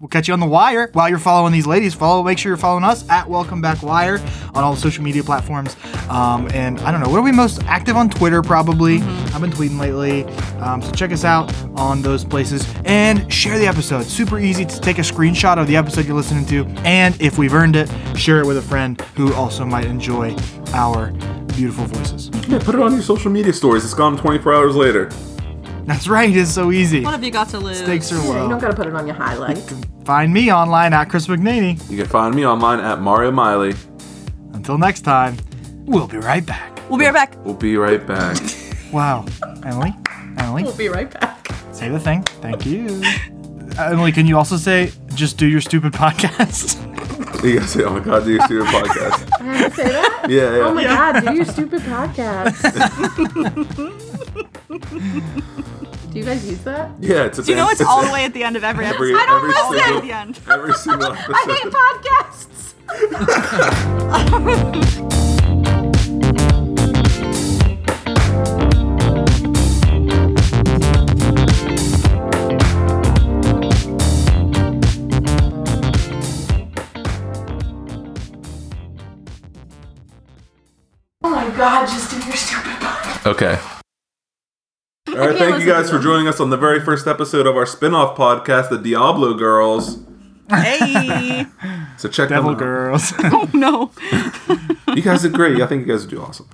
Speaker 1: We'll catch you on the wire while you're following these ladies. Follow, make sure you're following us at Welcome Back Wire on all the social media platforms. Um, and I don't know, what are we most active on Twitter? Probably. I've been tweeting lately. Um, so check us out on those places and share the episode. Super easy to take a screenshot of the episode you're listening to. And if we've earned it, share it with a friend who also might enjoy our beautiful voices.
Speaker 3: Yeah, put it on your social media stories. It's gone 24 hours later.
Speaker 1: That's right, it's so easy.
Speaker 5: What have [laughs] you got to lose?
Speaker 1: Stakes are
Speaker 4: You don't
Speaker 1: low.
Speaker 4: got to put it on your highlight.
Speaker 1: Find me online at Chris McNaney.
Speaker 3: You can find me online at Mario Miley.
Speaker 1: Until next time, we'll be right back.
Speaker 5: We'll be right back.
Speaker 3: We'll be right back.
Speaker 1: Wow. Emily? Emily,
Speaker 4: We'll be right back.
Speaker 1: say the thing. Thank you. Emily, can you also say, just do your stupid [laughs] podcast?
Speaker 3: you guys say, oh my God, do you see your
Speaker 5: [laughs]
Speaker 3: podcast?
Speaker 4: I have to say that?
Speaker 3: Yeah, yeah.
Speaker 4: Oh my God, do your stupid podcast. [laughs] do you guys use that?
Speaker 3: yeah, it's a
Speaker 5: Do you know it's
Speaker 3: dance.
Speaker 5: all the way at the end of every episode?
Speaker 3: Every-
Speaker 5: I don't
Speaker 3: every
Speaker 5: know it's
Speaker 3: single-
Speaker 5: at the end.
Speaker 3: Every single
Speaker 5: [laughs]
Speaker 3: episode.
Speaker 4: I hate podcasts. Oh my god, just do your stupid podcast.
Speaker 3: Okay. All right,
Speaker 4: can't
Speaker 3: thank you
Speaker 4: listen
Speaker 3: guys
Speaker 4: to
Speaker 3: for
Speaker 4: them.
Speaker 3: joining us on the very first episode of our spin-off podcast, The Diablo Girls.
Speaker 5: Hey.
Speaker 3: So check
Speaker 1: Devil
Speaker 3: them out.
Speaker 1: girls.
Speaker 5: oh, [laughs] no.
Speaker 3: You guys did great. I think you guys do awesome.